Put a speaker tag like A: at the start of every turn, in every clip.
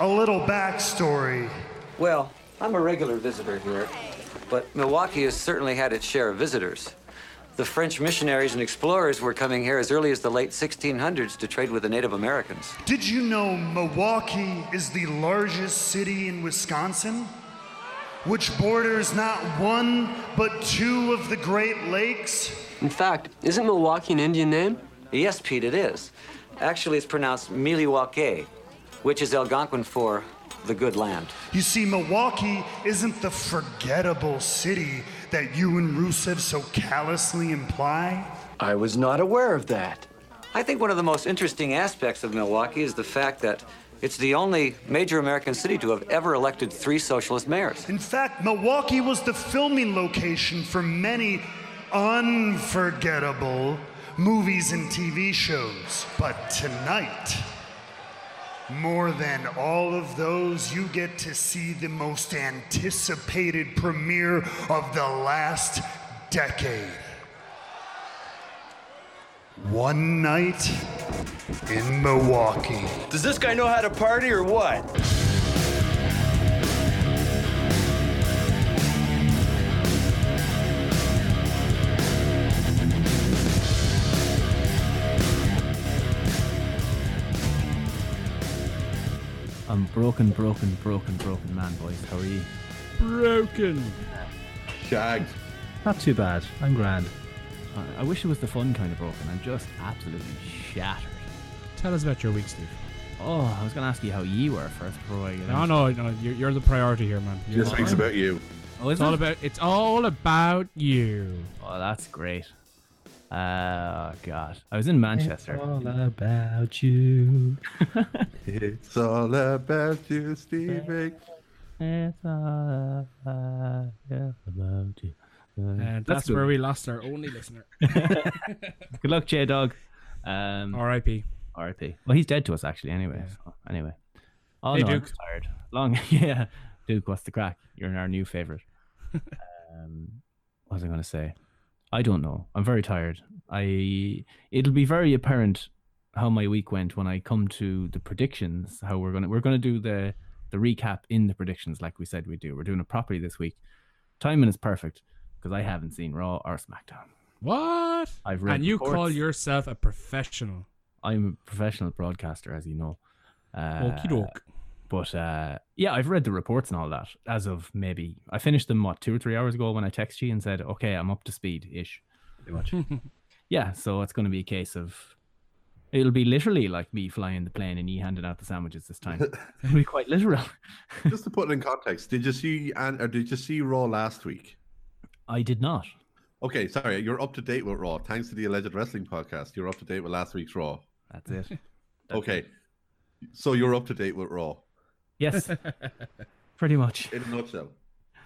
A: a little backstory.
B: Well, I'm a regular visitor here, but Milwaukee has certainly had its share of visitors. The French missionaries and explorers were coming here as early as the late 1600s to trade with the Native Americans.
A: Did you know Milwaukee is the largest city in Wisconsin? Which borders not one, but two of the Great Lakes?
C: In fact, isn't Milwaukee an Indian name?
B: Yes, Pete, it is. Actually, it's pronounced Miliwake, which is Algonquin for the good land.
A: You see, Milwaukee isn't the forgettable city that you and Rusev so callously imply.
D: I was not aware of that.
B: I think one of the most interesting aspects of Milwaukee is the fact that it's the only major American city to have ever elected three socialist mayors.
A: In fact, Milwaukee was the filming location for many unforgettable movies and TV shows. But tonight, more than all of those, you get to see the most anticipated premiere of the last decade. One night in Milwaukee.
E: Does this guy know how to party or what?
F: I'm broken, broken, broken, broken man, boys. How are you?
G: Broken.
H: Shagged.
F: Not too bad. I'm grand. I, I wish it was the fun kind of broken. I'm just absolutely shattered.
G: Tell us about your week, Steve.
F: Oh, I was gonna ask you how you were first before I get
G: No,
F: into-
G: no, no. You're, you're the priority here, man.
H: This week's about you.
F: Oh, is
G: It's all
F: it?
G: about. It's all about you.
F: oh, that's great. Uh, oh god, I was in Manchester.
I: All about you.
H: It's all about you, Stevie.
F: It's all about you.
G: And
F: Mm. That's
G: that's where
F: good.
G: we lost our only listener.
F: Good luck, J Dog. Um,
G: R.I.P.
F: RIP. Well, he's dead to us actually. Anyway, so- anyway. Oh
G: Hey,
F: no, I'm
G: Duke.
F: just tired. Long, yeah. Duke, what's the crack? You're our new favorite. um, what was I going to say? I don't know. I'm very tired. I. It'll be very apparent how my week went when I come to the predictions. How we're gonna we're gonna do the the recap in the predictions like we said we do. We're doing it properly this week. Timing is perfect because I haven't seen Raw or SmackDown.
G: What?
F: I've read
G: and you call
F: reports.
G: yourself a professional?
F: I'm a professional broadcaster, as you know. Uh,
G: Okie doke.
F: But uh, yeah, I've read the reports and all that. As of maybe I finished them what two or three hours ago when I text you and said, "Okay, I'm up to speed ish." yeah, so it's going to be a case of it'll be literally like me flying the plane and you handing out the sandwiches this time. it'll be quite literal.
H: Just to put it in context, did you see and or did you see Raw last week?
F: I did not.
H: Okay, sorry, you're up to date with Raw. Thanks to the Alleged Wrestling Podcast, you're up to date with last week's Raw.
F: That's it.
H: okay, so you're up to date with Raw
F: Yes, pretty much.
H: in a nutshell.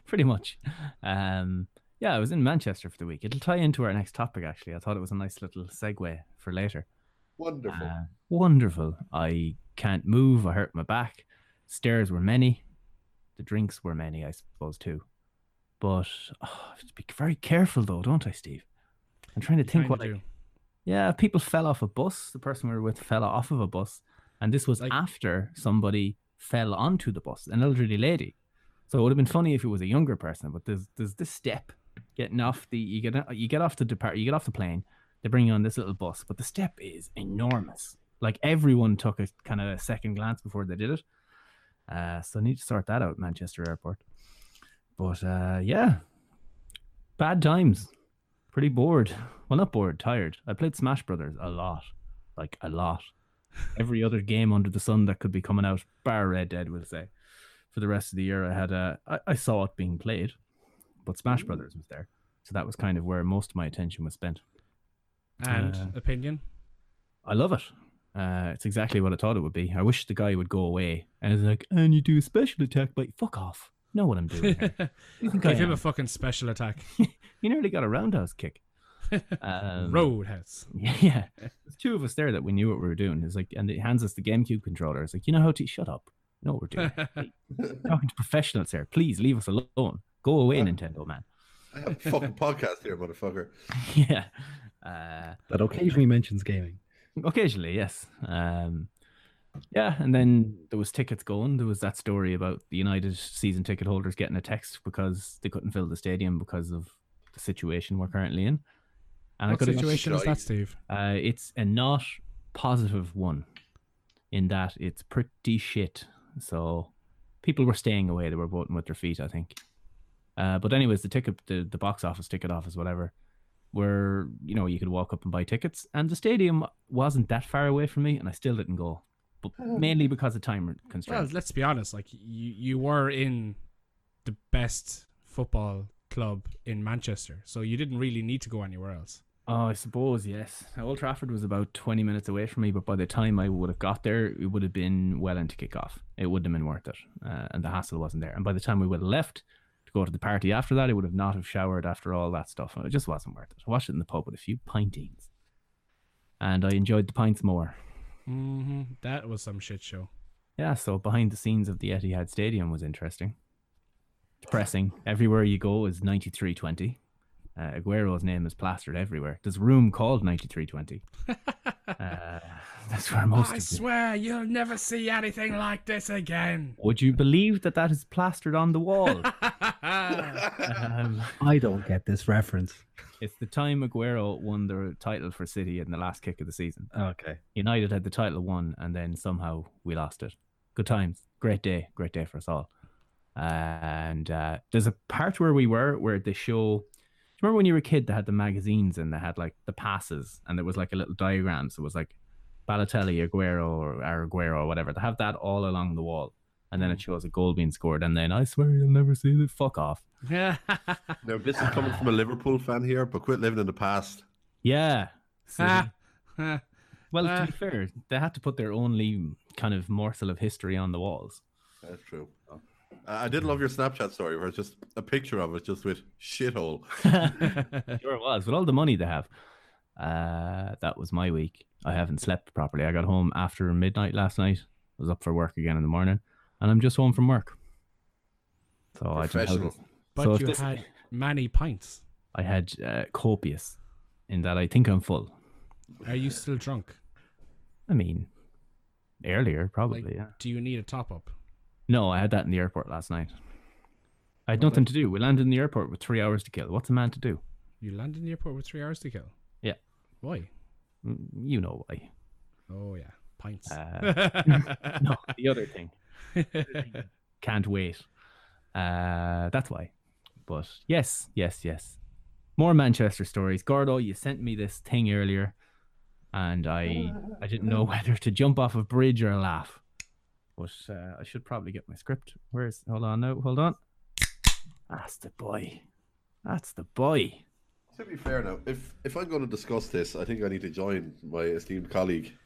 F: pretty much. Um, yeah, I was in Manchester for the week. It'll tie into our next topic, actually. I thought it was a nice little segue for later.
H: Wonderful.
F: Uh, wonderful. I can't move. I hurt my back. Stairs were many. The drinks were many, I suppose, too. But oh, I have to be very careful, though, don't I, Steve? I'm trying to think
G: Kinda
F: what. I,
G: do.
F: yeah, people fell off a bus. The person we were with fell off of a bus, and this was
G: Like-
F: after somebody fell onto the bus, an elderly lady. So it would have been funny if it was a younger person, but there's there's this step getting off the you get you get off the depart you get off the plane. They bring you on this little bus, but the step is enormous. Like everyone took a kind of a second glance before they did it. Uh, so I need to sort that out, Manchester Airport. But uh, yeah, bad times. Pretty bored. Well, not bored, tired. I played Smash Brothers a lot, like a lot. Every other game under the sun that could be coming out, bar Red Dead, we'll say. For the rest of the year, I had uh, I, I saw it being played, but Smash Brothers was there, so that was kind of where most of my attention was spent.
G: And
F: Uh,
G: opinion.
F: I love it. Uh, it's exactly what I thought it would be. I wish the guy would go away and it's like, and you do a special attack, but fuck off. Know what I'm doing. Here. you think I
G: Give him
F: am?
G: a fucking special attack.
F: you nearly got a roundhouse kick. Um,
G: Roadhouse.
F: Yeah, yeah. There's two of us there that we knew what we were doing. It's like, and it hands us the GameCube controller. It's like, you know how to shut up. You know what we're doing. We're talking to professionals here. Please leave us alone. Go away, Nintendo man.
H: I have a fucking podcast here, motherfucker.
F: yeah. Uh,
I: That occasionally mentions gaming.
F: occasionally, yes. Um, Yeah, and then there was tickets going. There was that story about the United season ticket holders getting a text because they couldn't fill the stadium because of the situation we're currently in. And I
G: What
F: could have
G: situation is that,
H: Right.
G: Steve?
F: uh, it's a not positive one in that it's pretty shit. So people were staying away. They were voting with their feet, I think. Uh, but anyways, the ticket, the, the box office, ticket office, whatever, where, you know, you could walk up and buy tickets. And the stadium wasn't that far away from me and I still didn't go. But mainly because of time
G: Well,
F: constraints.
G: let's be honest. Like you, you were in the best football club in Manchester, so you didn't really need to go anywhere else.
F: oh, I suppose, yes. Old Trafford was about 20 minutes away from me, but by the time I would have got there, it would have been well into kickoff. It wouldn't have been worth it. Uh, and the hassle wasn't there. And by the time we would have left to go to the party after that, I would have not have showered after all that stuff. It just wasn't worth it. I watched it in the pub with a few pintings. And I enjoyed the pints more.
G: hmm That was some shit show.
F: Yeah, so behind the scenes of the Etihad Stadium was interesting. Depressing. Everywhere you go is 9320. Uh, Aguero's name is plastered everywhere. There's a room called 9320. uh, that's where most
G: I
F: of the-
G: swear you'll never see anything like this again.
F: Would you believe that that is plastered on the wall? um,
I: I don't get this reference.
F: it's the time Aguero won the title for City in the last kick of the season.
I: Okay.
F: United had the title won, and then somehow we lost it. Good times, great day, great day for us all. And uh, there's a part where we were where they show. Do you remember when you were a kid? They had the magazines and they had like the passes, and there was like a little diagram. So it was like Balotelli, Aguero, or Aguero, or whatever. They have that all along the wall, and then it shows a goal being scored, and then I swear you'll never see the fuck off.
H: Now, this is coming from a Liverpool fan here, but quit living in the past.
F: Yeah. So-
G: yeah,
F: well, to
G: Ah.
F: be fair, they had to put their only kind of morsel of history on the walls.
H: That's true. Uh, I did love your Snapchat story where it's just a picture of it just with shithole.
F: sure it was. With all the money they have. Uh, that was my week. I haven't slept properly. I got home after midnight last night. I was up for work again in the morning, and I'm just home from work. So Oh, I don't know how
H: Professional.
F: this-
G: but
F: So if
G: you
F: this-
G: had many pints.
F: I had uh, copious, in that I think I'm full.
G: Are you still drunk?
F: I mean, earlier probably.
G: Like,
F: yeah.
G: do you need a top up?
F: No, I had that in the airport last night. I had nothing to do. We landed in the airport with three hours to kill. What's a man to do?
G: You landed in the airport with three hours to kill.
F: Yeah,
G: Why?
F: mm, you know why.
G: Oh yeah, pints.
F: Uh, no, the other thing. Can't wait. Uh, that's why. But yes, yes, yes. More Manchester stories. Gordo, you sent me this thing earlier, and I I didn't know whether to jump off a bridge or laugh. But uh, I should probably get my script. Where's? Hold on, no, hold on. That's the boy. That's the boy.
H: To be fair now, if if I'm going to discuss this, I think I need to join my esteemed colleague.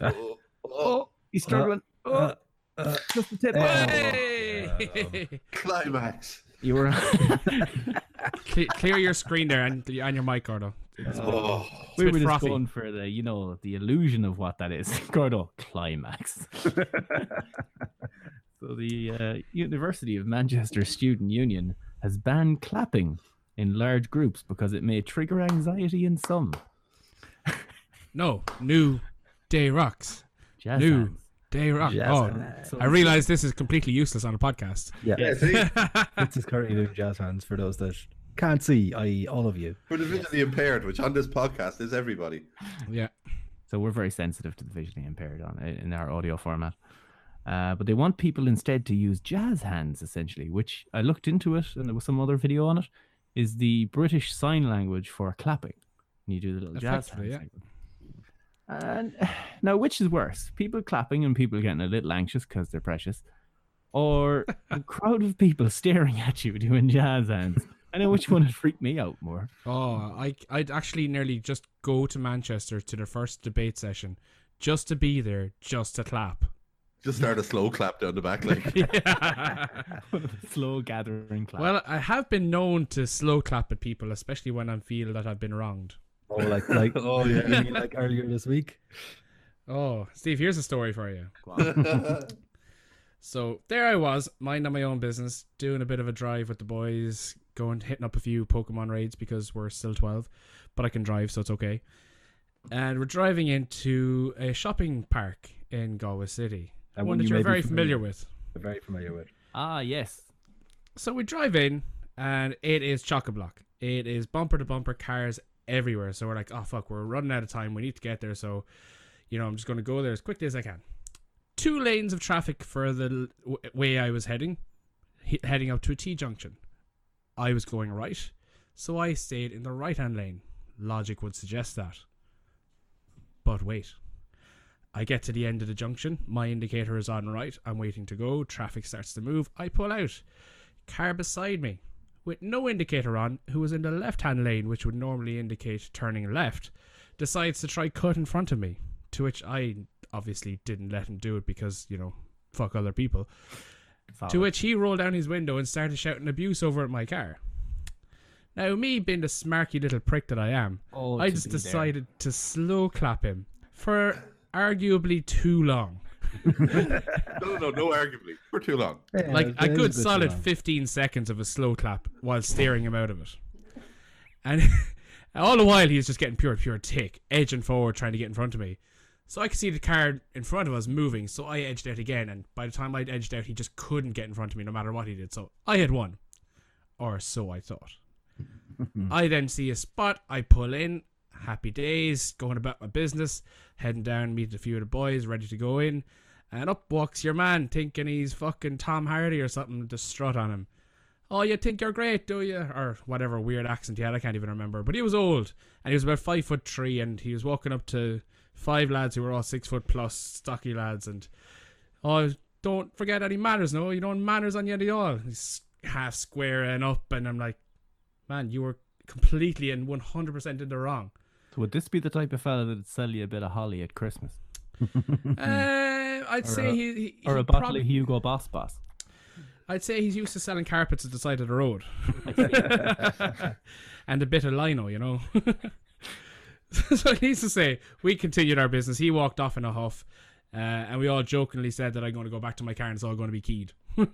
H: Oh, oh,
F: He's
I: Uh,
F: struggling. Oh, just the tip.
H: climax.
F: You were.
G: Cle- clear your screen there and and your mic, Gordo. It's a bit-
H: Oh,
G: it's a
F: we
G: bit
F: were just
G: frothy.
F: going for the, you know, the illusion of what that is. Gordo climax. so the uh, University of Manchester Student Union has banned clapping in large groups because it may trigger anxiety in some.
G: No, new day rocks.
F: Jazz
G: new
F: hands.
G: day rock.
I: Jazz
G: oh,
I: hands.
G: I realize this is completely useless on a podcast.
I: Yeah.
H: yeah, see,
I: This is currently doing jazz hands for those that can't see, i.e., all of you.
H: for the visually impaired, which on this podcast is everybody.
G: Yeah.
F: So we're very sensitive to the visually impaired on in our audio format. Uh, but they want people instead to use jazz hands, essentially, which I looked into it and there was some other video on it, is the British Sign Language for clapping. And you do the little jazz hands.
G: Effectively, yeah.
F: thing. And now, which is worse? People clapping and people getting a little anxious because they're precious, or a crowd of people staring at you doing jazz hands? I know which one would freak me out more.
G: Oh, I I'd actually nearly just go to Manchester to the first debate session just to be there, just to clap.
H: Just start a slow clap down the back, like
F: Slow gathering clap.
G: Well, I have been known to slow clap at people, especially when I feel that I've been wronged.
I: Oh, like, like, oh, yeah. like earlier this week.
G: Oh, Steve, here's a story for you. so there I was, minding my own business, doing a bit of a drive with the boys, going hitting up a few Pokemon raids because we're still twelve, but I can drive, so it's okay. and we're driving into a shopping park in Galway City,
I: That
G: one
I: one
G: that
I: you
G: you're
I: may be
G: very
I: familiar.
G: familiar with.
I: I'm very familiar with.
F: Ah, yes.
G: So we drive in, and it is chock a block. It is bumper to bumper cars everywhere. So we're like, oh fuck, we're running out of time. We need to get there. So, you know, I'm just going to go there as quickly as I can. Two lanes of traffic for the l- w- way I was heading, he- heading up to a T junction. I was going right, so I stayed in the right hand lane. Logic would suggest that. But wait. I get to the end of the junction. My indicator is on right. I'm waiting to go. Traffic starts to move. I pull out car beside me with no indicator on, who was in the left hand lane, which would normally indicate turning left, decides to try cut in front of me. To which I obviously didn't let him do it because, you know, fuck other people. To which he rolled down his window and started shouting abuse over at my car. Now, me being the smarky little prick that I am,
F: Oh,
G: I
F: to
G: just
F: be there.
G: decided to slow clap him for arguably too long.
H: No, no, no, no, arguably. For too long.
I: Yeah,
G: like
I: it
G: a
I: is
G: good
I: bit too
G: solid
I: long.
G: 15 seconds of a slow clap while steering him out of it and all the while he's just getting pure pure tick edging forward trying to get in front of me so i could see the car in front of us moving so i edged out again and by the time i'd edged out he just couldn't get in front of me no matter what he did so i had won or so i thought i then see a spot i pull in happy days going about my business heading down meeting a few of the boys ready to go in and up walks your man, thinking he's fucking Tom Hardy or something, with the strut on him. Oh, you think you're great, do you? Or whatever weird accent he had, I can't even remember. But he was old, and he was about five foot three, and he was walking up to five lads who were all six foot plus, stocky lads, and oh, don't forget any manners, no, you don't manners on you at all. He's half squaring up, and I'm like, man, you were completely and 100% in the wrong.
F: So would this be the type of fella that'd sell you a bit of holly at Christmas?
G: Uh, I'd say
F: a-
G: he, he
F: Mm-hmm. Or
G: he
F: a bottle
G: probably-
F: of Hugo Boss Boss?
G: I'd say he's used to selling carpets at the side of the road. and a bit of lino, you know. so needs to say, we continued our business. He walked off in a huff. Uh, and we all jokingly said that I'm going to go back to my car and it's all going to be keyed.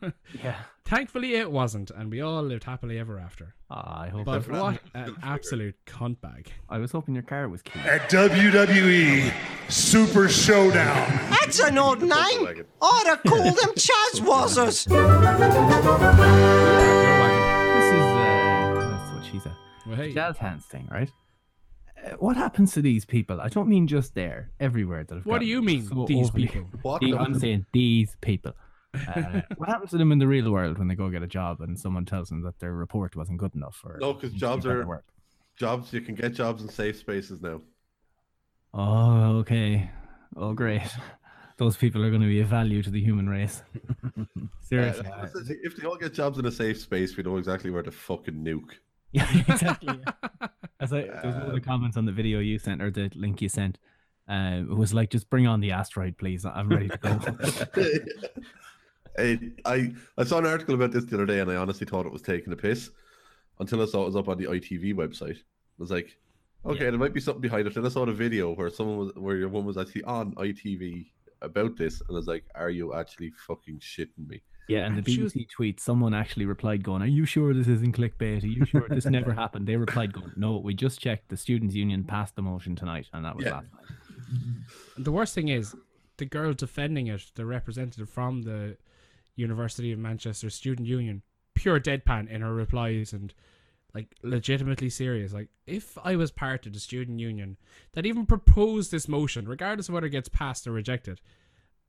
F: Yeah.
G: Thankfully, it wasn't, and we all lived happily ever after.
F: Ah, I hope.
G: But
H: for that,
G: what
H: I'm
G: an
H: still
G: absolute cuntbag!
F: I was hoping your car was key.
A: At WWE Super Showdown.
J: That's an odd name.
H: like it.
J: I'd have called them Chazwazzers.
F: This is uh, that's what she said.
G: Well, hey,
F: Jazz hands thing, right? Uh, What happens to these people? I don't mean just there, everywhere that I've
G: what do
F: gotten
G: you mean,
F: so
G: these
F: overly-
G: people?
H: What
F: The-
H: the-
F: I'm saying these people. Uh, what happens to them in the real world when they go get a job and someone tells them that their report wasn't good enough? Or
H: No, 'cause
F: needs to
H: jobs
F: do better
H: are-
F: Work.
H: Jobs, you can get jobs in safe spaces now.
F: Oh, okay. Oh, great. Those people are going to be a value to the human race. Seriously.
H: Uh, if they all get jobs in a safe space, we know exactly where to fucking nuke.
F: Yeah, exactly. yeah. As I, there was one of the comments on the video you sent or the link you sent. Uh, it was like, just bring on the asteroid, please. I'm ready to go.
H: I, I I saw an article about this the other day, and I honestly thought it was taking a piss until I saw it was up on the ITV website. I was like, okay, there might be something behind it. Then I saw the video where someone was, where your woman was actually on ITV about this, and I was like, are you actually fucking shitting me?
F: yeah, and the
G: She was-
F: BBC tweet, someone actually replied, going, Are you sure this isn't clickbait? Are you sure this never happened? They replied, going, No, we just checked. The Students' Union passed the motion tonight, and that was
H: Yeah.
F: last night.
G: The worst thing is the girl defending it, the representative from the University of Manchester Student Union, pure deadpan in her replies and like legitimately serious. Like, if I was part of the student union that even proposed this motion, regardless of whether it gets passed or rejected,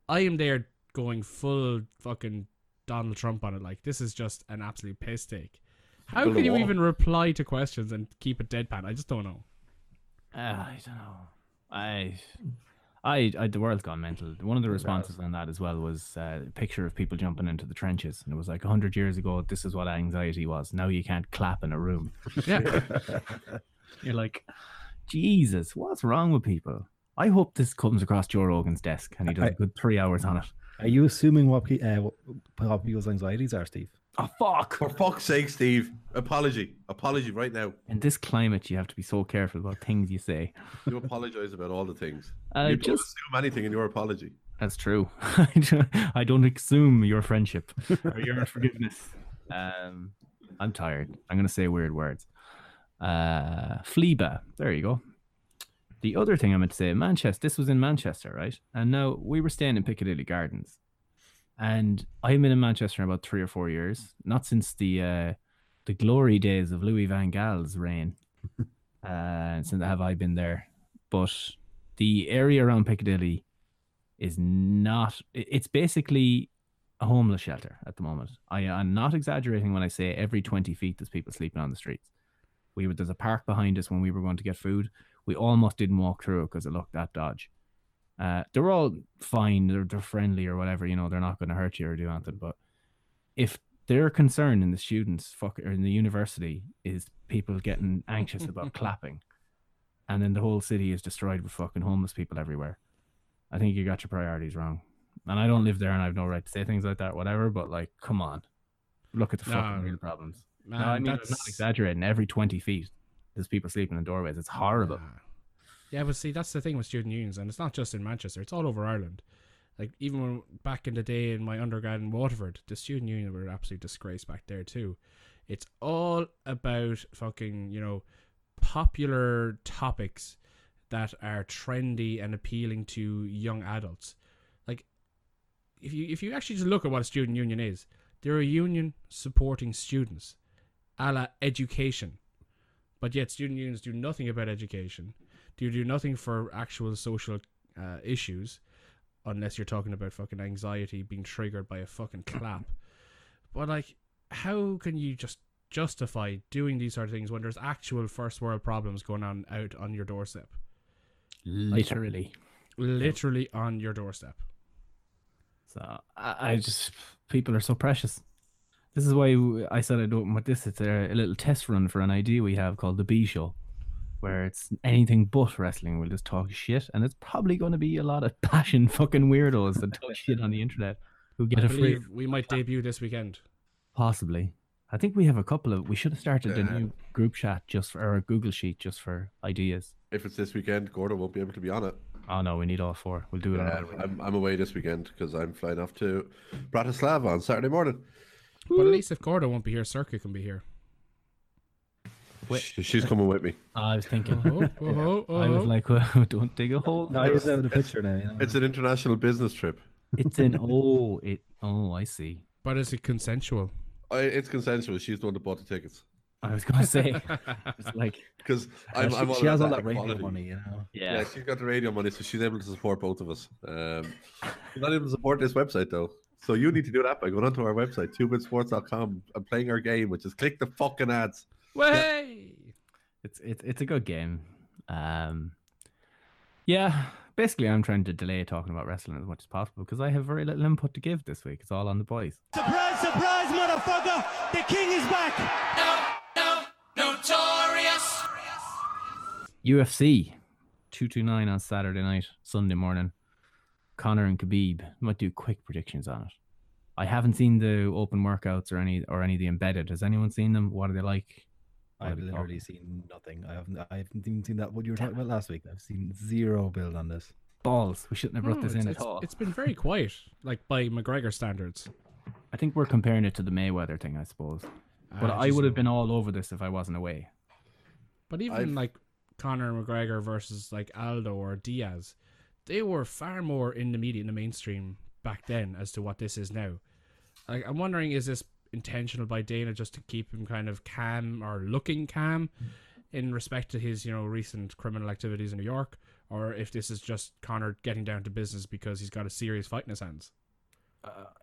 G: I am there going full fucking Donald Trump on it. Like, this is just an absolute piss take. How
H: Build a
G: can you
H: wall.
G: even reply to questions and keep it deadpan? I just don't know.
F: Uh, I don't know. I, I, I, the world's gone mental. One of the responses on that as well was uh, a picture of people jumping into the trenches, and it was like hundred years ago. This is what anxiety was. Now you can't clap in a room.
G: Yeah.
F: You're like, Jesus, what's wrong with people? I hope this comes across Joe Rogan's desk and he does a
I: I-
F: good three hours on it.
I: Are you assuming what, pe- uh, what- what people's anxieties are, Steve?
F: Oh fuck!
H: For fuck's sake, Steve! Apology, apology right now.
F: In this climate, you have to be so careful about things you say.
H: You apologize about all the things.
F: Uh,
H: you don't
F: just-
H: assume anything in your apology.
F: That's true. I don't- I don't assume your friendship or your forgiveness. Um, I'm tired. I'm going to say weird words. Uh, Fleaba. There you go. The other thing I meant to say, Manchester, this was in Manchester, right? And now we were staying in Piccadilly Gardens. And I've been in Manchester in about three or four years, not since the uh, the glory days of Louis Van Gaal's reign. uh, since have I been there. But the area around Piccadilly is not, it- it's basically a homeless shelter at the moment. I am not exaggerating when I say every 20 feet there's people sleeping on the streets. We were, there's a park behind us when we were going to get food. We almost didn't walk through it because it looked that dodge. Uh, they're all fine. They're, they're friendly or whatever. You know, they're not going to hurt you or do anything. But if their concern in the students fuck, or in the university is people getting anxious about clapping, and then the whole city is destroyed with fucking homeless people everywhere, I think you got your priorities wrong. And I don't live there, and I have no right to say things like that, whatever. But like, come on, look at the fucking
G: No.
F: real problems.
G: Man,
F: no, I mean, I'm Um, not
G: that's-
F: exaggerating. Every twenty feet, there's people sleeping in doorways. It's horrible.
G: Yeah, but see, that's the thing with student unions, and it's not just in Manchester; it's all over Ireland. Like even when, back in the day in my undergrad in Waterford, the student union were an absolute disgrace back there too. It's all about fucking you know popular topics that are trendy and appealing to young adults. Like if you if you actually just look at what a student union is, they're a union supporting students, a la education. But yet, student unions do nothing about education. Do do nothing for actual social uh, issues, unless you're talking about fucking anxiety being triggered by a fucking clap. But like, how can you just justify doing these sort of things when there's actual first world problems going on out on your doorstep?
F: Literally.
G: Literally on your doorstep.
F: So I, I just people are so precious. This is why w- I said I'd open with this. It's a, a little test run for an idea we have called the B Show, where it's anything but wrestling. We'll just talk shit, and it's probably going to be a lot of passion fucking weirdos that talk shit on the internet who get
G: I
F: afraid.
G: believe we might debut this weekend.
F: Possibly, I think we have a couple of. We should have started a new group chat just for or a Google sheet just for ideas.
H: If it's this weekend, Gordo won't be able to be on it.
F: Oh no, we need all four. We'll do it.
H: Uh,
F: on
H: I'm, I'm away this weekend because I'm flying off to Bratislava on Saturday morning.
G: But at least if Gordo won't be here, Circa can be here.
H: She- She's coming with me.
F: I was thinking.
G: Oh, oh, oh, oh,
F: I was
G: oh.
F: like, don't dig a hole.
I: No, I just have the picture now. You know?
H: It's an international business trip.
F: It's an oh, it oh, I see.
G: But is it consensual?
H: I, it's consensual. She's the one that bought the tickets
F: I was gonna say, it's like
H: because I'm,
I: she,
H: I'm
I: she has all that radio
H: equality.
I: money, you know.
H: Yeah. she's got the radio money, so she's able to support both of us. Um, she's not able to support this website though. So you need to do that by going onto our website, tubinsports.com, and playing our game, which is click the fucking ads.
G: Way!
F: it's it's it's a good game. Um, yeah. Basically, I'm trying to delay talking about wrestling as much as possible because I have very little input to give this week. It's all on the boys.
J: Surprise, surprise, motherfucker! The king is back!
F: UFC 229 on Saturday night, Sunday morning. Connor and Khabib might do quick predictions on it. I haven't seen the open workouts or any or any of the embedded. Has anyone seen them? What are they like? What are
I: I've
F: they
I: literally seen nothing. I haven't. I haven't even seen that. What you were talking about last week. I've seen zero build on this.
F: balls. We shouldn't have brought
G: No,
F: this
G: it's-
F: in at
G: it's-
F: all.
G: It's been very quiet, like by McGregor standards.
F: I think we're comparing it to the Mayweather thing, I suppose. But
G: Ah,
F: I
G: just-
F: would have been all over this if I wasn't away.
G: But even
H: I've-
G: like Conor McGregor versus like Aldo or Diaz, they were far more in the media in the mainstream back then as to what this is now. Like I'm wondering, is this intentional by Dana just to keep him kind of calm or looking calm in respect to his you know recent criminal activities in New York, or if this is just Conor getting down to business because he's got a serious fight in his hands?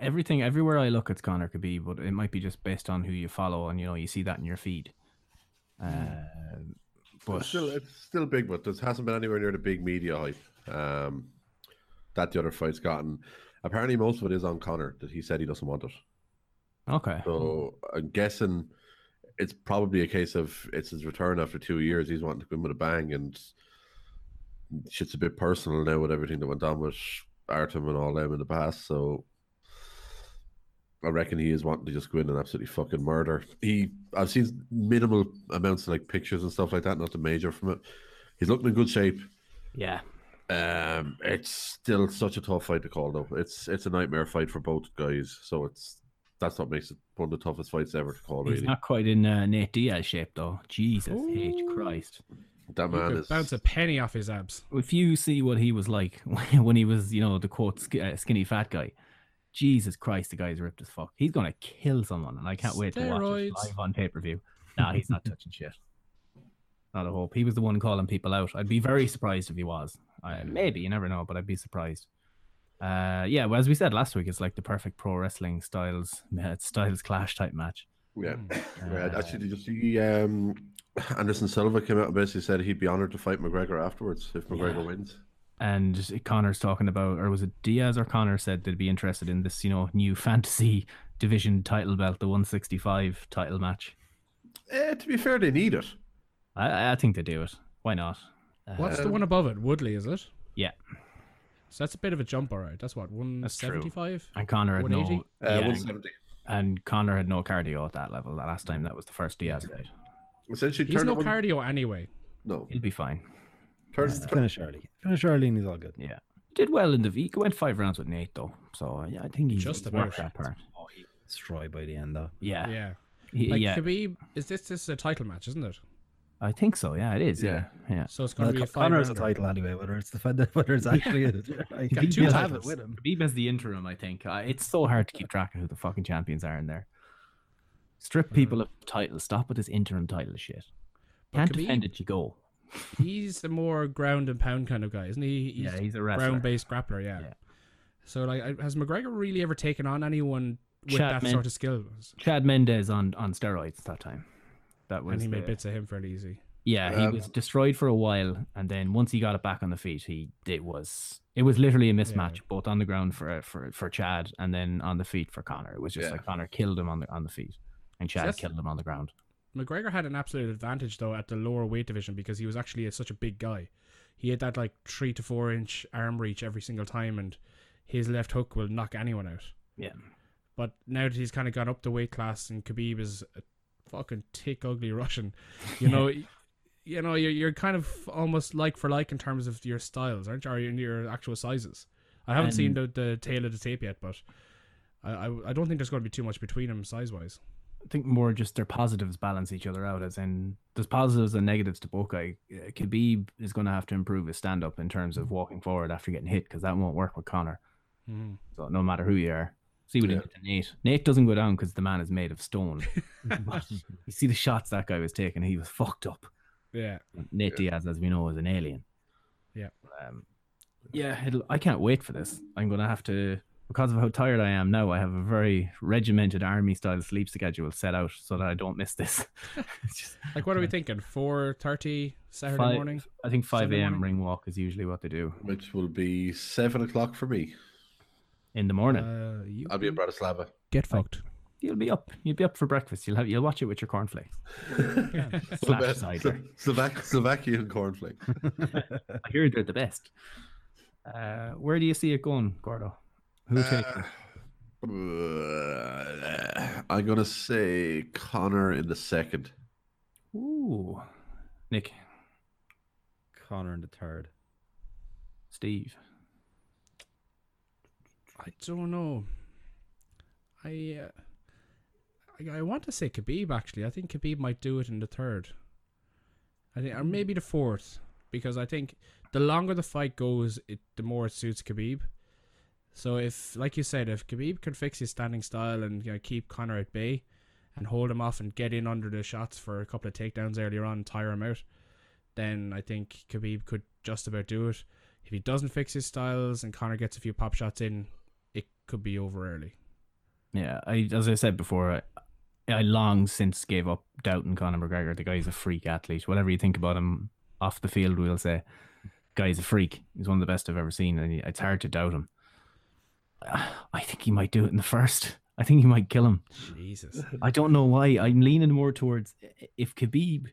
F: Everything, everywhere I look, it's Conor Khabib, but it might be just based on who you follow, and you know you see that in your feed. Um
H: It's still, it's still big, but there hasn't been anywhere near the big media hype um, that the other fight's gotten. Apparently, most of it is on Connor that he said he doesn't want it.
F: okay,
H: So I'm guessing it's probably a case of it's his return after two years. He's wanting to go in with a bang, and shit's a bit personal now with everything that went on with Artem and all them in the past. So I reckon he is wanting to just go in and absolutely fucking murder. He, I've seen minimal amounts of like pictures and stuff like that, nothing major from it. He's looking in good shape.
F: yeah,
H: Um, it's still such a tough fight to call, though. It's it's a nightmare fight for both guys. So it's that's what makes it one of the toughest fights ever to call.
F: he's
H: Really,
F: not quite in uh, Nate Diaz shape though. Jesus H Christ,
H: That man
G: Could
H: is.
G: bounce a penny off his abs.
F: if you see what he was like when he was, you know, the quote sk- uh, skinny fat guy, Jesus Christ, the guy's ripped as fuck. He's gonna kill someone, and I can't wait to watch it
G: Steroids.
F: live on pay per view. Nah, he's not touching shit. Not a hope. He was the one calling people out. I'd be very surprised if he was. Uh, maybe you never know, but I'd be surprised. Uh, yeah. Well, as we said last week, it's like the perfect pro wrestling styles uh, styles clash type match.
H: Yeah.
G: Hmm.
H: yeah. Actually, did you see um, Anderson Silva came out and basically said he'd be honored to fight McGregor afterwards if McGregor wins?
F: and Connor's talking about, or was it Diaz or Connor said they'd be interested in this, you know, new fantasy division title belt, the 165 title match.
H: Eh, to be fair, they need it.
F: I, I think they do it. Why not?
G: What's
H: Um,
G: the one above it? Woodley, is it?
F: Yeah,
G: So that's a bit of a jump, all right. That's what one seventy-five.
F: and Connor had no,
G: 180?
H: Uh,
F: yeah,
H: 170.
F: and Connor had no cardio at that level. That last time, that was the first Diaz fight.
H: Essentially,
G: He's
H: turn
G: no
H: it one-
G: cardio anyway.
H: No,
F: He'll be fine.
H: turn,
I: Finish early. Finish early and he's all good.
F: Yeah, did well in the V. Went five rounds with Nate though, so yeah, I think he's
G: Just
F: he's worked
G: about.
F: that part.
I: Destroyed by the end though.
F: Yeah, yeah,
G: Yeah.
F: he,
G: Like
F: yeah.
G: Khabib, is this this is a title match, isn't it?
F: I think so. Yeah, it is. Yeah, yeah.
G: So it's
I: Well,
G: going to be a
I: Con- Connor's a
G: five-rounder.
I: title anyway, whether it's defended, whether it's actually a, like,
G: got two
I: he'll have it
G: titles.
I: with him.
F: Khabib has the interim, I think. Uh, it's so hard to keep track of who the fucking champions are in there. Strip people of titles. Stop with this interim title shit. Can't
G: Khabib-
F: defend it, you go.
G: He's a more ground and pound kind of guy, isn't he?
F: Yeah, he's a wrestler.
G: ground-based grappler. Yeah.
F: Yeah.
G: So like, I- has McGregor really ever taken on anyone with
F: Chapman.
G: that sort of skill?
F: Chad Mendez on, on steroids that time. That was
G: And he made
F: the-
G: bits of him fairly easy.
F: yeah. He was destroyed for a while, and then once he got it back on the feet, he it was it was literally a mismatch, both on the ground for for for Chad, and then on the feet for Connor. It was just like Connor killed him on the on the feet, and Chad
G: that's-
F: killed him on the ground.
G: McGregor had an absolute advantage though at the lower weight division because he was actually a, such a big guy. He had that like three to four inch arm reach every single time, and his left hook will knock anyone out.
F: Yeah.
G: But now that he's kind of gone up the weight class, and Khabib is a fucking thick, ugly Russian, you know, you know, you're you're kind of almost like for like in terms of your styles, aren't you? Or in your actual sizes. I haven't seen the, the tail of the tape yet, but I, I I don't think there's going to be too much between them size wise.
F: I think more just their positives balance each other out. As in, there's positives and negatives to both guy. Uh, Khabib is going to have to improve his stand up in terms
G: Mm.
F: of walking forward after getting hit because that won't work with Connor. So no matter who you are, see what he did to Nate. Nate doesn't go down because the man is made of stone. But you see the shots that guy was taking; he was fucked up.
G: Yeah.
F: Nate Diaz, as we know, is an alien.
G: Yeah.
F: Um, yeah, it'll, I can't wait for this. I'm going to have to, because of how tired I am now, I have a very regimented army style sleep schedule set out so that I don't miss this. It's just
G: Like what are we thinking? Four thirty Saturday
F: five-
G: morning.
F: I think 5
G: Sunday
F: a.m.
G: morning?
F: ring walk is usually what they do
H: which will be seven o'clock for me.
F: in the morning.
G: Uh, you
H: I'll be in Bratislava.
G: get fucked.
F: you'll be up. You'll be up for breakfast. You'll have. You'll watch it with your cornflakes. Slash cider.
H: Slovak- Slovakian cornflake.
F: I hear they're the best. Uh, where do you see it going, Gordo? Who takes it?
H: Uh, I'm gonna say Connor in the second.
F: Ooh, Nick,
I: Connor in the third.
F: Steve.
G: I don't know. I, uh, I I want to say Khabib actually. I think Khabib might do it in the third. I think, or maybe the fourth, because I think the longer the fight goes, it the more it suits Khabib. So if, like you said, if Khabib can fix his standing style and you know, keep Connor at bay, and hold him off and get in under the shots for a couple of takedowns earlier on, and tire him out, then I think Khabib could just about do it. If he doesn't fix his styles and Connor gets a few pop shots in, it could be over early.
F: Yeah, I as I said before, I, I long since gave up doubting Conor McGregor. The guy's a freak athlete. Whatever you think about him off the field, we'll say, guy's a freak. He's one of the best I've ever seen, and it's hard to doubt him. I think he might do it in the first. I think he might kill him.
G: Jesus.
F: I don't know why. I'm leaning more towards if Khabib.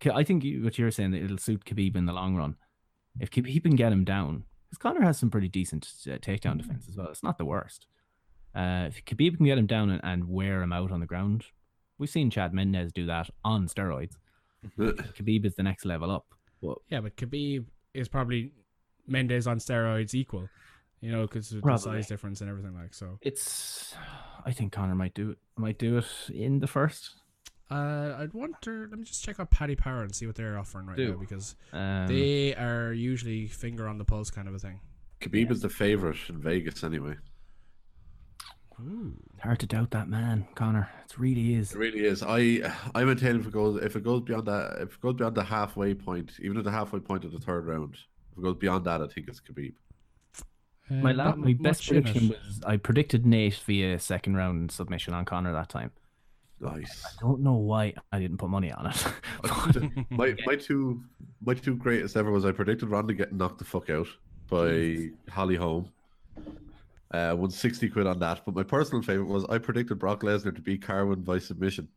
F: K- I think you- what you're saying that it'll suit Khabib in the long run. If Khabib can get him down, because Connor has some pretty decent uh, takedown defense as well. It's not the worst. Uh, if Khabib can get him down and, and wear him out on the ground, we've seen Chad Mendez do that on steroids. Khabib is the next level up. Well,
G: Yeah, but Khabib is probably Mendes on steroids equal, you know, because of the
F: Probably.
G: size difference and everything like so.
F: it's. I think Connor might do it. Might do it in the first.
G: Uh, I'd want to. Let me just check out Paddy Power and see what they're offering right
I: Do.
G: now because
F: Um,
G: they are usually finger on the pulse kind of a thing.
H: Khabib is the favorite in Vegas anyway.
F: Hard to doubt that man, Connor. It really is.
H: It really is. I I maintain if it goes if it goes beyond that if it goes beyond the halfway point, even at the halfway point of the third round, if it goes beyond that, I think it's Khabib.
G: Uh,
F: My, la-
G: not
F: my
G: much
F: best
G: in it.
F: prediction was I predicted Nate via second round submission on Connor that time.
H: Nice.
F: Don't know why I didn't put money on it.
H: my my two my two greatest ever was I predicted Ronda getting knocked the fuck out by Holly Holm. Uh, won sixty quid on that. But my personal favorite was I predicted Brock Lesnar to beat Carwin by submission.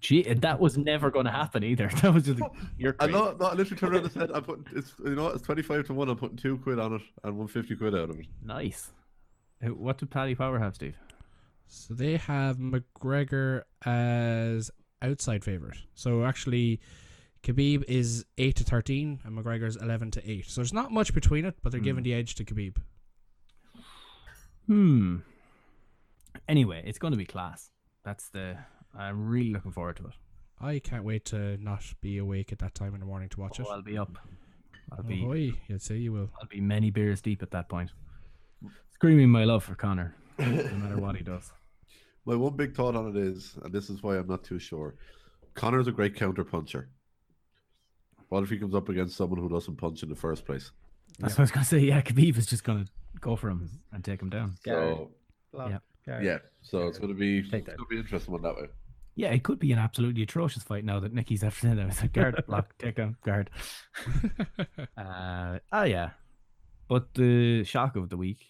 F: Gee, that was never going to happen either. That was just you're
H: I
F: crazy.
H: know, no, I literally turned around and said, "I'm putting it's you know what, it's twenty five to one. I'm putting two quid on it and one fifty quid out of it."
F: nice. Uh, What did Paddy Power have, Steve?
G: So they have McGregor as outside favorite. So actually, Khabib is eight to thirteen, and McGregor's eleven to eight. So there's not much between it, but they're giving the edge to Khabib.
F: Hmm. Anyway, it's going to be class. That's the. I'm really looking forward to it.
G: I can't wait to not be awake at that time in the morning to watch it.
F: Oh, I'll be up. I'll be.
G: Oh, you'd say you will.
F: I'll be many beers deep at that point. Screaming my love for Connor, no matter what he does.
H: My one big thought on it is, and this is why I'm not too sure. Connor's a great counter puncher. What if he comes up against someone who doesn't punch in the first place?
F: That's what I was gonna say. Yeah, Khabib is just gonna go for him and take him down.
H: So
F: Yeah.
H: yeah, so it's gonna be it's
I: Take that.
H: gonna be interesting one that way.
F: Yeah, it could be an absolutely atrocious fight now that Nicky's after that. It's like guard block, take down guard. uh, oh yeah, but the shock of the week.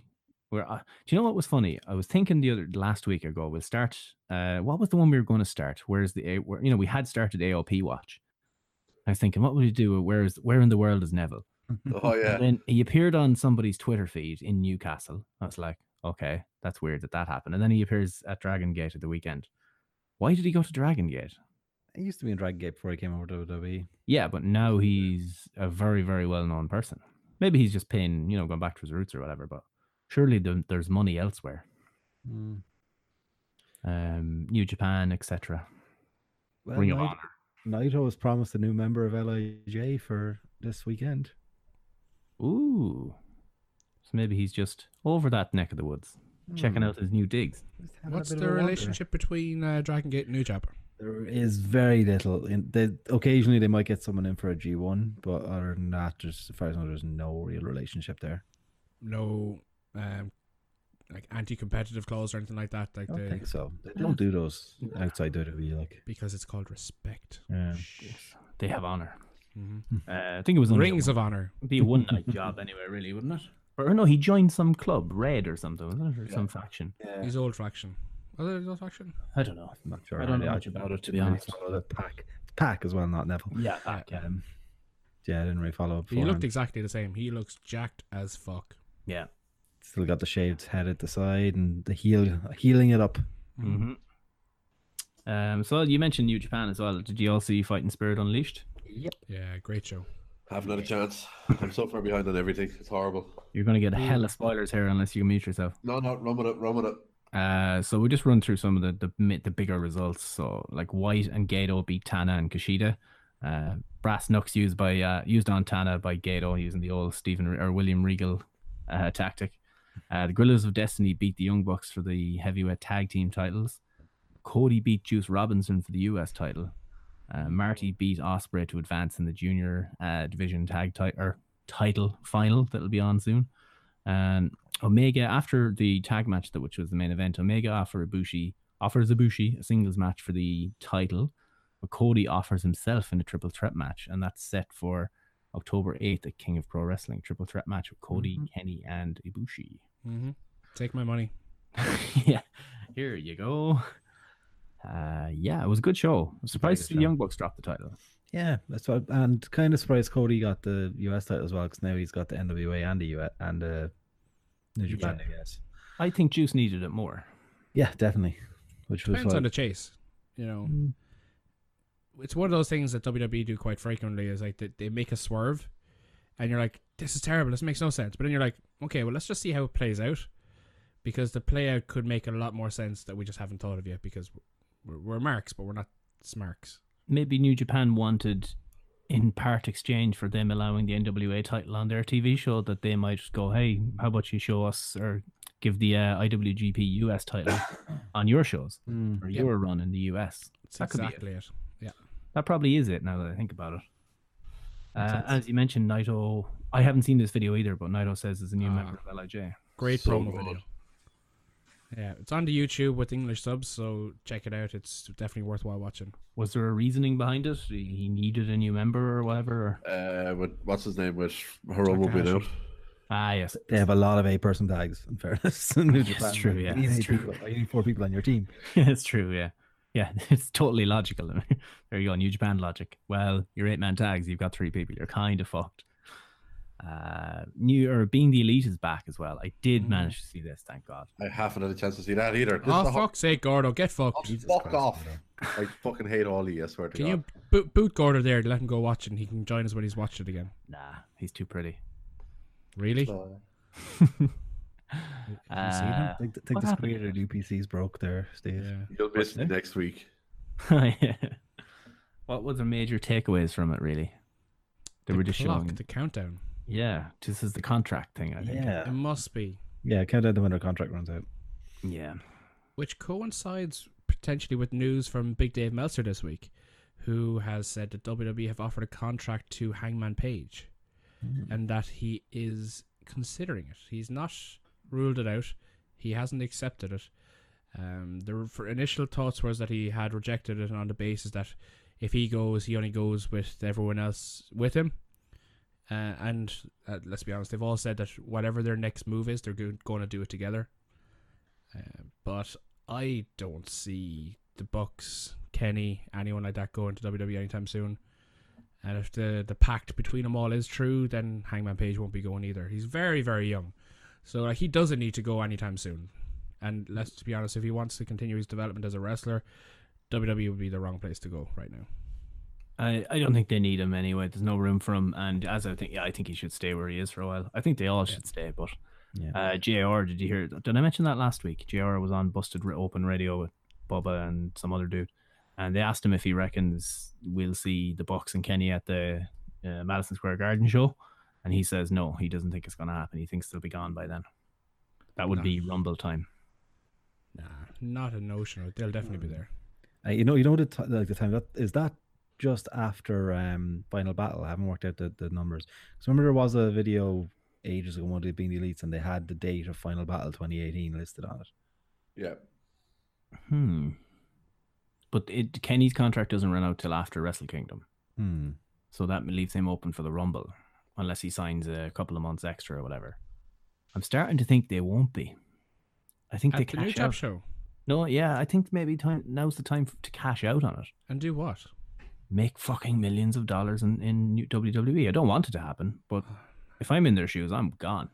F: Where I, do you know what was funny? I was thinking the other last week ago. We'll start. Uh, what was the one we were going to start? Where's the A- where, you know we had started AOP watch. I was thinking, what would we do? Where is where in the world is Neville?
H: Oh
F: And
H: yeah,
F: then he appeared on somebody's Twitter feed in Newcastle. I was like, okay, that's weird that that happened. And then he appears at Dragon Gate at the weekend. Why did he go to Dragon Gate?
I: I used to be in Dragon Gate before I came over to E. WWE.
F: Yeah, but now he's a very, very well known person. Maybe he's just paying, you know, going back to his roots or whatever, but surely the, there's money elsewhere. Hmm.
I: Mm.
F: Um, New Japan, etc.
I: Well,
F: Ring of
I: Naito-
F: Honor.
I: Naito was promised a new member of Lij for this weekend.
F: Ooh. So maybe he's just over that neck of the woods, checking out his new digs.
I: Just having a
G: What's
I: bit
G: the
I: of a wander.
G: relationship between uh, Dragon Gate and New Japan?
I: There is very little. In they, occasionally they might get someone in for a G one, but other than that, there's as far as I know, there's no real relationship there.
G: No, um, like anti-competitive clause or anything like that. Like
I: I don't
G: the,
I: think so. They don't do those outside WWE. Like,
G: because it's called respect.
I: yeah.
F: They have honor.
G: Mhm.
F: Uh, I think it was only a
G: Rings of honor.
F: It'd be a one night job anyway, really, wouldn't it? Or no, he joined some club, Red or something, wasn't it? Or some faction.
G: He's old faction. Are they old faction?
F: I don't know.
I: I'm not sure.
F: I don't
I: how
F: know
I: they
F: much
I: act-
F: about it, to be
I: really
F: honest.
I: follow The pack, it's pack as well, not Neville.
F: Yeah, that, yeah.
I: Um, yeah, I didn't really follow up.
G: He looked
I: beforehand.
G: exactly the same. He looks jacked as fuck.
F: yeah.
I: Still got the shaved head at the side and the heel, healing it up.
F: hmm Um, so you mentioned New Japan as well. Did you all see Fighting Spirit Unleashed?
G: Yeah, great show.
H: have another chance. I'm so far behind on everything. It's horrible.
F: You're going to get a hell of spoilers here unless you mute yourself.
H: No, no, run with it, run with it.
F: Uh, so we'll just run through some of the, the mi- the bigger results. So like White and Gato beat Tana and Kushida. Uh, brass knucks used by uh, used on Tana by Gato using the old Stephen Re- or William Regal uh, tactic. Uh, the Gorillas of Destiny beat the Young Bucks for the heavyweight tag team titles. Cody beat Juice Robinson for the US title. Uh, Marty beat Osprey to advance in the junior uh, division tag ti- or title final that'll be on soon. And Omega, after the tag match, that which was the main event, Omega offer Ibushi, offers Ibushi a singles match for the title, but Cody offers himself in a triple threat match, and that's set for October 8th at King of Pro Wrestling. Triple threat match with Cody, Kenny, and Ibushi.
G: hmm Take my money.
F: yeah, here you go. Uh, yeah, it was a good show. I'm surprised to see the Young Bucks dropped the title.
I: Yeah, that's what. And kind of surprised Cody got the US title as well, because now he's got the NWA and the US and the New Japan, I guess.
F: I think Juice needed it more.
I: Yeah, definitely. Which was
G: Depends
I: why-
G: on the chase. You know,
H: Mm.
G: it's one of those things that WWE do quite frequently is like they, they make a swerve, and you're like, this is terrible. This makes no sense. But then you're like, okay, well, let's just see how it plays out, because the play out could make a lot more sense that we just haven't thought of yet because we're, we're marks, but we're not smarks.
F: maybe New Japan wanted, in part exchange for them allowing the NWA title on their TV show, that they might go, hey, how about you show us or give the uh, IWGP US title on your shows or your run in the US?
G: That's
F: That could be it.
G: exactly it. Yeah.
F: That probably is it now that I think about it. Uh, as you mentioned, Naito. I haven't seen this video either, but Naito says is a new member of Lij.
G: Great
H: So
G: promo
H: good.
G: video. Yeah, it's on the YouTube with English subs, so check it out. It's definitely worthwhile watching.
F: Was there a reasoning behind it? He he needed a new member or whatever. Or...
H: Uh, with, what's his name? With Hiromu being out.
F: Ah, yes.
I: They have a lot of eight person tags, in fairness. in New Japan.
F: true, yeah,
I: You
F: it's
I: need,
F: true.
I: People, you need four people on your team.
F: it's true, yeah. Yeah, it's totally logical. there you go, New Japan logic. Well, your eight man tags, you've got three people. You're kind of fucked. Uh, new or being the elite is back as well. I
G: Mm.
F: did manage to see this, thank God.
H: I haven't had a chance to see that either. This is
G: Oh,
H: the ho-
G: fuck's sake, Gordo, get
H: Oh,
G: fucked.
H: fuck off. I fucking hate Ollie, I swear to
G: Can
H: God.
G: you boot, boot Gordo there and let him go watch it and he can join us when he's watched it again?
F: Nah, he's too pretty.
G: Really? you seen him?
F: Uh,
I: Like, th- think
F: What
I: the
F: happened?
I: square UPC's broke there, Steve.
G: Yeah.
H: You'll miss me next week.
F: yeah. What were the major takeaways from it, really? They were
G: The
F: just
G: clock,
F: showing.
G: the countdown.
F: Yeah, this is the contract thing, I think.
G: It
I: Yeah.
G: must be.
I: Yeah, count out the winter contract runs out.
F: Yeah.
G: which coincides potentially with news from Big Dave Meltzer this week, who has said that WWE have offered a contract to Hangman Page and that he is considering it. He's not ruled it out, he hasn't accepted it. Um, the r- for initial thoughts was that he had rejected it on the basis that if he goes, he only goes with everyone else with him. Uh, and uh, let's be honest, they've all said that whatever their next move is, they're going to do it together. Uh, but I don't see the Bucks, Kenny, anyone like that going to WWE anytime soon. And if the the pact between them all is true, then Hangman Page won't be going either. He's very very young, so like, he doesn't need to go anytime soon. And let's be honest, if he wants to continue his development as a wrestler, WWE would be the wrong place to go right now.
F: I, I don't think they need him anyway. There's no room for him, and as I think, yeah, I think he should stay where he is for a while. I think they all should stay. But
I: Yeah.
F: uh, Jr. Did you hear? Did I mention that last week? Jr. was on Busted Ra- Open Radio with Bubba and some other dude, and they asked him if he reckons we'll see the Bucks and Kenny at the uh, Madison Square Garden show, and he says no, he doesn't think it's going to happen. He thinks they'll be gone by then. That would be Rumble time.
G: Nah, not a notion. of it. They'll definitely be there.
I: Uh, you know, you know the t- like the time that is that just after um final battle. I haven't worked out the, the numbers. So remember there was a video ages ago, one of the being the elites, and they had the date of final battle 2018 listed on it.
H: Yeah.
F: Hmm. But it, Kenny's contract doesn't run out till after Wrestle Kingdom.
I: Hmm.
F: So that leaves him open for the Rumble, unless he signs a couple of months extra or whatever. I'm starting to think they won't be. I think they
G: At the New
F: cash
G: Japan
F: out.
G: show.
F: No, yeah, I think maybe time now's the time f- to cash out on it.
G: And do what?
F: Make fucking millions of dollars in, in new WWE. I don't want it to happen, but if I'm in their shoes, I'm gone.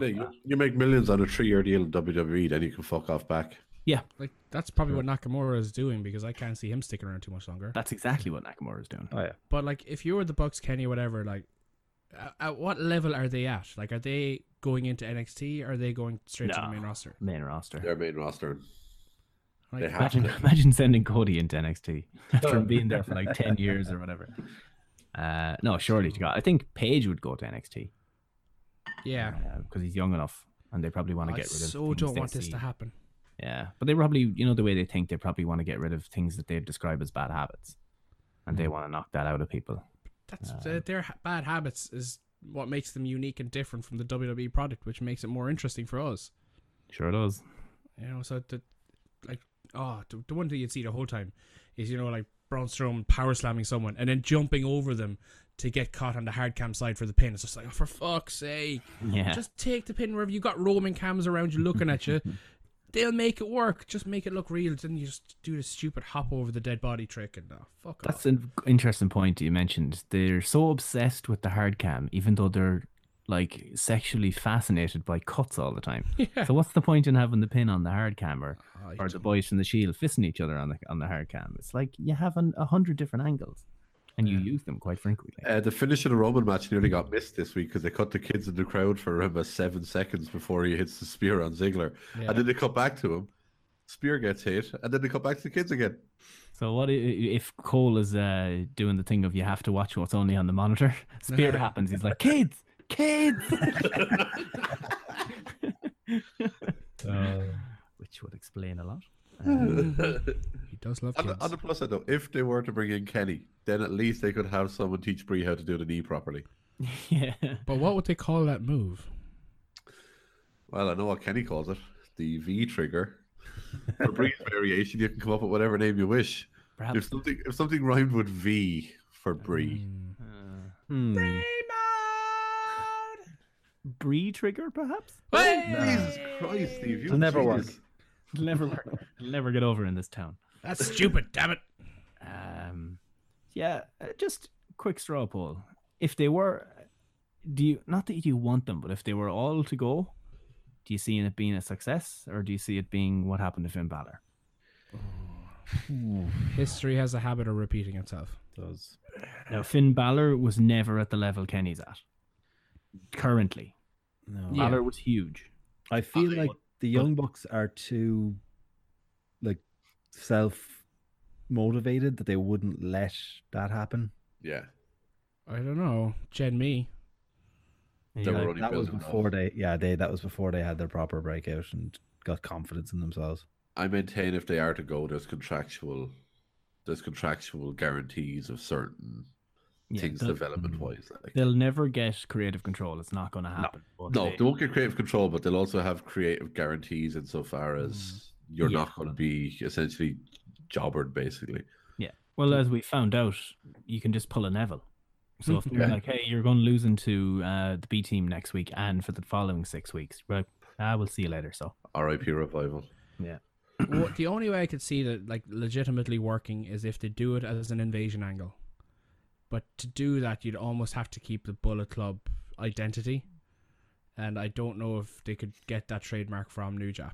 F: Fuck
H: they?
F: that.
H: You, you make millions on a three year deal in WWE, then you can fuck off back.
F: Yeah,
G: Like that's probably what Nakamura is doing because I can't see him sticking around too much longer.
F: that's exactly what Nakamura is doing.
I: Oh yeah.
G: But like, if you were the Bucks, Kenny, whatever, like, at, at what level are they at? Like, are they going into NXT? Or are they going straight to the
F: No.
G: main roster?
F: Main roster.
H: Their main roster.
G: Like,
H: They have
F: Imagine,
H: to.
F: imagine sending Cody into NXT after him being there for like 10 years or whatever. Uh, no, surely to God. I think Paige would go to NXT
G: Yeah,
F: because uh, he's young enough and they probably want to
G: I
F: get rid of
G: so
F: things
G: don't
F: they
G: want this
F: see.
G: to happen.
F: Yeah. But they probably, you know, the way they think, they probably want to get rid of things that they've described as bad habits and
G: Hmm.
F: they want to knock that out of people.
G: That's uh, their ha- bad habits is what makes them unique and different from the WWE product, which makes it more interesting for us.
F: Sure does.
G: You know, so the like, oh, the, the one thing you'd see the whole time is you know like Braun Strowman power slamming someone and then jumping over them to get caught on the hard cam side for the pin. It's just like, oh, for fuck's sake.
F: Yeah.
G: Just take the pin wherever you got roaming cams around you looking at you. They'll make it work. Just make it look real. Then you just do the stupid hop over the dead body trick and uh, fuck
F: That's
G: off.
F: an interesting point you mentioned. They're so obsessed with the hard cam, even though they're like sexually fascinated by cuts all the time. So what's the point in having the pin on the hard cam or,
G: I
F: or the boys from the shield fisting each other on the on the hard cam? It's like you have an, a hundred different angles, and you use them quite frequently.
H: Uh, the finish of the Roman match nearly got missed this week because they cut the kids in the crowd for around about seven seconds before he hits the spear on Ziggler. And then they cut back to him. Spear gets hit, and then they come back to the kids again.
F: So what i- i- if Cole is uh, doing the thing of you have to watch what's only on the monitor? Spear happens. He's like, kids, kids, which would explain a lot.
G: He does love
H: On the,
G: kids.
H: on the plus side, though, if they were to bring in Kenny, then at least they could have someone teach Bree how to do the knee properly.
F: Yeah.
G: But what would they call that move?
H: Well, I know what Kenny calls it the V trigger. For Bree's variation, you can come up with whatever name you wish. If
F: Perhaps
H: something if something rhymed with V for Bree,
I: Hmm.
F: Bree trigger, perhaps.
H: Jesus Christ, Steve, you
I: It'll never work.
H: genius.
F: It'll never work. It'll never get over in this town.
G: That's stupid, damn it.
F: Um, yeah, uh, just quick straw poll. If they were, do you not that you want them, but if they were all to go, do you see it being a success, or do you see it being what happened to Finn Balor?
G: History has a habit of repeating itself.
I: Does
F: Now, Uh, Finn Balor was never at the level Kenny's at. Currently,
I: no?
G: Yeah.
F: Balor was huge.
I: I feel like the young bucks are too, like, self motivated that they wouldn't let that happen.
H: Yeah,
G: I don't know. Gen me.
F: And
H: they
F: you're
H: were
F: like,
H: only
I: That was
H: building up.
I: before they, yeah, they that was before they had their proper breakout and got confidence in themselves.
H: I maintain if they are to go, there's contractual, there's contractual guarantees of certain
F: yeah,
H: things
F: they'll,
H: development wise. Like,
F: they'll never get creative control. It's not going to happen. but
H: no,
F: they-
H: they won't get creative control, but they'll also have creative guarantees insofar as you're
F: Yeah.
H: not going to be essentially jobbered, basically.
F: Yeah. Well, as we found out, you can just pull a Neville. So
I: Mm-hmm.
F: if they're
H: Yeah.
F: like, hey, you're going to lose into uh, the B team next week and for the following six weeks, right? I will see you later. So
H: RIP revival.
G: Wha- the only way I could see that like legitimately working is if they do it as an invasion angle. But to do that, you'd almost have to keep the Bullet Club identity, and I don't know if they could get that trademark from New Jap.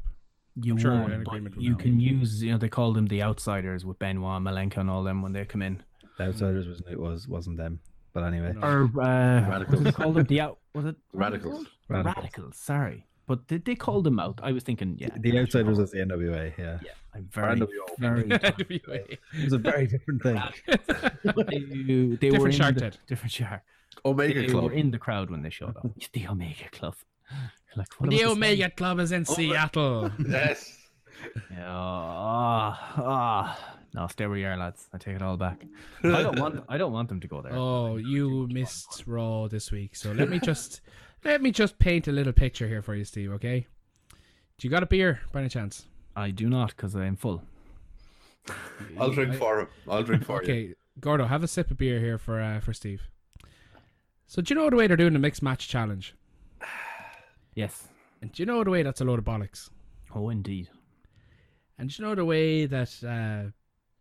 F: you
G: sure
F: won't,
G: we're in
F: but
G: agreement with
F: you
G: that.
F: can use, you know, they call them the outsiders with Benoit, Malenko, and all them when they come in.
I: The outsiders was it was wasn't them, but anyway,
G: No.
F: Or uh, was
H: Radicals.
F: it called them the out? Was it what was it
H: Radicals.
F: called? Radicals. Sorry, but did they call them out? I was thinking, yeah,
I: the outsiders was the NWA. Yeah,
F: Yeah, I'm very,
H: NWO.
F: very.
I: it was a very different thing.
F: Ah, they, they were
G: Different
F: in
G: shark
F: the-
G: dead.
F: Different shark.
H: Omega
F: they
H: Club.
F: were in the crowd when they showed up. It's the Omega Club. You're Like, what
G: The
F: about this
G: Omega Club is in Seattle.
H: yes.
F: thing? Yeah, Ah, ah. No, stay where you are, lads. I take it all back. I don't want. I don't want them to go there.
G: Oh, you missed Raw this week, so let me just let me just paint a little picture here for you, Steve. Okay? Do you got a beer by any chance?
F: I do not, because I am full.
H: I'll drink for him. I'll drink for you.
G: Okay, Gordo, have a sip of beer here for uh, for Steve. So do you know the way they're doing the mixed match challenge?
F: Yes.
G: And do you know the way that's a load of bollocks?
F: Oh, indeed.
G: And do you know the way that uh,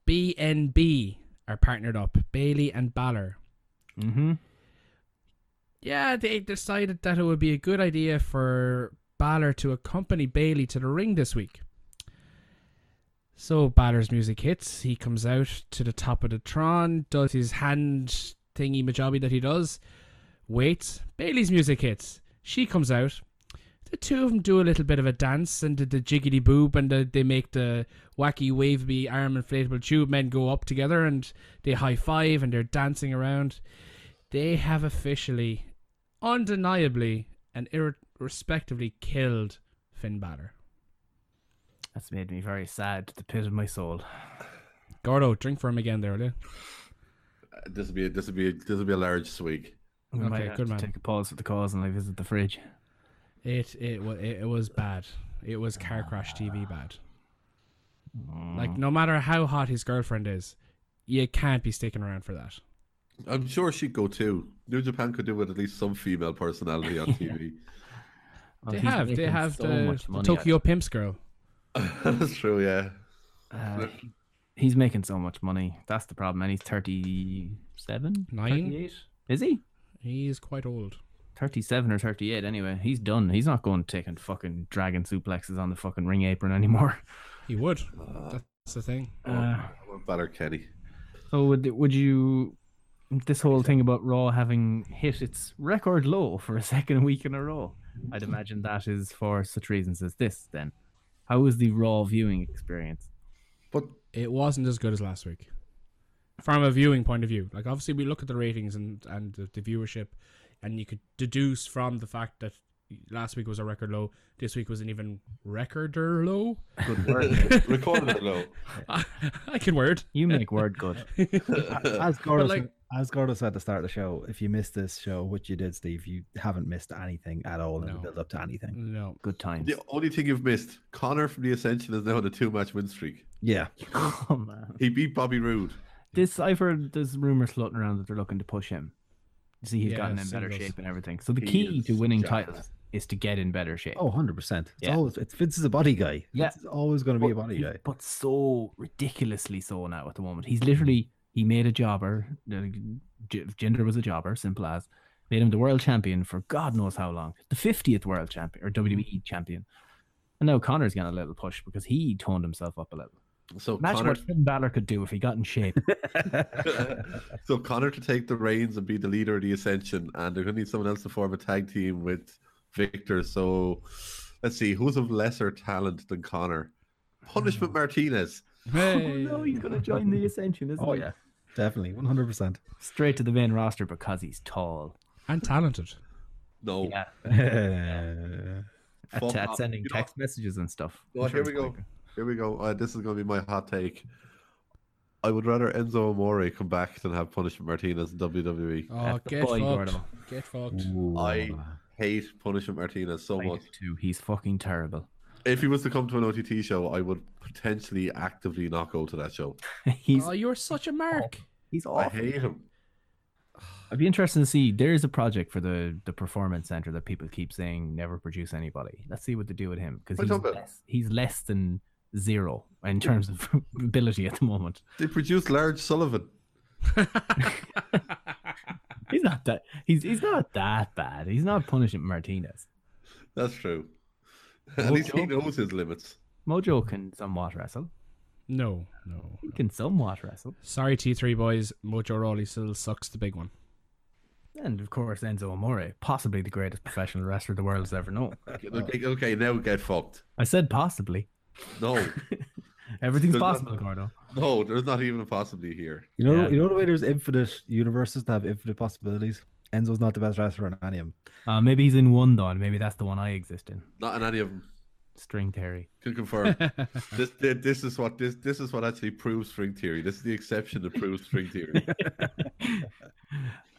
G: BNB are partnered up, Bailey and Balor?
F: Mm-hmm.
G: Yeah, they decided that it would be a good idea for Balor to accompany Bailey to the ring this week. So Balor's music hits. He comes out to the top of the Tron, does his hand thingy majabi that he does, waits. Bailey's music hits. She comes out. The two of them do a little bit of a dance and the, the jiggity boob, and the, they make the wacky wavy arm inflatable tube men go up together and they high five and they're dancing around they have officially, undeniably, and irrespectively killed Finn Balor.
F: That's made me very sad to the pit of my soul.
G: Gordo, drink for him again there, will you?
H: This will be this will be this will be a large swig.
F: We might
G: Okay,
F: have
G: good
F: to
G: man.
F: take a pause for the cause and I visit the fridge.
G: It it was it, it was bad. It was car crash
F: Ah.
G: TV bad. Like no matter how hot his girlfriend is, you can't be sticking around for that.
H: I'm sure she'd go too. New Japan could do with at least some female personality on TV.
F: Oh,
G: they
F: he's
G: have they
F: making
G: have
F: so
G: the,
F: much
G: the
F: money out
G: Tokyo Pimps girl.
H: That's true, yeah.
F: Uh, he- he's making so much money. That's the problem. And he's 37?
G: Nine?
F: 38? Is he?
G: He is quite old.
F: 37 or 38 anyway. He's done. He's not going taking fucking dragon suplexes on the fucking ring apron anymore.
G: He would. That's the thing.
F: Uh,
H: I want Balor Kenny.
F: so would would you this whole thing about Raw having hit its record low for a second week in a row? I'd imagine that is for such reasons as this then. How was the raw viewing experience?
H: But
G: It wasn't as good as last week. From a viewing point of view. Like obviously we look at the ratings and, and the, the viewership and you could deduce from the fact that last week was a record low, this week was an even recorder low.
H: good work. Recorded it though.
G: I can word.
F: You make word good.
I: As Gordo,
G: like-
I: said, as Gordo said at the start of the show, if you missed this show, which you did, Steve, you haven't missed anything at all in the
G: No.
I: build up to anything.
G: No.
F: Good times.
H: The only thing you've missed, Connor from the Ascension is now on a two-match win streak.
I: Yeah.
F: Oh man.
H: He beat Bobby Roode.
F: This I've heard there's rumors floating around that they're looking to push him. See, he's
G: Yeah,
F: gotten in better
G: singles.
F: shape and everything. So the
H: He
F: key to
H: is
F: winning
H: jacked.
F: titles is to get in better shape.
I: Oh, 100%. It's
F: Yeah.
I: always, it's Vince is a body guy.
F: Yeah.
I: It's always going to be a body guy.
F: but so ridiculously so now at the moment. He's literally he made a jobber. uh, G- Jinder was a jobber, simple as. Made him the world champion for God knows how long, the fiftieth world champion or WWE champion. And now Connor's getting a little push because he toned himself up a little.
H: So
F: Imagine
H: Connor,
F: what Finn Balor could do if he got in shape.
H: so Connor to take the reins and be the leader of the Ascension, and they're going to need someone else to form a tag team with Victor. So let's see who's of lesser talent than Connor. Punishment Martinez.
F: oh no, he's gonna join the Ascension, isn't
I: Oh,
F: he?
I: yeah. Definitely. 100%.
F: Straight to the main roster because he's tall.
G: And talented.
H: No,
F: Yeah,
H: fuck
F: At- at
H: off.
F: sending
H: You know-
F: text messages and stuff.
H: Oh,
F: I'm sure
H: here we
F: it's
H: go.
F: quite-
H: Here we go. Uh, this is going to be my hot take. I would rather Enzo Amore come back than have Punishment Martinez in WWE.
G: Oh,
F: That's the
G: get
F: boy,
G: fucked.
F: Gordo.
G: Get fucked.
H: I hate Punishment Martinez so
F: I do
H: much.
F: too. He's fucking terrible.
H: If he was to come to an OTT show, I would potentially actively not go to that show.
F: he's
G: oh, you're such a mark.
F: he's
H: I
F: awful.
H: hate him.
F: I'd be interested to see. There is a project for the the performance center that people keep saying never produce anybody. Let's see what they do with him because
H: What are you
F: he's
H: talking about? Hmm.
F: less, he's less than zero in terms of ability at the moment.
H: They produced Large Sullivan.
F: He's not that he's he's not that bad. He's not punishing Martinez.
H: That's true. At least he knows his limits.
F: Mojo can somewhat wrestle.
G: No, no.
F: He can somewhat wrestle.
G: Sorry, T3 boys. Mojo Rawley still sucks the big one.
F: And of course Enzo Amore, possibly the greatest professional wrestler the world has ever known.
H: Okay, okay, now get fucked.
F: I said possibly.
H: No,
F: Everything's
H: There's not-
F: possible, Gordo.
H: no, there's not even a possibility here.
I: You know,
F: Yeah.
I: you know the way there's infinite universes that have infinite possibilities? Enzo's not the best wrestler in any of them.
F: Uh, maybe he's in one though, and maybe that's the one I exist in.
H: Not in any of them.
F: String theory.
H: Can confirm. this, thi- this is what this this is what actually proves string theory. This is the exception that proves string theory.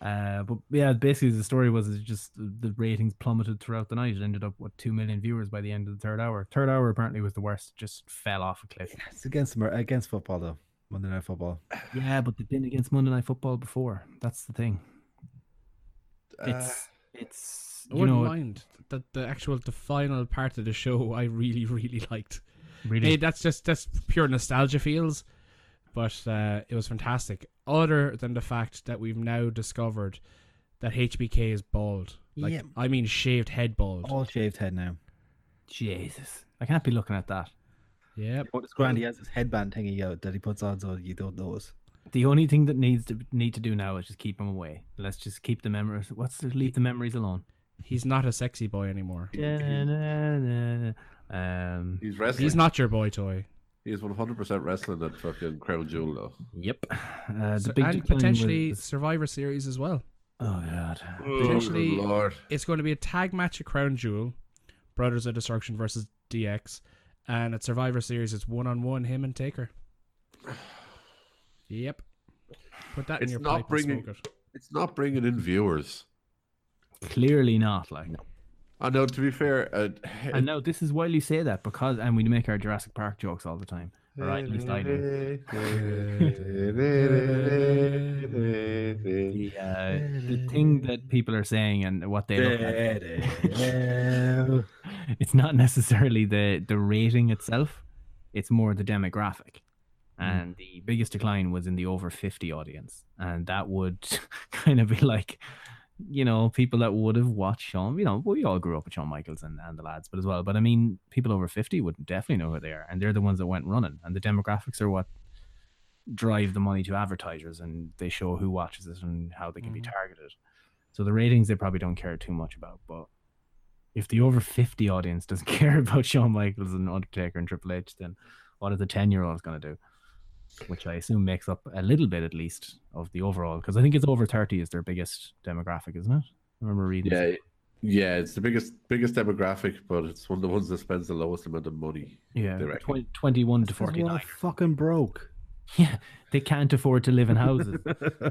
F: Uh, but yeah, basically the story was it's just the ratings plummeted throughout the night. It ended up what two million viewers by the end of the third hour. Third hour apparently was the worst. It Just fell off a cliff.
I: It's against Amer- against football though. Monday Night Football.
F: Yeah, but they've been against Monday Night Football before. That's the thing.
H: Uh,
F: It's it's
G: I
F: you
G: wouldn't
F: know
G: mind that the actual the final part of the show I really really liked.
F: really
G: Hey, that's just that's pure nostalgia feels, but uh, it was fantastic. Other than the fact that we've now discovered that HBK is bald. Like
I: Yeah.
G: I mean shaved head bald.
I: All shaved head now.
F: Jesus. I can't be looking at that.
G: Yeah.
I: But it's grand. He has his headband thingy out that he puts on so you don't notice.
F: The only thing that needs to need to do now is just keep them away. Let's just keep the memories. What's the, leave the memories alone?
G: He's not a sexy boy anymore.
F: Um.
H: he's wrestling.
G: He's not your boy toy.
H: He is 100% wrestling at fucking Crown Jewel though.
F: Yep. Uh,
G: So-
F: the big
G: and
F: decline was-
G: potentially Survivor Series as well.
F: Oh god.
G: Potentially-
H: good lord.
G: It's going to be a tag match at Crown Jewel, Brothers of Destruction versus DX, and at Survivor Series it's one on one him and Taker. Yep. Put that
H: It's
G: in your
H: not
G: pipe
H: bringing-
G: and smoke it.
H: It's not bringing in viewers.
F: Clearly not. Like,
H: I know. To be fair, uh,
F: and now this is why you say that because, and we make our Jurassic Park jokes all the time. All right, at least I do. The, uh, the thing that people are saying and what they look at, it's not necessarily the the rating itself; it's more the demographic. And the biggest decline was in the over fifty audience, and that would kind of be like, you know, people that would have watched Shawn. You know, we all grew up with Shawn Michaels and, and the lads, but as well. But I mean, people over fifty would definitely know who they are, and they're the ones that went running. And the demographics are what drive the money to advertisers, and they show who watches it and how they can be targeted. So the ratings they probably don't care too much about, but if the over 50 audience doesn't care about Shawn Michaels and Undertaker and Triple H, then what are the 10 year olds going to do? Which I assume makes up a little bit at least of the overall, because I think it's over 30 is their biggest demographic, isn't it? I remember reading.
H: Yeah, yeah, it's the biggest biggest demographic, but it's one of the ones that spends the lowest amount of money.
F: yeah
H: they reckon.
F: 20, 21 to
I: Because we're all
F: 49.
I: fucking broke.
F: Yeah, they can't afford to live in houses.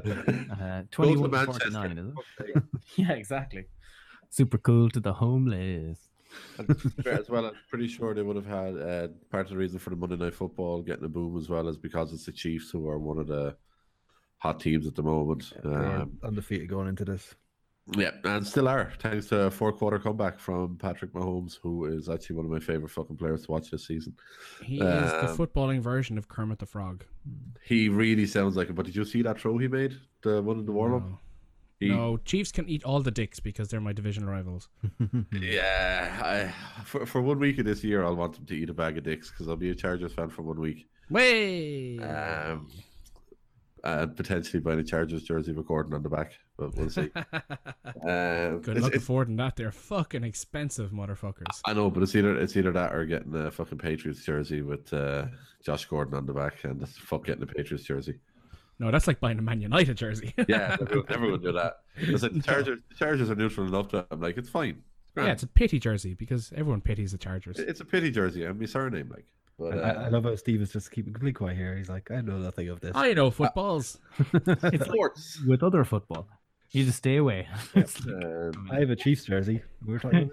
F: uh,
H: Go to
F: 21 to
H: Manchester.
F: 49, is it? yeah, exactly. Super cool to the homeless.
H: And to be fair as well, I'm pretty sure they would have had uh, part of the reason for the Monday Night Football getting a boom as well is because it's the Chiefs who are one of the hot teams at the moment. Um,
I: undefeated going into this.
H: yeah, and still are thanks to a four quarter comeback from Patrick Mahomes, who is actually one of my favorite fucking players to watch this season.
G: He is the footballing version of Kermit the Frog.
H: He really sounds like it. But did you see that throw he made? The one in the warm up. He-
G: No, Chiefs can eat all the dicks because they're my division rivals.
H: Yeah, I, for for one week of this year, I'll want them to eat a bag of dicks because I'll be a Chargers fan for one week.
G: Way.
H: Um, and potentially buying a Chargers jersey recording on the back, but we'll see. um,
G: Good
H: it's-
G: luck
H: it's-
G: affording that. They're fucking expensive motherfuckers.
H: I know, but it's either it's either that or getting a fucking Patriots jersey with uh, Josh Gordon on the back, and just fuck getting a Patriots jersey.
G: No, that's like buying a Man United jersey.
H: Yeah, everyone, everyone do that. It's like the Chargers, the Chargers are neutral enough that I'm like, it's fine.
G: yeah, it's a pity jersey because everyone pities the Chargers.
H: It's a pity jersey. and my surname, like. But,
I: I,
H: uh,
I: I love how Steven's just keeping completely quiet here. He's like, I know nothing of this.
G: I know footballs.
F: It's like with other football. You just stay away. It's like-
H: um,
I: I have a Chiefs jersey. We were talking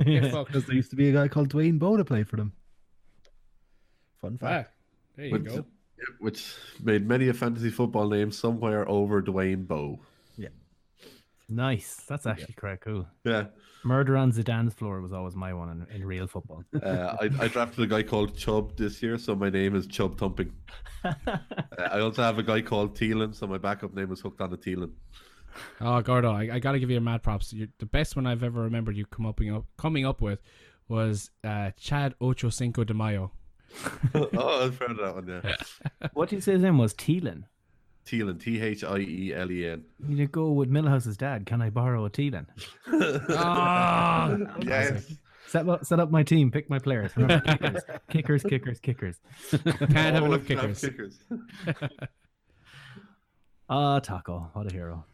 I: about
G: Yeah, fuck.
I: because there used to be a guy called Dwayne Bowe that played for them. Fun
G: Ah,
I: fact.
G: there you
H: which,
G: go.
H: yeah, which made many a fantasy football name somewhere over Dwayne Bowe.
F: nice. That's actually quite cool.
H: Yeah,
F: Murder on Zidane's floor was always my one in, in real football.
H: uh, I, I drafted a guy called Chubb this year, so my name is Chubb Thumping. Uh, I also have a guy called Thielen, so my backup name is Hooked on the Thielen.
G: Oh, Gordo, I, I gotta give you a mad props. You're, the best one I've ever remembered you come up, up coming up with was uh, Chad Ocho Cinco de Mayo.
H: oh, I was proud of that one, yeah.
F: what did you say his name was? Teelan.
H: Thielen, T H I E L E N.
F: You go with Millhouse's dad. Can I borrow a Teelan?
H: Yes.
F: Set up, set up my team. Pick my players. Remember, kickers, kickers, kickers, kickers.
G: Can't
F: Oh,
G: have
H: Always
G: enough
H: have
G: kickers.
H: kickers.
F: Ah, Taco, what a hero.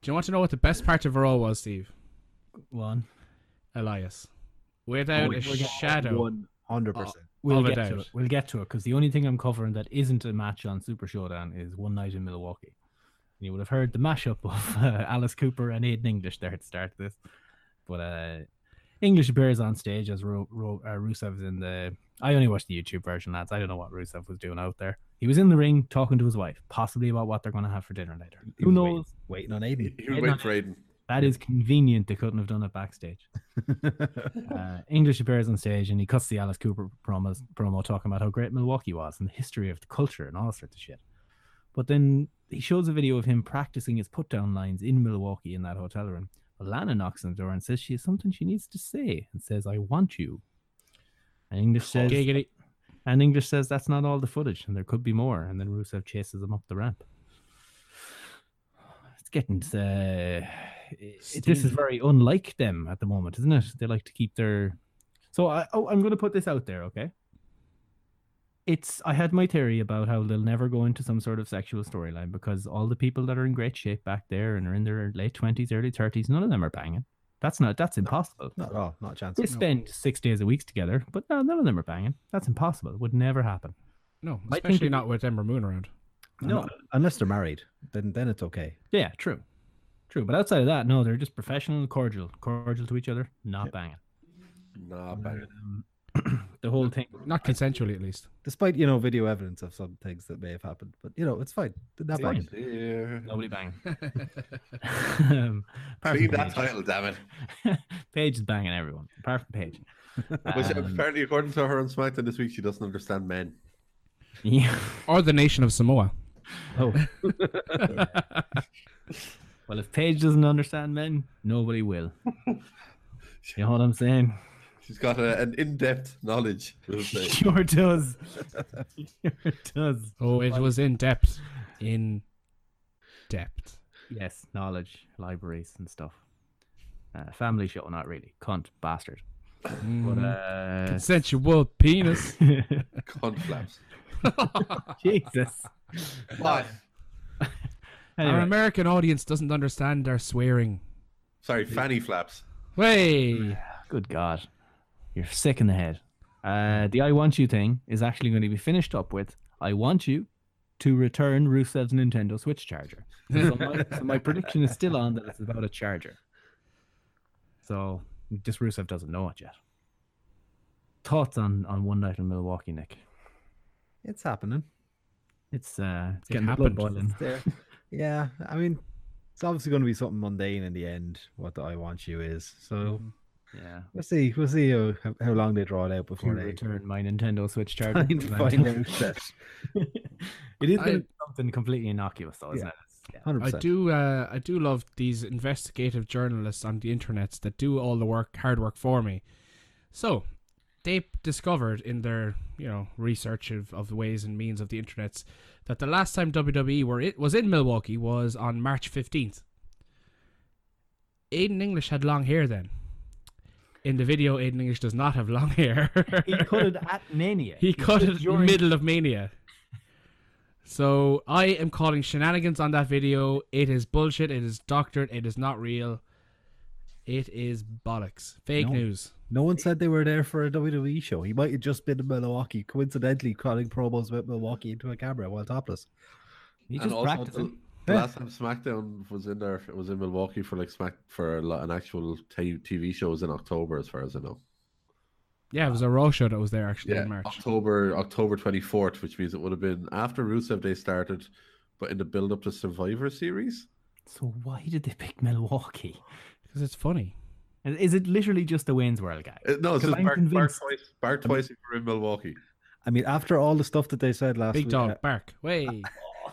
G: Do you want to know what the best part of her all was, Steve?
F: One.
G: Elias. Without a shadow.
I: Hundred percent.
F: We'll
G: Of a
F: get to
G: doubt.
F: it. We'll get to it because the only thing I'm covering that isn't a match on Super Showdown is One Night in Milwaukee. And you would have heard the mashup of uh, Alice Cooper and Aiden English there to start this, but uh, English appears on stage as Ro- Ro- uh, Rusev's in the. I only watched the YouTube version, lads. I don't know what Rusev was doing out there. He was in the ring talking to his wife, possibly about what they're going to have for dinner later. Who
I: was waiting.
F: knows?
I: Waiting on Aiden.
H: He was waiting for Aiden.
F: That is convenient. They couldn't have done it backstage. uh, English appears on stage and he cuts the Alice Cooper promos, promo talking about how great Milwaukee was and the history of the culture and all sorts of shit. But then he shows a video of him practicing his put down lines in Milwaukee in that hotel room. But Lana knocks on the door and says she has something she needs to say and says, I want you. And English says,
G: Giggity.
F: and English says that's not all the footage, and there could be more. And then Rusev chases him up the ramp. It's getting uh, it- this is very unlike them at the moment, isn't it? They like to keep their. So I oh I'm going to put this out there, okay? It's I had my theory about how they'll never go into some sort of sexual storyline because all the people that are in great shape back there and are in their late twenties, early thirties, none of them are banging. That's not that's impossible.
I: Not at all. Oh, Not a chance.
F: They spend six days a week together, but no, none of them are banging. That's impossible. Would never happen.
G: No,
F: I think
G: especially
F: it-
G: not with Ember Moon around.
F: No.
I: Unless they're married, then then it's okay.
F: Yeah, true. True. But outside of that, no, they're just professional, cordial, cordial to each other, not banging.
H: Nah, bang.
F: The whole thing.
G: Not consensually, at least.
I: Despite you know video evidence of some things that may have happened, but you know it's fine. Didn't happen.
F: fine.
H: Yeah.
F: Nobody banging. um, apart
H: Clean
F: from
H: that
F: Paige.
H: title, damn it.
F: Paige is banging everyone, apart from Paige.
H: Which
F: Um,
H: apparently, according to her on SmackDown this week, she doesn't understand men.
F: yeah.
G: Or the nation of Samoa.
I: Oh,
F: Well, if Paige doesn't understand men, nobody will. You know what I'm saying?
H: She's got a, an in-depth knowledge. We'll say.
F: Sure does. Sure does.
G: Oh, it was in depth. In depth.
F: Yes, knowledge, libraries, and stuff. Uh, family show, not really. Cunt bastard. But,
G: Sensual penis.
H: Cunt flaps.
F: uh, Jesus.
H: What?
G: Our
F: Anyway,
G: American audience doesn't understand our swearing.
H: Sorry, fanny flaps.
G: Way.
F: good God. You're sick in the head. Uh, the I want you thing is actually going to be finished up with I want you to return Rusev's Nintendo Switch charger. So my, so my prediction is still on that it's about a charger. So just Rusev doesn't know it yet. Thoughts on, on one night in Milwaukee, Nick?
I: It's happening.
F: It's uh, it's
G: It
F: getting the blood
G: happened.
F: boiling.
I: there. yeah, I mean, it's obviously going to be something mundane in the end. What the I want you is. So
G: Mm-hmm.
F: Yeah.
I: we'll see. We'll see how, how- how long they draw it out
F: To
I: before they
F: return my Nintendo Switch charger.
I: find, find out that.
F: It is
G: I-
F: gonna be something completely innocuous, though, isn't
I: Yeah.
F: it? It's- yeah.
I: Hundred
G: I
I: percent.
G: do. Uh, I do love these investigative journalists on the internet that do all the work, hard work for me. So, they discovered in their you know research of, of the ways and means of the internets that the last time WWE were it was in Milwaukee was on March fifteenth. Aiden English had long hair then. In the video, Aiden English does not have long hair.
F: He cut it at Mania.
G: He cut
F: did
G: it
F: during-
G: middle of Mania. So I am calling shenanigans on that video. It is bullshit. It is doctored. It is not real. It is bollocks. Fake
I: No.
G: news.
I: No one said they were there for a WWE show. He might have just been in Milwaukee, coincidentally calling promos about Milwaukee into a camera while topless.
F: He
H: and
F: just
H: also,
F: practiced.
H: the, the last time SmackDown was in there, it was in Milwaukee for like Smack for a lo- an actual t- TV show was in October, as far as I know.
G: Yeah, it was a Raw show that was there actually
H: Yeah,
G: in March.
H: October October twenty fourth, which means it would have been after Rusev Day started, but in the build up to Survivor Series.
F: So why did they pick Milwaukee?
G: Because it's funny.
F: Is- Is it literally just the Wayne's World guy?
H: Uh, no, it's
F: 'Cause
H: just
F: I'm
H: Bart, Bart
F: convinced-
H: twice. Bart twice if you're in Milwaukee.
I: I mean, after all the stuff that they said last
G: Big
I: week, uh,
G: dog, bark. Way.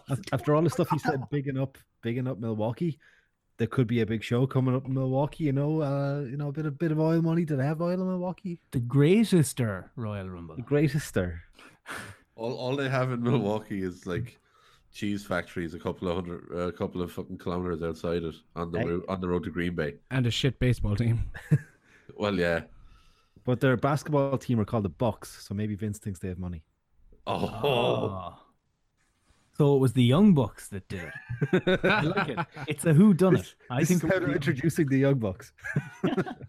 I: af- after all the stuff he said, bigging up, bigging up Milwaukee, there could be a big show coming up in Milwaukee. You know, uh, you know, a bit of bit of oil money. Do they have oil in Milwaukee?
F: The greatest er Royal Rumble.
I: The greatest er. there.
H: All all they have in Milwaukee is like cheese factories, a couple of hundred, uh, a couple of fucking kilometers outside it on the
I: Hey.
H: route, on the road to Green Bay.
G: And a shit baseball team.
H: Well, yeah.
I: But their basketball team are called the Bucks, so maybe Vince thinks they have money.
H: Oh,
F: Oh. So it was the Young Bucks that did it. I like it. It's a who done it. I
I: This
F: think
I: is
F: it
I: how
F: was the
I: they're
F: Young-
I: introducing the Young Bucks.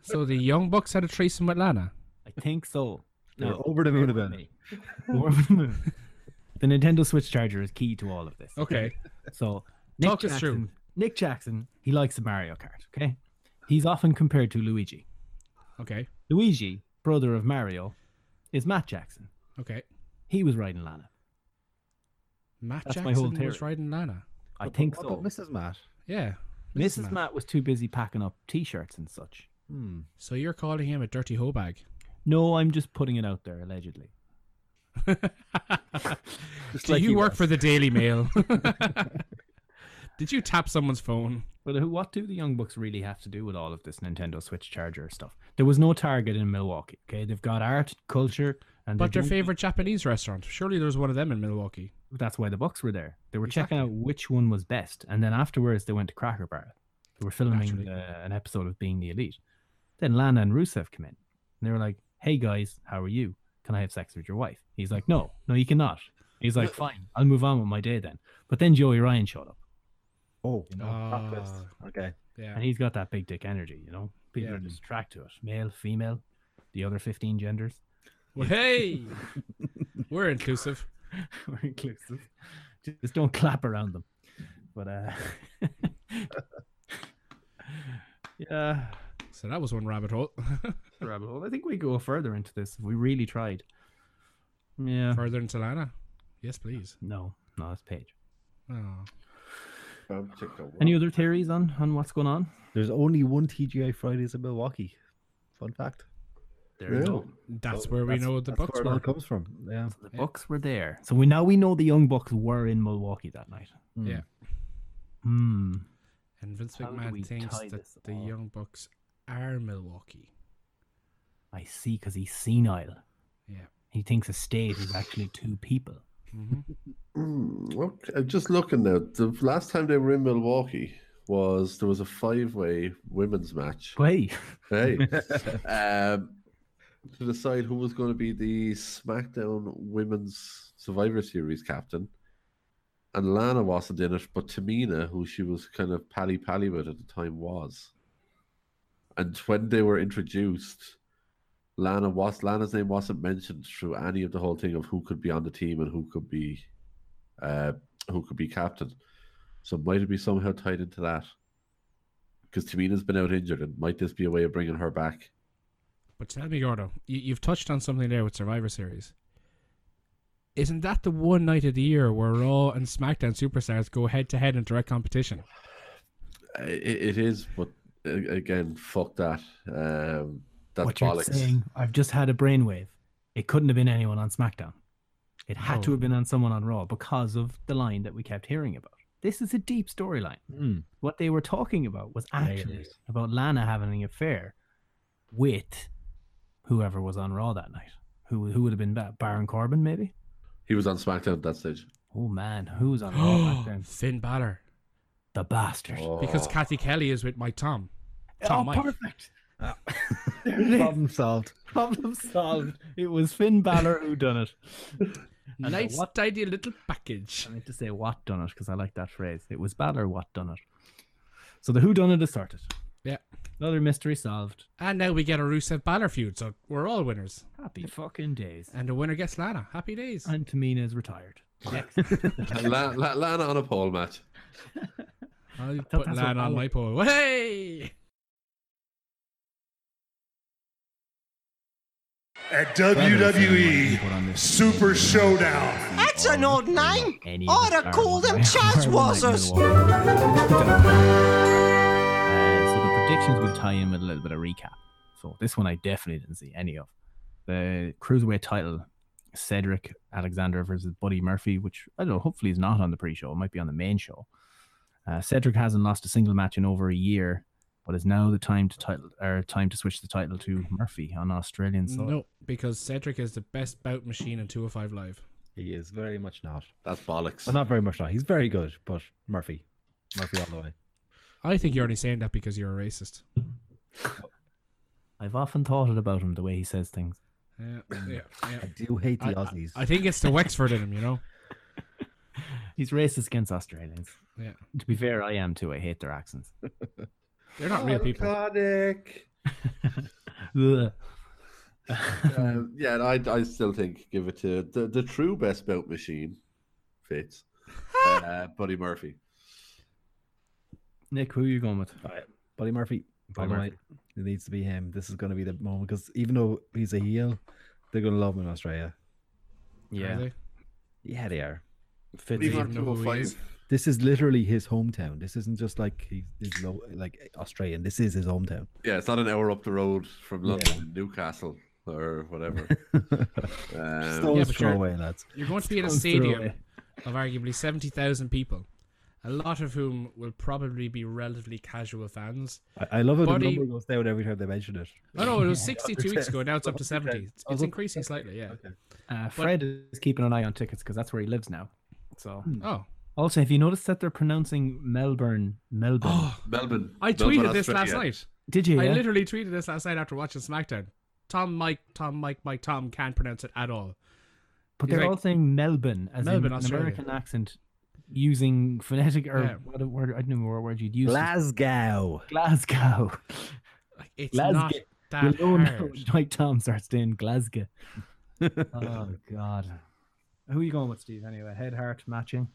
G: So the Young Bucks had a threesome with Lana.
F: I think so.
I: They're
F: No,
I: over the moon about it.
F: me. Over the moon. The Nintendo Switch charger is key to all of this.
G: Okay.
F: So Nick
G: Talk us
F: Jackson,
G: through.
F: Nick Jackson, he likes the Mario Kart. Okay, he's often compared to Luigi.
G: Okay.
F: Luigi, brother of Mario, is Matt Jackson.
G: Okay.
F: He was riding Lana.
G: Matt
F: That's my
G: Jackson
F: whole
G: was
F: theory.
G: riding Lana.
F: I think
I: What
F: so.
I: about Mrs. Matt?
G: Yeah.
F: Mrs. Matt. was too busy packing up T-shirts and such.
I: Hmm.
G: So you're calling him a dirty hoe bag.
F: No, I'm just putting it out there allegedly.
G: Do
I: like
G: you
I: he
G: work for the Daily Mail? Did you tap someone's phone?
F: But who- what do the Young Bucks really have to do with all of this Nintendo Switch charger stuff? There was no Target in Milwaukee. Okay, they've got art, culture, and
G: But
F: they're
G: their
F: doing-
G: favorite Japanese restaurant. Surely there's one of them in Milwaukee.
F: that's why the Bucks were there. They were checking out which one was best, and then afterwards they went to Cracker Barrel. They were filming
G: Naturally.
F: the, an episode of Being the Elite. Then Lana and Rusev come in, and they were like, "Hey guys, how are you? Can I have sex with your wife?" He's like, "No, no, you cannot." He's like, "Fine, I'll move on with my day then." But then Joey Ryan showed up,
I: Oh,
F: uh,
G: Ah.
I: okay.
F: and
G: Yeah.
F: he's got that big dick energy, you know. People
G: Yeah.
F: are just attracted to it, male, female, the other fifteen genders.
G: Well, hey, we're inclusive.
F: We're inclusive. Just don't clap around them. But uh Yeah.
G: So that was one rabbit hole.
F: Rabbit hole. I think we go further into this if we really tried. Yeah.
G: Further into Lana. Yes, please.
F: No, no, that's page.
G: Oh.
H: um, check out what-
F: Any other theories on on what's going on?
I: There's only one TGI Fridays in Milwaukee. Fun fact.
F: There you go.
G: That's where we know the
I: That's
G: Bucks
I: where it all
G: were.
I: comes from. Yeah.
F: The Bucks were there. So we now we know the young Bucks were in Milwaukee that night.
G: Yeah.
F: Hmm.
G: And Vince
F: How do we
G: McMahon thinks
F: tie
G: that
F: this
G: the
F: all?
G: Young Bucks are Milwaukee.
F: I see because he's senile.
G: Yeah.
F: He thinks a state is actually two people.
H: Hmm, Mm, okay, I'm just looking now. The last time they were in Milwaukee was there was a five way women's match.
F: Play.
H: Hey. um, to decide who was going to be the SmackDown Women's Survivor Series captain. And Lana wasn't in it, but Tamina, who she was kind of pally pally with at the time, was. And when they were introduced, Lana was Lana's name wasn't mentioned through any of the whole thing of who could be on the team and who could be, uh, who could be captain. So might it be somehow tied into that? Because Tamina's been out injured, and might this be a way of bringing her back?
G: But tell me, Gordo, you, you've touched on something there with Survivor Series. Isn't that the one night of the year where Raw and SmackDown superstars go head to head in direct competition?
H: I- It, it is, but a- again, fuck that. Um, that's
F: what
H: bollocks.
F: you're saying, I've just had a brainwave. It couldn't have been anyone on SmackDown. It had
I: Oh.
F: to have been on someone on Raw because of the line that we kept hearing about. This is a deep storyline.
I: Mm.
F: What they were talking about was actually
I: is.
F: about Lana having an affair with whoever was on Raw that night. Who who would have been that? Baron Corbin, maybe?
H: He was on SmackDown at that stage.
F: Oh man, who was on Raw back then?
G: Finn Balor.
F: The bastard.
G: Because Kathy Kelly is with my Tom. Tom Mike.
F: Oh, perfect.
I: Problem solved.
F: Problem solved. It was Finn Balor who done it. And I
G: Nice,
F: wa-
G: tidy little package.
F: I meant to say what done it because I like that phrase. It was Balor what done it. So the who done it has started.
G: Yeah.
F: Another mystery solved.
G: And now we get a Rusev Balor feud, so we're all winners.
F: Happy fucking days.
G: And the winner gets Lana. Happy days.
F: And Tamina is retired.
H: La- La- Lana on a pole match.
G: I'll
F: thought
G: put
F: that's what
G: Lana on
F: Balor-
G: my pole. Hey!
A: At E. WWE Super Showdown.
J: That's an old name.
F: Any of
J: I'd
F: the
J: have called them
F: stars.
J: Chaz Wazers.
F: Uh, so the predictions will tie in with a little bit of recap. So this one I definitely didn't see any of. The cruiserweight title, Cedric Alexander versus Buddy Murphy, which I don't know. Hopefully is not on the pre-show. It might be on the main show. Uh, Cedric hasn't lost a single match in over a year, but is now the time to title or time to switch the title to Murphy on Australian soil.
G: No, because Cedric is the best bout machine in 205 Live.
I: He is very much not.
H: That's bollocks.
I: Well, not very much not. He's very good, but Murphy. Murphy all the way.
G: I think you're only saying that because you're a racist.
F: I've often thought it about him the way he says things.
G: Yeah, yeah, yeah.
I: I do hate the
G: I-
I: Aussies.
G: I think it's the Wexford in him, you know?
F: He's racist against Australians.
G: Yeah.
F: To be fair, I am too. I hate their accents.
G: They're not real people.
H: Iconic.
F: Ugh.
H: Um, yeah, I, I still think give it to the, the true best belt machine, Fitz, uh, Buddy Murphy.
F: Nick, who are you going with?
I: Buddy Murphy.
F: Buddy
I: Buddy Murphy. It needs to be him. This is going to be the moment because even though he's a heel, they're going to love him in Australia.
G: Are
F: Yeah,
G: they?
I: Yeah, they are.
F: Fitz.
H: Leave on
G: even know who he
H: 205.
G: is.
I: This is literally his hometown. This isn't just like he's, he's low, like Australian. This is his hometown.
H: Yeah, it's not an hour up the road from London, Newcastle, or whatever. um,
I: Stones
G: but you're-
I: throw away, lads.
G: You're going to be in a
F: Sounds
G: stadium
F: throwaway.
G: of arguably 70,000 people, a lot of whom will probably be relatively casual fans.
I: I, I love how
G: Buddy-
I: the number goes down every time they mention it.
G: Oh, no, it was 62 weeks ago. Now it's up to 70. It's,
I: Oh,
G: it's
I: look.
G: increasing slightly, yeah.
F: Uh, Fred is keeping an eye on tickets because that's where he lives now. So,
G: Oh.
F: also, have you noticed that they're pronouncing Melbourne Melbourne?
H: Melbourne.
G: I
H: Melbourne,
G: tweeted this last
H: Australia.
G: night.
F: Did you?
G: I
F: yeah?
G: literally tweeted this last night after watching SmackDown. Tom, Mike, Tom, Mike, Mike, Tom can't pronounce it at all.
F: but
G: he's
F: they're
G: like-
F: all saying Melbourne as in
G: Melbourne,
F: an
G: Australia.
F: American accent, using phonetic or
G: Yeah.
F: what a word I don't know what word you'd use.
I: Glasgow.
F: Glasgow.
G: Like, it's
F: Glasgow.
G: not
F: You'll
G: that
F: know now
G: hard.
F: when Mike Tom starts doing Glasgow. oh God. Who are you going with, Steve? Anyway, head heart matching.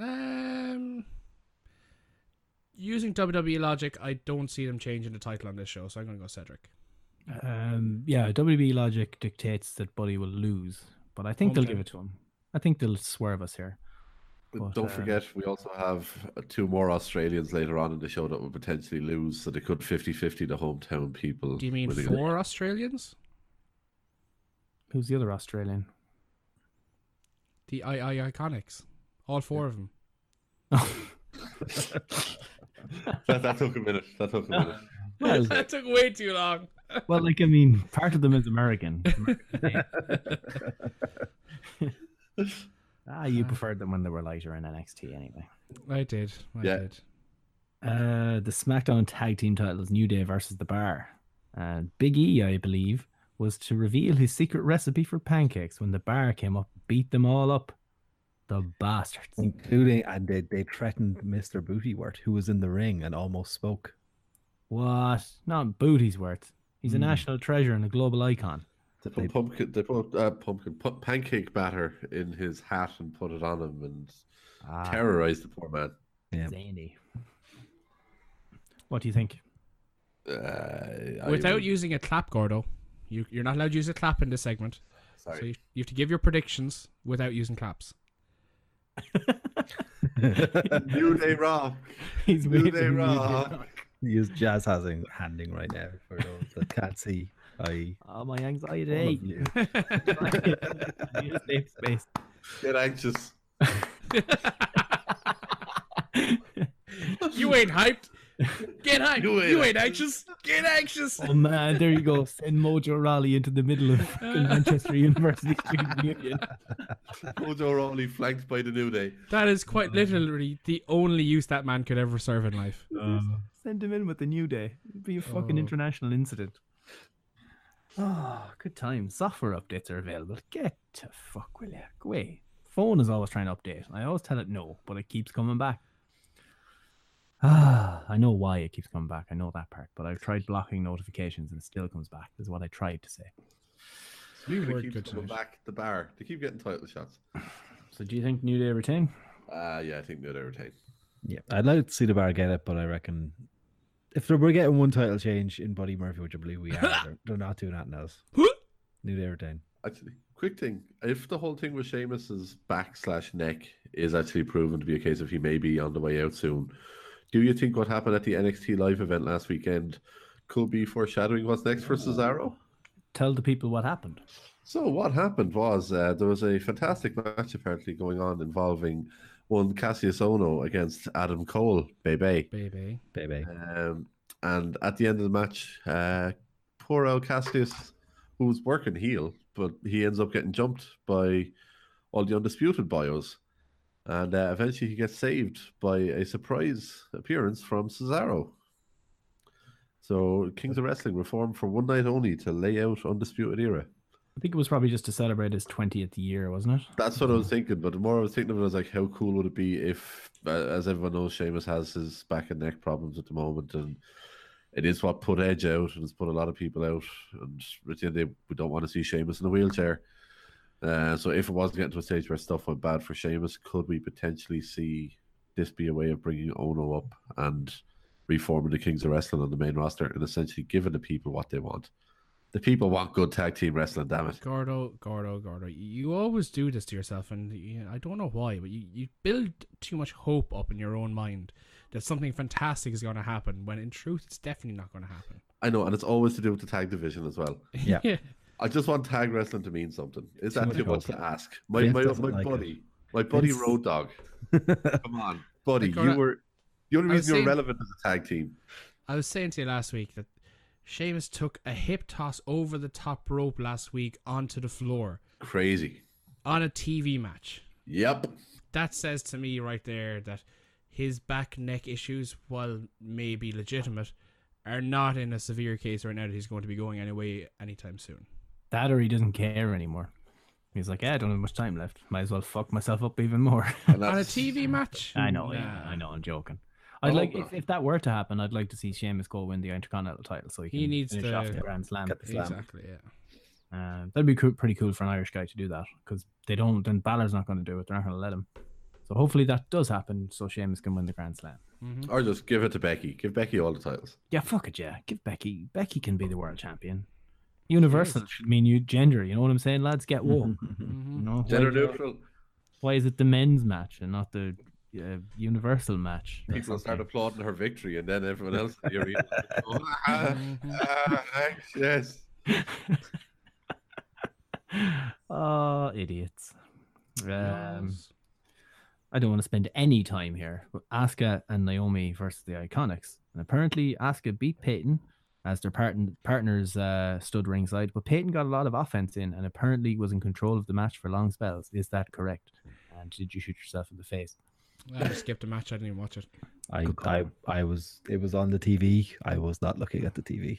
G: Um, using WWE logic, I don't see them changing the title on this show, so I'm going to go Cedric.
F: Um, yeah, WB logic dictates that Buddy will lose, but I think they'll give it to him. I think they'll swerve us here. But,
H: Don't
F: uh,
H: forget, we also have uh, two more Australians later on in the show that will potentially lose, so they could 50 50 the hometown people.
G: Do you mean
H: winning it.
G: four Australians?
F: Who's the other Australian?
G: The I I Iconics, all four of them.
H: That, that took a minute. That took a minute.
F: Well,
G: That took way too long.
F: well, like I mean, part of them is American. American name. ah, you preferred them when they were lighter in NXT, anyway.
G: I did. I
H: Yeah.
G: did.
F: Uh, the SmackDown tag team titles New Day versus The Bar. And Big E, I believe, was to reveal his secret recipe for pancakes when The Bar came up, beat them all up. The bastards.
I: Mm. including and they, they threatened Mr. Bootywort, who was in the ring and almost spoke.
F: What? Not booty's worth. He's a national treasure and a global icon.
H: They put pumpkin, they put uh, pumpkin, put pancake batter in his hat and put it on him and terrorized the poor man.
I: Yeah.
F: Zany. What do you think?
H: Uh, I
G: Without
H: would-
G: using a clap, Gordo, you, you're not allowed to use a clap in this segment. So you,
H: sorry.
G: you have to give your predictions without using claps.
H: New Day Raw.
F: He's
H: New
F: waving
H: Day
F: his
H: Raw.
I: Use jazz hazing handing right now for those that can't see. I
F: Oh, my
I: all
F: anxiety.
I: of you.
F: Use safe space.
H: Get anxious.
G: You ain't hyped. Get hyped.
H: You
G: You ain't,
H: ain't
G: anxious. Get anxious.
F: Oh man, there you go. Send Mojo Raleigh into the middle of fucking Manchester University Student Union.
H: Mojo Rawley flanked by the New Day.
G: That is quite literally the only use that man could ever serve in life.
F: Send him in with the new day. It'd be a fucking international incident. Oh, good times. Software updates are available. Get to fuck with you. Go away. Phone is always trying to update. I always tell it no, but it keeps coming back. Ah, I know why it keeps coming back. I know that part, but I've tried blocking notifications and it still comes back. Is what I tried to say.
H: Even
G: Word
H: it
G: good
H: keeps coming
G: tonight.
H: back the bar. They keep getting title shots.
F: So, do you think New Day retain?
H: Uh, yeah, I think New Day retain.
I: Yeah, I'd like to see the bar get it, but I reckon if they were getting one title change in Buddy Murphy, which I believe we are, they're, they're not doing that else. New Day retain.
H: Actually, quick thing. If the whole thing with Seamus's back slash neck is actually proven to be a case of he may be on the way out soon, do you think what happened at the NXT live event last weekend could be foreshadowing what's next
G: Oh.
H: for Cesaro?
F: Tell the people what happened.
H: So what happened was uh, there was a fantastic match apparently going on involving one Cassius Ono against Adam Cole, baby.
G: Baby.
I: Baby.
H: Um, and at the end of the match, uh, poor old Cassius, who was working heel, but he ends up getting jumped by all the undisputed bios, and uh, eventually he gets saved by a surprise appearance from Cesaro. So Kings of Wrestling were formed for one night only to lay out undisputed era.
F: I think it was probably just to celebrate his 20th year, wasn't it?
H: That's what I was thinking, but the more I was thinking of it, I was like, how cool would it be if, uh, as everyone knows, Seamus has his back and neck problems at the moment, and it is what put Edge out, and it's put a lot of people out, and at the end of the day, we don't want to see Seamus in a wheelchair. Uh, so if it was getting to a stage where stuff went bad for Seamus, could we potentially see this be a way of bringing Ono up and reforming the Kings of Wrestling on the main roster and essentially giving the people what they want? The people want good tag team wrestling, damn it.
G: Gordo, Gordo, Gordo. You always do this to yourself, and you I don't know why, but you, you build too much hope up in your own mind that something fantastic is going to happen, when in truth, it's definitely not going to happen.
H: I know, and it's always to do with the tag division as well.
I: Yeah.
H: I just want tag wrestling to mean something. Is that
I: much
H: too much to
I: content.
H: ask? My
I: Vince
H: my,
I: doesn't
H: my
I: like it.
H: buddy, my buddy
I: Vince-
H: Road Dog. Come on, buddy,
G: Like, all
H: you
G: right.
H: were the only
G: I was
H: reason you were
G: saying-
H: relevant as a tag team.
G: I was saying to you last week that Seamus took a hip toss over the top rope last week onto the floor
H: Crazy.
G: on a TV match.
H: Yep.
G: That says to me right there that his back neck issues, while maybe legitimate, are not in a severe case right now that he's going to be going anyway anytime soon.
F: That or he doesn't care anymore. He's like, yeah, I don't have much time left. Might as well fuck myself up even more.
H: And
G: On a
H: that's-
G: TV match?
F: I know, yeah,
G: Nah.
F: I know, I'm joking. Oh, I'd
H: hope
F: like
H: not.
F: if, if that were to happen, I'd like to see Seamus go win the Intercontinental title so he can
G: He needs
F: finish off
G: to-
F: the Grand Slam.
I: Get the slam.
G: Exactly, yeah.
F: Uh, that'd be coo- pretty cool for an Irish guy to do that because they don't. Then Balor's not going to do it. They're not going to let him. So hopefully that does happen, so Seamus can win the Grand Slam.
H: Or just give it to Becky. Give Becky all the titles.
F: Yeah, fuck it, yeah. Give Becky. Becky can be the world champion. Universal should mean you gender. You know what I'm saying, lads? Get woke.
G: Mm-hmm.
F: You know, why-
H: Gender neutral.
F: why is it the men's match and not the uh, universal match? or
H: People will start
F: something?
H: applauding her victory, and then everyone else in the arena. will go, "Ah, ah, thanks, yes.
F: oh, idiots. Um, I don't want to spend any time here. But Asuka and Naomi versus the Iconics. And apparently, Asuka beat Peyton as their partn partners uh, stood ringside. But Peyton got a lot of offense in and apparently was in control of the match for long spells. Is that correct? And did you shoot yourself in the face?
G: I just skipped a match. I didn't even watch it.
I: I, I I was it was on the TV. I was not looking at the TV.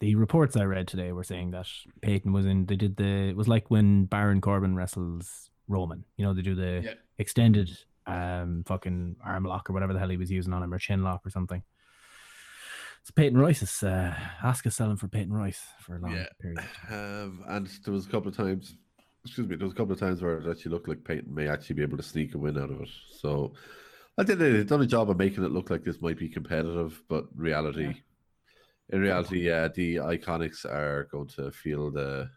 F: The reports I read today were saying that Peyton was in. They did the. It was like when Baron Corbin wrestles Roman. You know, they do the
H: Yeah.
F: extended um fucking arm lock or whatever the hell he was using on him or chin lock or something. So Peyton Royce is uh, Asuka selling for Peyton Royce for a long
H: Yeah.
F: period.
H: Um, and there was a couple of times, excuse me, there was a couple of times where it actually looked like Peyton may actually be able to sneak a win out of it. So I think they've done a job of making it look like this might be competitive, but reality, in reality, yeah, the Iconics are going to feel the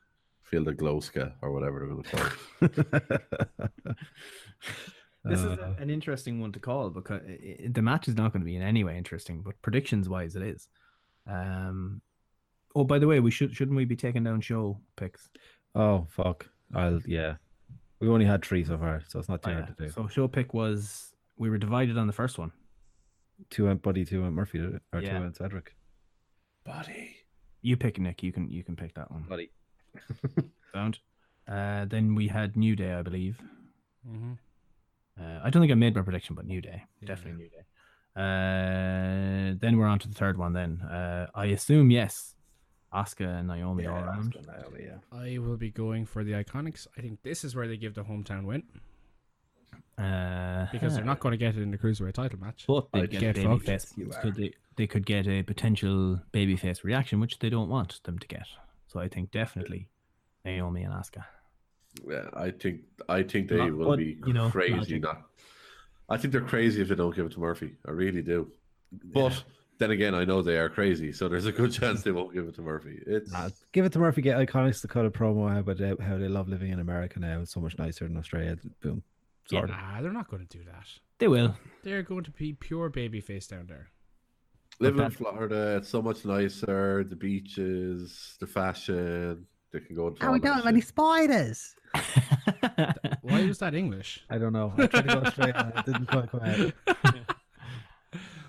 H: feel the Glowska or whatever they're going to call it.
F: This is a- an interesting one to call because i i the match is not going to be in any way interesting, but predictions wise, it is. Um, oh, by the way, we should shouldn't we be taking down show picks?
I: Oh fuck! I'll yeah. We only had three so far, so it's not too
F: Oh, Yeah.
I: hard to do.
F: So show pick was we were divided on the first one.
I: Two went Buddy, two went Murphy, did it? or
F: Yeah.
I: two went Cedric.
H: Buddy.
F: You pick Nick. You can you can pick that one.
I: Buddy.
F: Sound. Uh, then we had New Day, I believe.
G: Mm-hmm.
F: Uh, I don't think I made my prediction, but New Day, definitely New Day. Uh, then we're on to the third one. Then uh, I assume yes, Asuka and Naomi all around.
I: Oh, yeah.
G: I will be going for the Iconics. I think this is where they give the hometown win
F: Uh,
G: because they're not going to get it in the cruiserweight title match.
F: But they
H: I'd
F: get,
G: get
F: baby
G: fucked.
F: face. Could they, they could get a potential babyface reaction, which they don't want them to get. So I think definitely Naomi and Asuka.
H: Yeah, I think I think they
F: Not-
H: will
F: but,
H: be
F: you know,
H: crazy
F: logic.
H: not. I think they're crazy if they don't give it to Murphy. I really do. But then again, I know they are crazy, so there's a good chance they won't give it to Murphy. It's
I: Nah, Uh, give it to Murphy. Get Iconics to cut a promo out about they- how they love living in America now. It's so much nicer than Australia. Boom. Sorry.
G: Ah, they're not going to do that.
F: They will.
G: They're going to be pure babyface down there.
H: living in
F: that-
H: Florida. It's so much nicer. The beaches, the fashion. They can go. into all that shit.
K: spiders?
G: Why was that English?
I: I don't know. Oh, I tried to go Australia. It didn't quite come out.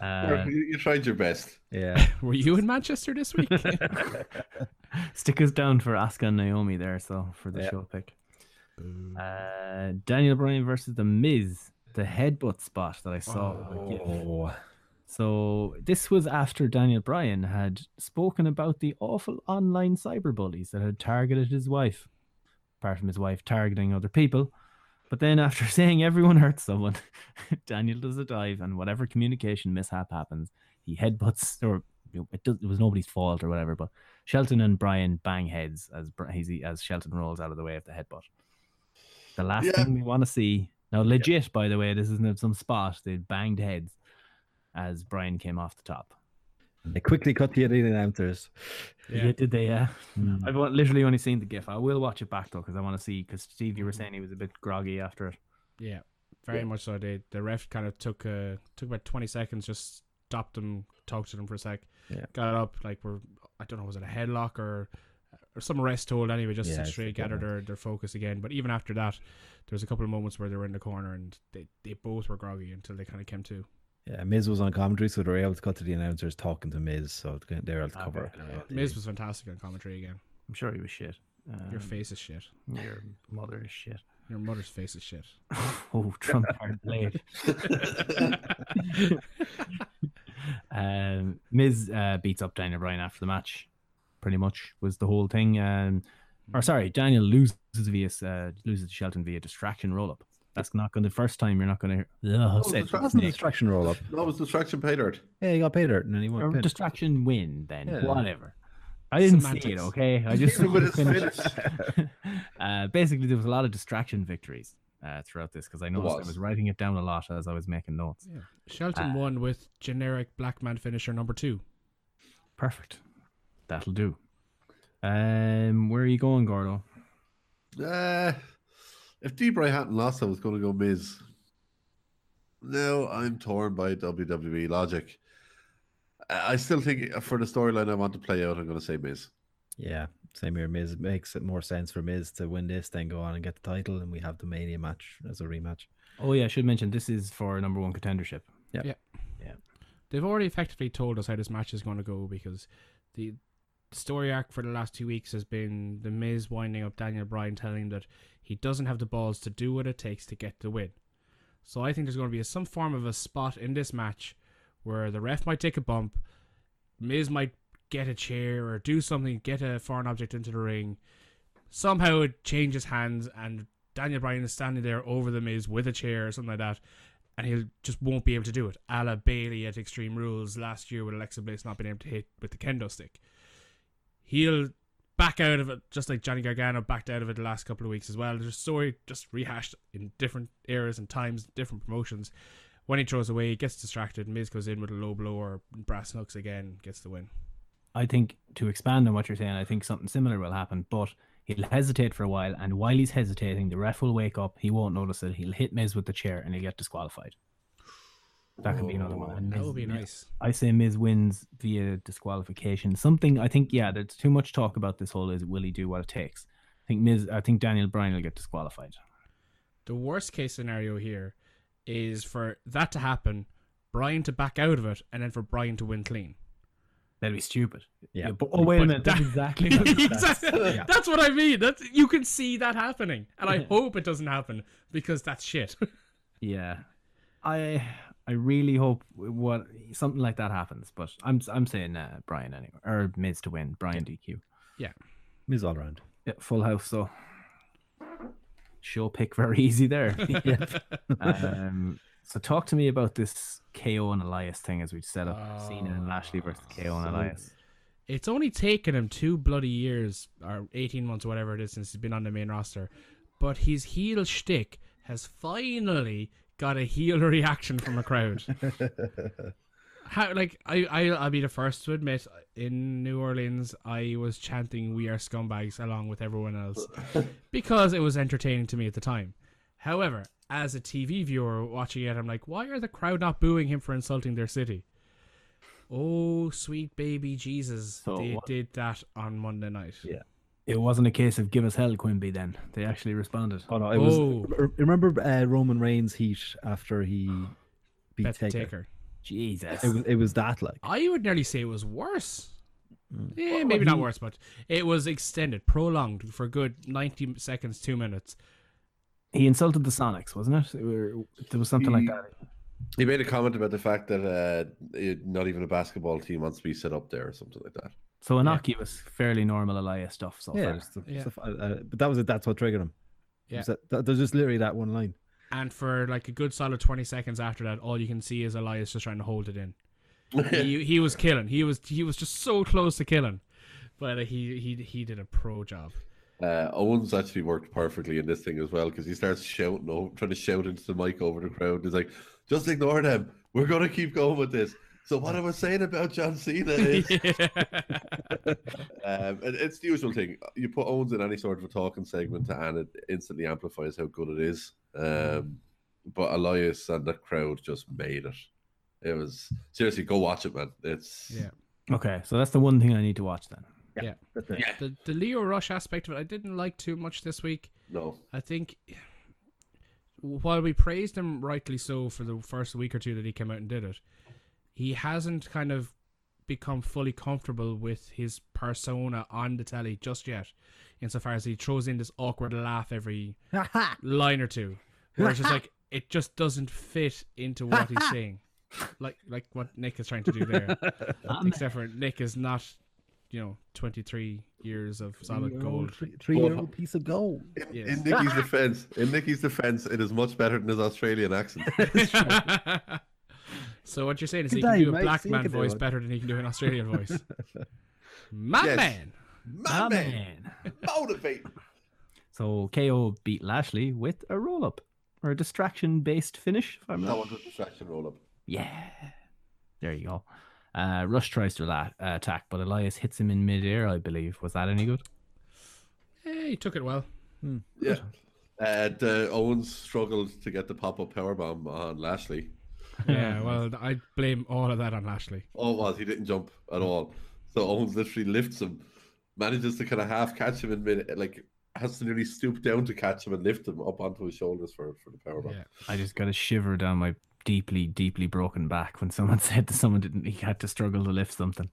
F: Uh,
H: Murphy, you you tried your best.
I: Yeah.
G: Were you in Manchester this week?
F: stickers down for Asuka and Naomi there, so for the
I: Yeah.
F: show pick. Uh, Daniel Bryan versus The Miz, the headbutt spot that I saw. with a gif.
I: Oh.
F: So this was after Daniel Bryan had spoken about the awful online cyberbullies that had targeted his wife, apart from his wife targeting other people. But then after saying everyone hurts someone, Daniel does a dive and whatever communication mishap happens, he headbutts or you know, it, does, it was nobody's fault or whatever. But Shelton and Bryan bang heads as Br- as, he, as Shelton rolls out of the way of the headbutt. The last
H: Yeah.
F: thing we want to see now, legit by the way, this isn't at some spot. They banged heads as Brian came off the top.
I: They quickly cut the editing answers.
G: Yeah.
F: did they? Yeah. Hmm. I've on- literally only seen the GIF. I will watch it back though because I want to see. Because Steve, you were saying he was a bit groggy after it.
G: Yeah, very much so. They the ref kind of took uh, took about twenty seconds, just stopped them, talked to them for a sec,
I: Yeah.
G: got up like we're I don't know was it a headlock or or some rest hold anyway, just
I: Yeah,
G: to
I: it's
G: straight
I: the
G: gather
I: headlock.
G: their, their focus again. But even after that, there was a couple of moments where they were in the corner and they, they both were groggy until they kind of came to.
I: Yeah, Miz was on commentary, so they were able to cut to the announcers talking to Miz, so it's gonna- they were able to cover.
F: Okay.
I: it. Uh, the-
G: Miz was fantastic on commentary again.
F: I'm sure he was shit. Um,
G: Your face is shit.
F: Your mother is shit.
G: Your mother's face is shit.
F: Oh, Trump hard blade. um, Miz uh, beats up Daniel Bryan after the match. Pretty much was the whole thing. Um, or sorry, Daniel loses via uh, loses to Shelton via distraction roll up. That's not going to the first time you're not Oh, going to. Ugh, said
I: It wasn't a
F: Nick.
I: distraction roll up.
H: That was distraction pay dirt.
I: Yeah, he got paid dirt and then he won.
F: Or distraction win then
I: Yeah.
F: whatever i didn't see it
G: Semantics.
F: okay i just
H: Even with his finish.
F: uh, basically there was a lot of distraction victories uh, throughout this because i noticed
H: was.
F: i was writing it down a lot as i was making notes
G: Yeah. Shelton won with generic black man finisher number two.
F: perfect that'll do um where are you going gordo
H: Uh, if Debray hadn't lost, I was going to go Miz. No, I'm torn by WWE logic. I I still think for the storyline I want to play out, I'm going to say Miz.
I: Yeah, same here. Miz it makes it more sense for Miz to win this, then go on and get the title, and we have the Mania match as a rematch.
F: oh yeah i should mention this is for number one contendership
G: they've already effectively told us how this match is going to go because the story arc for the last two weeks has been the Miz winding up Daniel Bryan, telling him that he doesn't have the balls to do what it takes to get the win. So I think there's going to be some form of a spot in this match where the ref might take a bump, Miz might get a chair or do something, get a foreign object into the ring. Somehow it changes hands, and Daniel Bryan is standing there over the Miz with a chair or something like that, and he just won't be able to do it. A la Bailey at Extreme Rules last year with Alexa Bliss not being able to hit with the kendo stick. He'll back out of it just like Johnny Gargano backed out of it the last couple of weeks as well. There's a story just rehashed in different eras and times, different promotions. When he throws away, he gets distracted. Miz goes in with a low blow or brass knucks again, gets the win.
F: I think to expand on what you're saying, I think something similar will happen, but he'll hesitate for a while, and while he's hesitating, the ref will wake up. He won't notice it. He'll hit Miz with the chair, and he'll get disqualified. That could be another one.
I: Oh,
F: And
G: That
F: Miz-
G: would be nice.
F: I say Miz wins via disqualification. Something I think, yeah, there's too much talk about this whole is will he do what it takes. I think Miz, I think Daniel Bryan will get disqualified.
G: The worst case scenario here is for that to happen, Brian to back out of it, and then for Brian to win clean.
F: That'd be stupid.
I: Yeah.
F: but, oh wait a
G: But
F: minute, that's
G: that-
F: exactly. What
G: Exactly.
I: yeah.
G: That's what I mean. That's you can see that happening, and I hope it doesn't happen because that's shit.
F: Yeah, I I really hope what something like that happens. But I'm I'm saying uh, Brian anyway, or Miz to win, Brian DQ.
I: Miz all around.
F: Yeah, full house. So show pick very easy there. um, so talk to me about this KO and Elias thing as we set up Cena and Lashley versus KO and Elias.
G: it's only taken him two bloody years or 18 months or whatever it is since he's been on the main roster. But his heel shtick has finally got a heel reaction from a crowd. How, like I, I I'll be the first to admit in New Orleans I was chanting we are scumbags along with everyone else because it was entertaining to me at the time. However, as a TV viewer watching it I'm like why are the crowd not booing him for insulting their city? Oh, sweet baby Jesus.
F: So
G: they
F: what-
G: did that on Monday night.
I: Yeah.
F: It wasn't a case of give us hell, Quimby. Then they actually responded.
I: Oh no, it
G: Oh.
I: was. r- Remember uh, Roman Reigns' heat after he beat
G: Bet the
I: Taker.
G: Taker.
F: Jesus.
I: It was. It was that like.
G: I would nearly say it was worse. Yeah, maybe not worse, but it was extended, prolonged for a good 90 seconds, two minutes.
F: He insulted the Sonics, wasn't it? It were- There was something like
H: He-
F: that.
H: He made a comment about the fact that uh, it- not even a basketball team wants to be set up there or something like that.
F: So innocuous, fairly normal Elias stuff. So
I: Yeah,
F: far.
I: it's the-
G: Yeah.
I: it's the- uh, but that was it. That's what triggered him. It
G: Yeah.
I: was that- that- there's just literally that one line.
G: And for like a good solid 20 seconds after that, all you can see is Elias just trying to hold it in. he, he was killing. He was he was just so close to killing. But uh, he, he he did a pro job.
H: Uh, Owens actually worked perfectly in this thing as well because he starts shouting, over, trying to shout into the mic over the crowd. He's like, "Just ignore them. We're gonna keep going with this." So what I was saying about John Cena is, um, and it's the usual thing. You put Owens in any sort of a talking segment, and it instantly amplifies how good it is. Um, but Elias and the crowd just made it. It was seriously go watch it, man. It's
G: Yeah.
F: Okay, so that's the one thing I need to watch then.
G: The, the Leo Rush aspect of it, I didn't like too much this week.
H: no.
G: I think while we praised him rightly so for the first week or two that he came out and did it, he hasn't kind of become fully comfortable with his persona on the telly just yet, insofar as he throws in this awkward laugh every line or two. Where it's just like it just doesn't fit into what he's saying. Like like what Nick is trying to do there. Except for Nick is not, you know, twenty three years of solid gold.
I: Three year old piece of gold.
H: In,
G: Yes.
H: in Nicky's defense, in Nicky's defense, it is much better than his Australian accent.
G: so what you're saying is
I: Good
G: he can
I: day,
G: do a
I: mate.
G: black
I: See you
G: man
I: can do
G: voice
I: it.
G: better than he can do an Australian voice. My
H: Yes.
G: man.
H: My man, motivate.
F: So KO beat Lashley with a roll up or a distraction based finish, if I'm
H: That
F: not.
H: was a distraction roll up.
F: Yeah. There you go. Uh, Rush tries to la- uh, attack, but Elias hits him in midair, I believe. Was that any good?
G: Hey, he took it well.
H: Yeah. And uh, Owens struggled to get the pop up power bomb on Lashley.
G: Yeah, well, I blame all of that on Lashley.
H: Oh, it was he didn't jump at all. So Owens literally lifts him, manages to kind of half catch him in mid, like has to nearly stoop down to catch him and lift him up onto his shoulders for for the power bomb.
G: Yeah.
F: I just got a shiver down my deeply, deeply broken back when someone said that someone didn't, he had to struggle to lift something.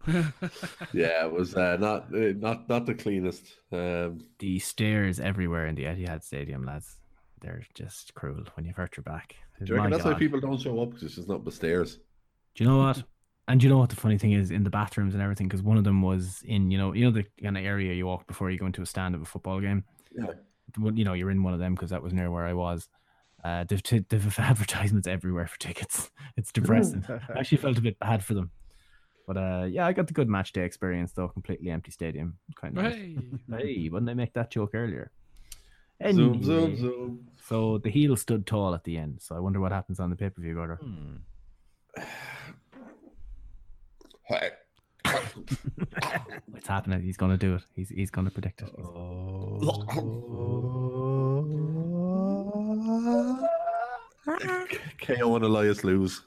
H: Yeah, it was uh, not uh, not not the cleanest. Um,
F: the stairs everywhere in the Etihad Stadium, lads. They're just cruel when you've hurt your back.
H: do you reckon
F: My
H: that's why
F: God.
H: people don't show up because it's just not the stairs.
F: Do you know what? And do you know what the funny thing is in the bathrooms and everything? Because one of them was in, you know, you know the kind of area you walk before you go into a stand of a football game.
H: Yeah.
F: The one- You know, you're in one of them because that was near where I was. Uh, they've, t- they've advertisements everywhere for tickets. It's depressing. I actually felt a bit bad for them. But uh, yeah, I got the good match day experience though. Completely empty stadium. Kind of. Nice.
G: Hey.
F: Hey, wouldn't I make that joke earlier?
H: Zoom, zoom,
F: Anyway.
H: zoom.
F: So the heel stood tall at the end. So I wonder what happens on the pay per view order.
I: Hmm.
F: It's happening. He's going to do it. He's he's going to predict it. He's-
H: KO and Elias lose.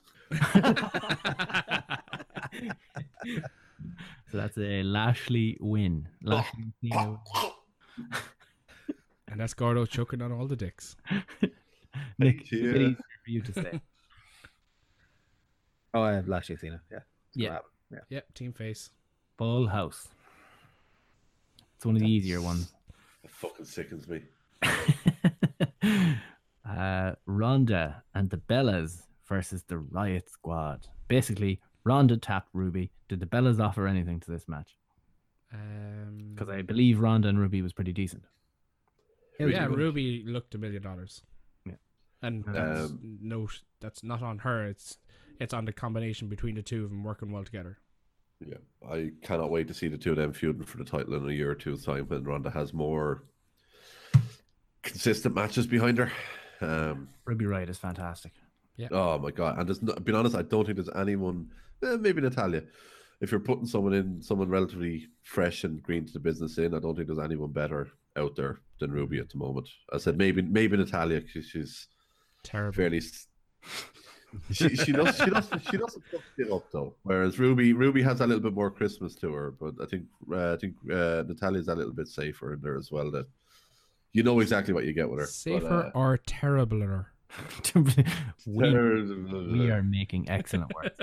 F: So that's a Lashley win.
I: Oh.
F: Lashley Cena win.
G: And that's Gordo choking on all the dicks.
F: Nick, it's
H: you.
F: easier for you to say.
I: Oh, I have Lashley Athena. Yeah.
F: Yeah,
G: Yep, team face.
F: Full House. It's one of the easier ones.
H: It fucking sickens me.
F: uh, Ronda and the Bellas versus the Riot Squad. Basically, Ronda tapped Ruby. Did the Bellas offer anything to this match?
G: Um,
F: Because I believe Ronda and Ruby was pretty decent.
G: yeah, Ruby looked a million dollars.
F: Yeah.
G: And that's
H: Um,
G: no, sh- that's not on her. It's it's on the combination between the two of them working well together.
H: Yeah, I cannot wait to see the two of them feuding for the title in a year or two's time when Ronda has more consistent matches behind her. Um,
F: Ruby Riot is fantastic.
H: oh my god! And there's not, being honest, I don't think there's anyone. Eh, maybe Natalia. If you're putting someone in, someone relatively fresh and green to the business in, I don't think there's anyone better out there than Ruby at the moment. I said maybe maybe Natalia because she's
G: Terrible.
H: fairly. s- she she does she does she doesn't fuck shit up though. Whereas Ruby Ruby has a little bit more Christmas to her, but I think uh, I think uh, Natalia's a little bit safer in there as well. That you know exactly what you get with her. but,
G: Safer
H: uh,
G: or terribler?
F: we,
H: ter-
F: we are making excellent work.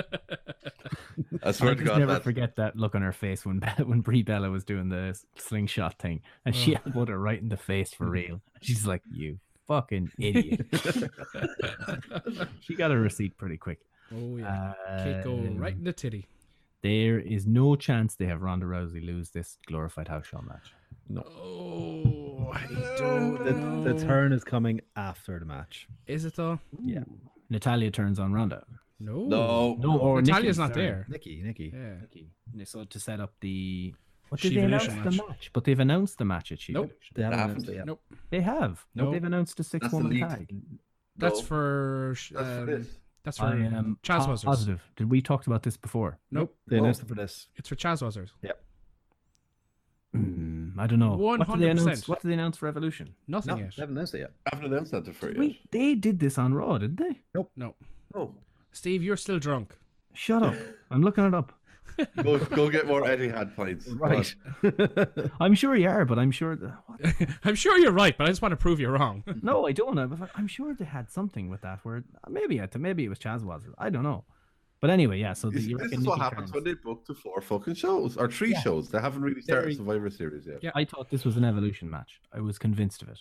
H: I
F: I
H: swear to
F: just
H: God,
F: never
H: that,
F: forget that look on her face when Be- when Brie Bella was doing the s- slingshot thing, and she elbowed her right in the face
H: Mm.
F: for real. She's like, "You fucking idiot!" she got a receipt pretty quick.
G: Oh yeah,
F: Uh,
G: can't go right in the titty.
F: There is no chance they have Ronda Rousey lose this glorified house show match.
G: Oh, I don't
I: The,
G: know.
I: the turn is coming after the match.
G: Is it though?
F: Natalia turns on Ronda.
G: No.
H: no,
F: No, or
G: Natalia's
F: Nikki,
G: not
F: sorry.
G: there.
I: Nikki, Nikki.
G: Yeah.
F: Nikki. So to set up the what did
G: She
F: they announce
G: Evolution
F: the
G: match.
F: match? But they've announced the match at She
G: Nope.
F: Evolution.
I: They haven't
H: That
I: announced it yet.
G: Nope.
F: They have. but
G: Nope.
F: They've announced a six
H: That's the
F: woman
H: lead.
F: tag.
G: That's
H: No.
G: for
H: that's for
G: um,
H: this.
G: that's for
F: I am
G: Chaz
F: po-
G: Wazzers.
F: positive. Did we talked about this before?
G: Nope,
I: They announced it for this.
G: it's for Chaz Wazzers.
F: Mm, I don't know. What did they announce?
G: 100%.
F: What did they announce for Evolution?
G: Nothing
I: No, they
G: yet.
I: haven't announced it yet.
H: I haven't announced that to free.
F: Wait, they did this on Raw, didn't they?
G: No,
H: No.
G: Steve, you're still drunk.
F: Shut up. I'm looking it up.
H: Go, go get more Eddie had pints.
I: Right.
F: I'm sure you are, but I'm sure. The, what?
G: I'm sure you're right, but I just want to prove you wrong.
F: No, I don't. I'm, I'm sure they had something with that word. Maybe it, maybe it was Chaz Wazzle. I don't know. But anyway, yeah. So the,
H: This,
F: you
H: this
F: reckon
H: is what
F: Nikki
H: happens
F: Cross-
H: when they book to four fucking shows or three shows. They haven't really started Survivor Series yet.
G: Yeah.
F: I thought this was an Evolution match. I was convinced of it.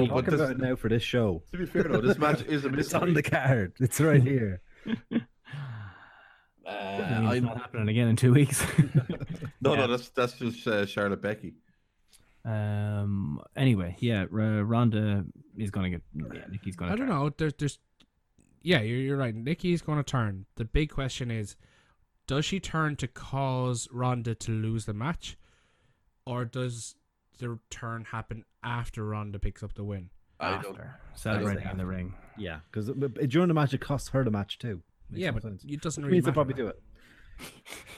H: No,
I: talk
H: but
I: about
H: this,
I: it now for this show.
H: to be fair though, this match is a
I: It's on
H: mystery.
I: the card. It's right here.
F: I mean, it's not happening again in two weeks.
H: No, no, that's that's just uh, Charlotte Becky.
F: um. Anyway, yeah. R- Ronda is gonna get. Yeah, Nikki's gonna.
G: I don't
F: try.
G: know. There's, there's, yeah, you're, you're right. Nikki's going to turn. The big question is, does she turn to cause Ronda to lose the match, or does the turn happen after Ronda picks up the win?
H: I don't.
F: After celebrating in the ring.
I: Yeah, because during the match, it costs her the match too. Makes
G: yeah,
I: no
G: but
I: sense.
G: it doesn't
I: Which
G: really
I: means they
G: matter.
I: probably do it.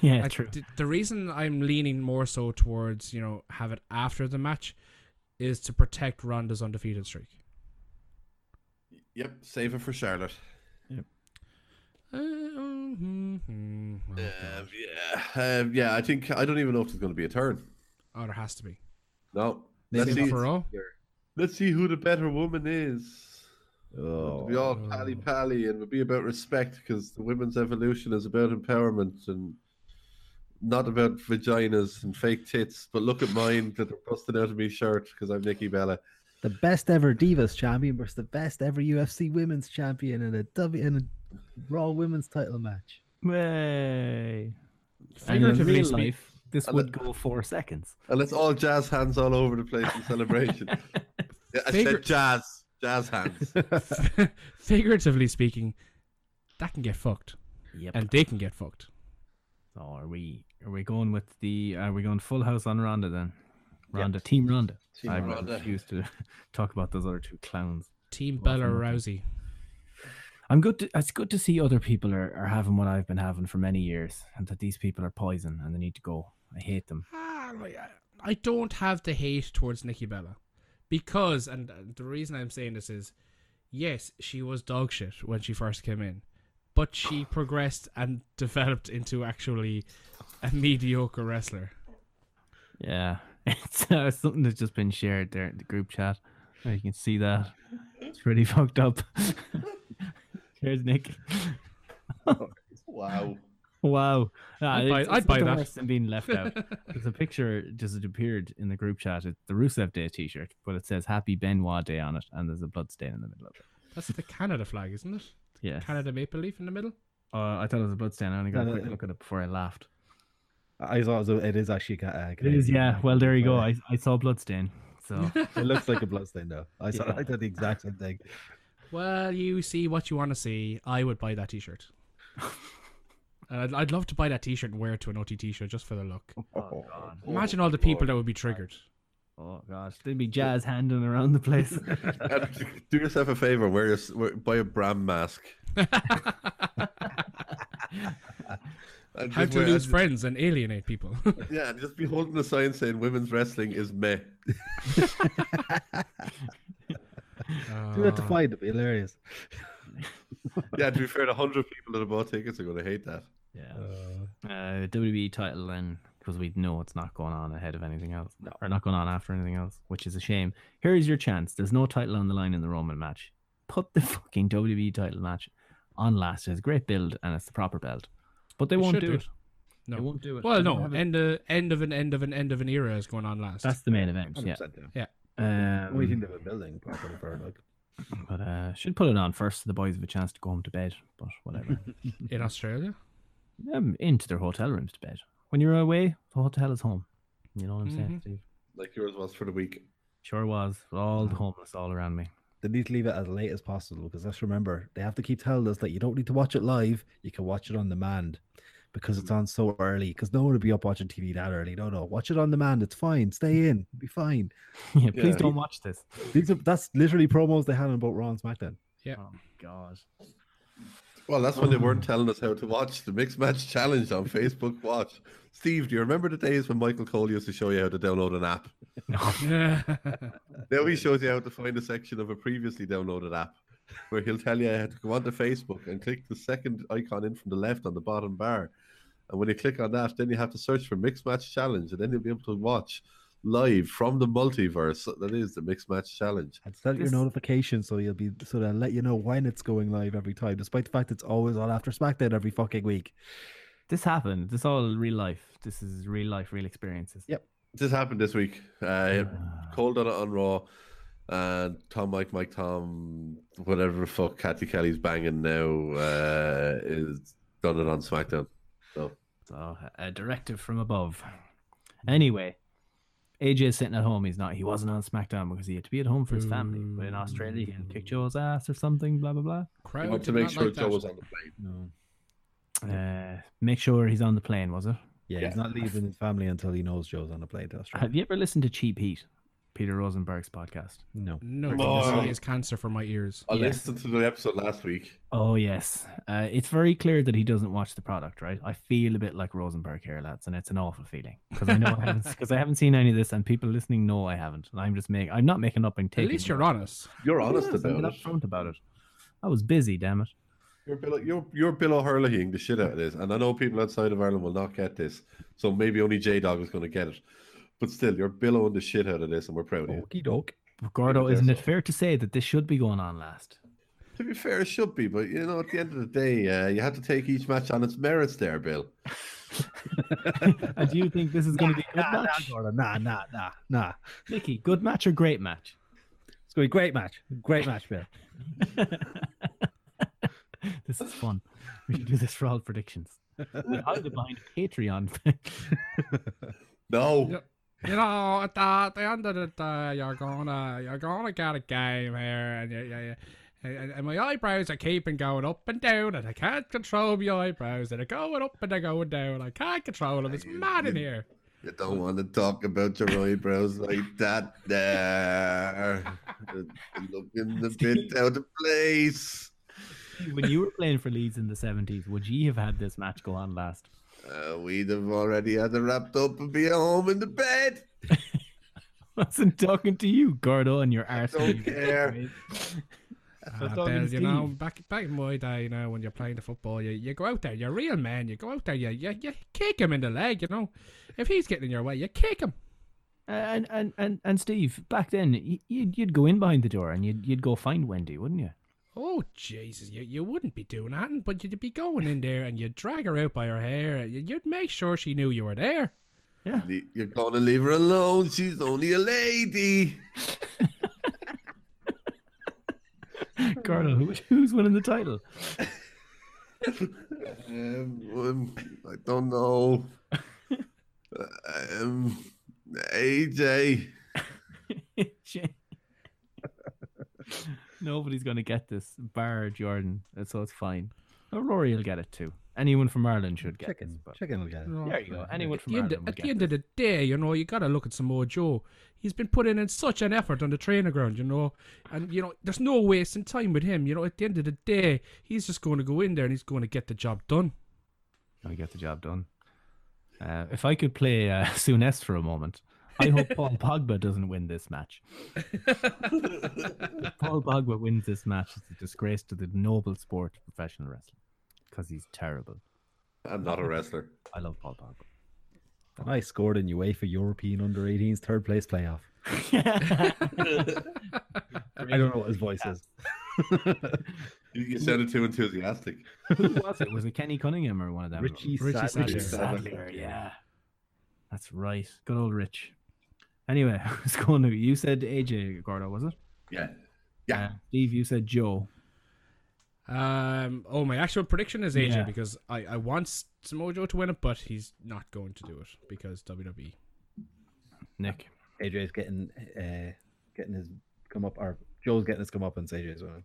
F: Yeah,
G: I-
F: true.
G: th- the reason I'm leaning more so towards you know have it after the match is to protect Ronda's undefeated streak.
H: Yep, save it for Charlotte.
G: Uh, mhm, mhm. Oh,
H: Um, yeah, um, yeah. I think I don't even know if there's going to be a turn.
G: oh, there has to be.
H: No, let's
G: Save it
H: see.
G: for all.
H: Let's see who the better woman is.
I: Oh,
H: We all pally pally, and we'll be about respect because the women's evolution is about empowerment and not about vaginas and fake tits. But look at mine that are busting out of me shirt because I'm Nikki Bella.
I: the best ever Divas champion versus the best ever UFC women's champion in a W in a Raw women's title match.
F: Way.
G: Figuratively
F: real
G: speak-
F: life, uh, this would go four seconds.
H: And let's all jazz hands all over the place in celebration. yeah, I
G: Figure-
H: said jazz. Jazz hands.
G: Figuratively speaking, that can get fucked,
F: Yep.
G: and they can get fucked.
F: So are we are we going with the are we going full house on Ronda then? Ronda, Team Ronda.
H: Team
F: I
H: Ronda.
F: refuse to talk about those other two clowns.
G: Team Bella Rousey.
F: I'm good. To, it's good to see other people are, are having what I've been having for many years, and that these people are poison and they need to go. I hate them.
G: Ah, like, I- I don't have the hate towards Nikki Bella because, and uh, the reason I'm saying this is, yes, she was dog shit when she first came in, but she progressed and developed into actually a mediocre wrestler.
F: Yeah, it's uh, something that's just been shared there in the group chat. You can see that. It's pretty fucked up. Cheers, Nick.
H: wow.
F: Wow. Ah,
G: I'd buy-
F: it's-
G: I'd
F: it's
G: buy
F: the
G: that.
F: worst than being left out. There's a picture just appeared in the group chat. It's the Rusev Day t shirt, but it says Happy Benoit Day on it, and there's a blood stain in the middle of it.
G: That's the Canada flag, isn't it?
F: Yeah.
G: Canada maple leaf in the middle.
F: Uh, I thought it was a blood stain. I only got a
I: No, no,
F: quick
I: it-
F: look at it before I laughed.
I: I saw it, it is actually ca- uh,
F: It is,
I: Canadian.
F: yeah. Well, there you go. I, I saw blood stain. So
I: it looks like a bloodstain though. I saw
F: Yeah. Oh.
I: I did the exact same thing.
G: Well, you see what you want to see. I would buy that T-shirt. And I'd, I'd love to buy that T-shirt and wear it to an OTT show just for the look.
F: oh god,
G: Imagine all the people that would be triggered.
F: oh gosh, there'd be jazz handing around the place.
H: And do yourself a favor. Wear your s- wear, buy a Bram mask. And
G: How
H: just
G: to
H: wear-
G: lose
H: and-
G: friends and alienate people.
H: Yeah, and just be holding a sign saying "Women's wrestling is meh."
I: Do that to
G: Ah.
I: fight, it'd be hilarious.
H: Yeah, to be fair, the hundred people that have bought tickets are going to hate that.
F: yeah. Uh, WWE title then, because we know it's not going on ahead of anything else, or not going on after anything else, which is a shame. Here is your chance. There's no title on the line in the Roman match. Put the fucking WWE title match on last. It's a great build and it's the proper belt, but they won't
G: should
F: do
G: do
F: it.
G: it. no.
F: They won't do it.
G: Well,
F: They
G: no.
F: don't have it.
G: End of, end of an end of an end of an era is going on last.
F: That's the main event. Yeah.
I: 100% do.
F: Um,
I: Only thing they were building properly for like
F: But uh, should put it on first so the boys have a chance to go home to bed. But whatever.
G: in Australia.
F: um, into their hotel rooms to bed. When you're away, the hotel is home. You know what I'm saying, Steve?
H: Like yours was for the week.
F: Sure was. All the homeless all around me.
I: they need to leave it as late as possible because let's remember they have to keep telling us that you don't need to watch it live you can watch it on demand because it's on so early because no one would be up watching tv that early no no watch it on demand it's fine stay in it'll be fine
F: yeah, please
H: Yeah.
F: don't watch this.
I: these are that's literally promos they had on about raw and smackdown
F: Oh God.
H: Well, that's when they weren't telling us how to watch the mixed match challenge on Facebook Watch. Steve, do you remember the days when Michael Cole used to show you how to download an app? Now he shows you how to find a section of a previously downloaded app, where he'll tell you how to go onto Facebook and click the second icon in from the left on the bottom bar. And when you click on that, then you have to search for Mixed Match Challenge, and then you'll be able to watch live from the multiverse. That is the Mixed Match Challenge.
I: and set your
F: This-
I: notification so you'll be so they'll let you know when it's going live every time despite the fact it's always on after smackdown every fucking week
F: This happened. This all real life. This is real life, real experiences.
I: Yeah.
H: This happened this week. Uh,
G: Ah.
H: Cole done it on Raw, and Tom, Mike, Mike, Tom, whatever the fuck Kathy Kelly's banging now uh, is done it on SmackDown. So
F: So a directive from above. Anyway, AJ's sitting at home. He's not. He wasn't on SmackDown because he had to be at home for his family. But in Australia, he had kicked Joe's ass or something. Blah blah blah.
H: I
G: Crowd
H: want to
G: did
H: make
G: not
H: sure
G: like
H: Joe
G: that.
H: was on the plane.
I: no
F: Uh, make sure he's on the plane. Was it?
I: yeah, he's not leaving his family until he knows joe's on a plane to australia
F: Have you ever listened to Cheap Heat, Peter Rosenberg's podcast?
I: no
G: No,
H: Come
G: because
H: on. Oh,
G: he is cancer for my ears.
H: I listened to the episode last week.
F: Oh yes, uh, it's very clear that he doesn't watch the product, right? I feel a bit like Rosenberg here, lads, and it's an awful feeling because I know I haven't because I haven't seen any of this, and people listening know I haven't, and I'm just making I'm not making up. I'm
G: At
F: taking.
G: least you're honest.
H: You're
F: Yes,
H: honest
F: I'm being
H: about it.
F: upfront about it. I was busy, damn it.
H: You're Bill, you're, you're Bill O'Herlihying the shit out of this. And I know people outside of Ireland will not get this. So maybe only J Dog is going to get it. But still, you're billowing the shit out of this, and we're proud of you.
I: Okie doke.
F: But Gordo,
H: but
F: isn't it
H: there's a-
F: fair to say that this should be going on last?
H: To be fair, it should be, but you know, at the end of the day, uh, you have to take each match on its merits. There, Bill.
F: and do you think this is going to be a good match,
I: Nah, nah, nah, nah, nah.
F: Nicky? Good match or great match?
I: It's going to be a great match. Great match, Bill.
F: this is fun. We should do this for all predictions. We'll hide it behind Patreon.
H: No.
G: Yep. You know, at the, at the end of it, uh, you're gonna you're gonna get a game here, and you, you, you, and and my eyebrows are keeping going up and down, and I can't control my eyebrows. and They're going up and they're going down. I can't control them. It's mad in here.
H: You don't want to talk about your eyebrows like that. There, looking a bit out of place.
F: when you were playing for Leeds in the 70s, would ye have had this match go on last?
H: Uh, we'd have already had it wrapped up and be at home in the bed.
F: Wasn't talking to you, Gordo, and your arse.
H: Don't care.
G: Ah,
F: talking
G: Bill,
F: to
G: you know,
F: Steve.
G: back back in my day, you know, when you're playing the football, you, you go out there, you're real man. You go out there, you, you you kick him in the leg. You know, if he's getting in your way, you kick him.
F: And, and and and Steve, back then, y- you'd you'd go in behind the door and you'd you'd go find Wendy, wouldn't you?
G: Oh Jesus! You, you wouldn't be doing that, but you'd be going in there and you'd drag her out by her hair. and you- You'd make sure she knew you were there.
H: Le- You're gonna leave her alone. She's only a lady.
I: Hmm.
F: Gordo, who, who's winning the title?
H: Um, um, I don't know. Um, AJ.
F: Jay. Nobody's going to get this, bar Jordan, and so it's fine. Or Rory will get it too. Anyone from Ireland should get this.
I: Chicken.
F: But
I: Chicken will get it.
F: there you go. Anyone
G: At
F: from
G: the end,
F: Ireland
G: of,
F: would
G: at
F: get
G: the end of the day, you know, you gotta look at some more Joe. He's been putting in such an effort on the training ground, you know, and you know, there's no wasting time with him. You know, at the end of the day, he's just going to go in there and he's going to get the job done.
F: and we get the job done. Uh, if I could play uh, Souness for a moment, I hope Paul Pogba doesn't win this match. If Paul Pogba wins this match. It's a disgrace to the noble sport of professional wrestling because he's terrible.
H: I'm not a wrestler.
F: I love Paul Pogba.
I: And I scored in UEFA European Under 18s third place playoff. I don't know what his voice is.
H: You, you sounded too enthusiastic.
F: Who was it? Was it Kenny Cunningham or one of them?
I: Richie,
G: Richie
I: Sadler.
G: Sadler. Richie
F: Sadler, yeah. That's right. Good old Rich. Anyway, I was going to. You said AJ Gordo, was it?
H: Yeah. Yeah.
F: Uh, Steve, you said Joe.
G: Um, oh, my actual prediction is AJ
F: Yeah.
G: because I, I want Samoa Joe to win it, but he's not going to do it because E. WWE.
F: Nick.
I: AJ's getting uh, getting his come up, or Joe's getting his come up, and AJ's winning.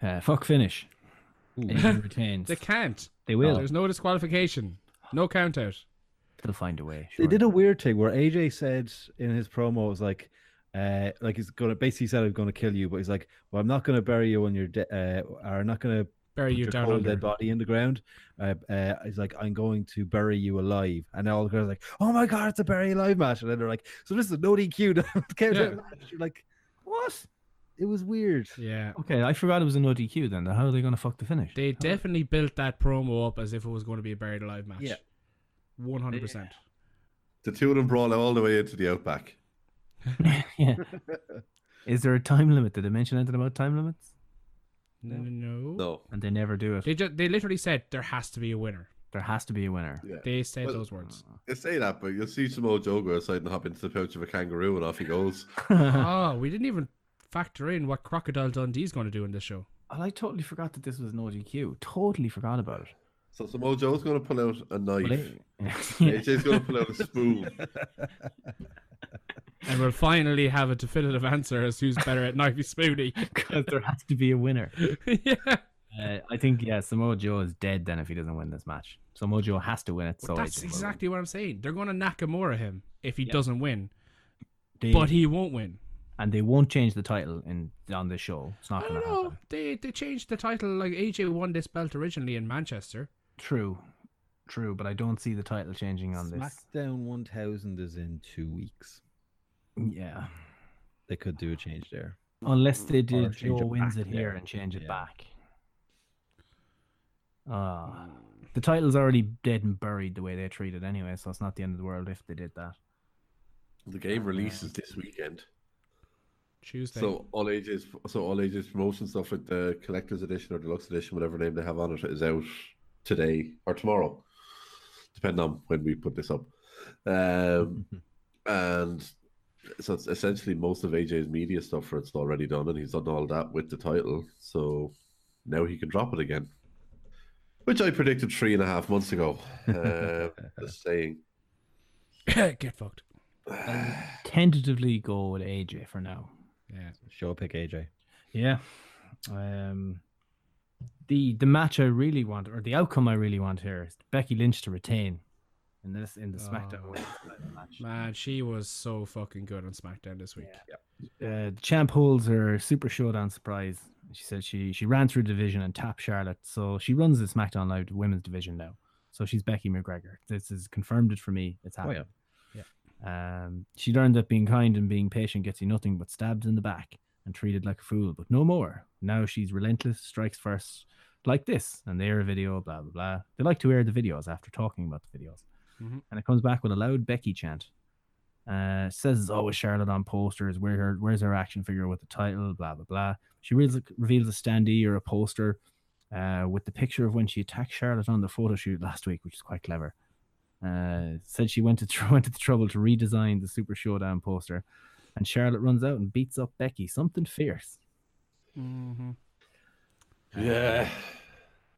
F: Uh, fuck finish. AJ retains.
G: They can't. Oh,
F: They will.
G: There's no disqualification. No count out.
F: They'll find a way.
I: They did a weird thing where AJ said in his promo, it was like, uh, like he's gonna basically said I'm gonna kill you, but he's like, well, I'm not gonna bury you on your, de- uh, or I'm not gonna
G: Bury
I: put
G: you
I: your
G: down
I: cold
G: under.
I: dead body in the ground. Uh, uh, he's like, I'm going to bury you alive, and all the girls are like, oh my god, it's a bury alive match, and then they're like, so this is a no DQ count
G: Yeah.
I: out match. You're like, what? It was weird.
G: Yeah.
F: Okay, I forgot it was an ODQ then. How are they going to fuck the finish?
G: They definitely built that promo up as if it was going to be a buried alive match.
I: Yeah.
G: 100%.
H: The two of them brawl all the way into the outback.
F: yeah. Is there a time limit? Did they mention anything about time limits?
G: No. no.
H: No.
F: And they never do it.
G: They just, they literally said there has to be a winner.
F: There has to be a winner.
H: Yeah.
G: They said
H: Well-
G: those words.
H: They say that, but you'll see some old Joe go outside and hop into the pouch of a kangaroo and off he goes.
I: uh-huh.
G: oh, we didn't even factor in what Crocodile Dundee's going to do in this show.
F: Oh, I totally forgot that this was an ODQ. Totally forgot about it.
H: So some old Joe's going to pull out a
F: Well,
H: knife.
F: they- Yeah.
H: AJ's going to pull out a spoon.
G: And we'll finally have a definitive answer as who's better at Knifey Spoony.
F: because there has to be a winner.
G: yeah.
F: Uh, I think yeah, Samoa Joe is dead then if he doesn't win this match. Samoa Joe has to win it. So
G: That's
F: AJ will
G: exactly what I'm saying. They're going to Nakamura him if he
F: Yeah.
G: doesn't win,
F: win.
G: but
F: They-
G: he won't win.
F: and they won't change the title in on this show. It's
G: I
F: not going
G: don't
F: to
G: know.
F: happen.
G: They they changed the title like AJ won this belt originally in Manchester.
F: True, true, but I don't see the title changing on this.
I: SmackDown 1000 is in two weeks.
F: Yeah,
I: They could do a change there.
F: unless they did
I: change
F: Joe
I: it
F: wins
I: back,
F: it here
I: yeah.
F: and change it
I: Yeah.
F: back. Ah, the title's already dead and buried the way they treat it anyway, so it's not the end of the world if they did that.
H: The game releases this weekend.
G: Tuesday.
H: So all AJ's so all AJ's promotion stuff with the collector's edition or deluxe edition, whatever name they have on it, is out today or tomorrow, depending on when we put this up. Um, and so it's essentially most of AJ's media stuff for it's already done, and he's done all that with the title. So now he can drop it again, which I predicted three and a half months ago. Uh, just saying.
G: Get fucked.
F: Tentatively go with AJ for now.
G: Yeah.
I: Show pick AJ.
F: Yeah. Um the the match I really want or the outcome I really want here is Becky Lynch to retain in this in the SmackDown
G: Oh.
F: Women's title match.
G: Man, she was so fucking good on SmackDown this week.
F: Uh, the champ holds her super showdown surprise. She said she she ran through the division and tapped Charlotte, so she runs the SmackDown Live women's division now. So she's Becky McGregor. This is confirmed it for me. It's
I: Oh,
F: happening.
I: yeah.
F: Um, she learned that being kind and being patient gets you nothing but stabbed in the back and treated like a fool, but no more. Now she's relentless, strikes first, like this, and they air a video, blah, blah, blah. They like to air the videos after talking about the videos.
I: Mm-hmm.
G: Mhm.
F: And it comes back with a loud Becky chant. Uh, says it's always Charlotte on posters. Where her, where's her action figure with the title? Blah blah blah. She reveals, reveals a standee or a poster uh, with the picture of when she attacked Charlotte on the photo shoot last week, which is quite clever uh, said she went to tr- went to the trouble to redesign the Super Showdown poster, and Charlotte runs out and beats up Becky. Something fierce.
G: Mm-hmm.
H: Yeah,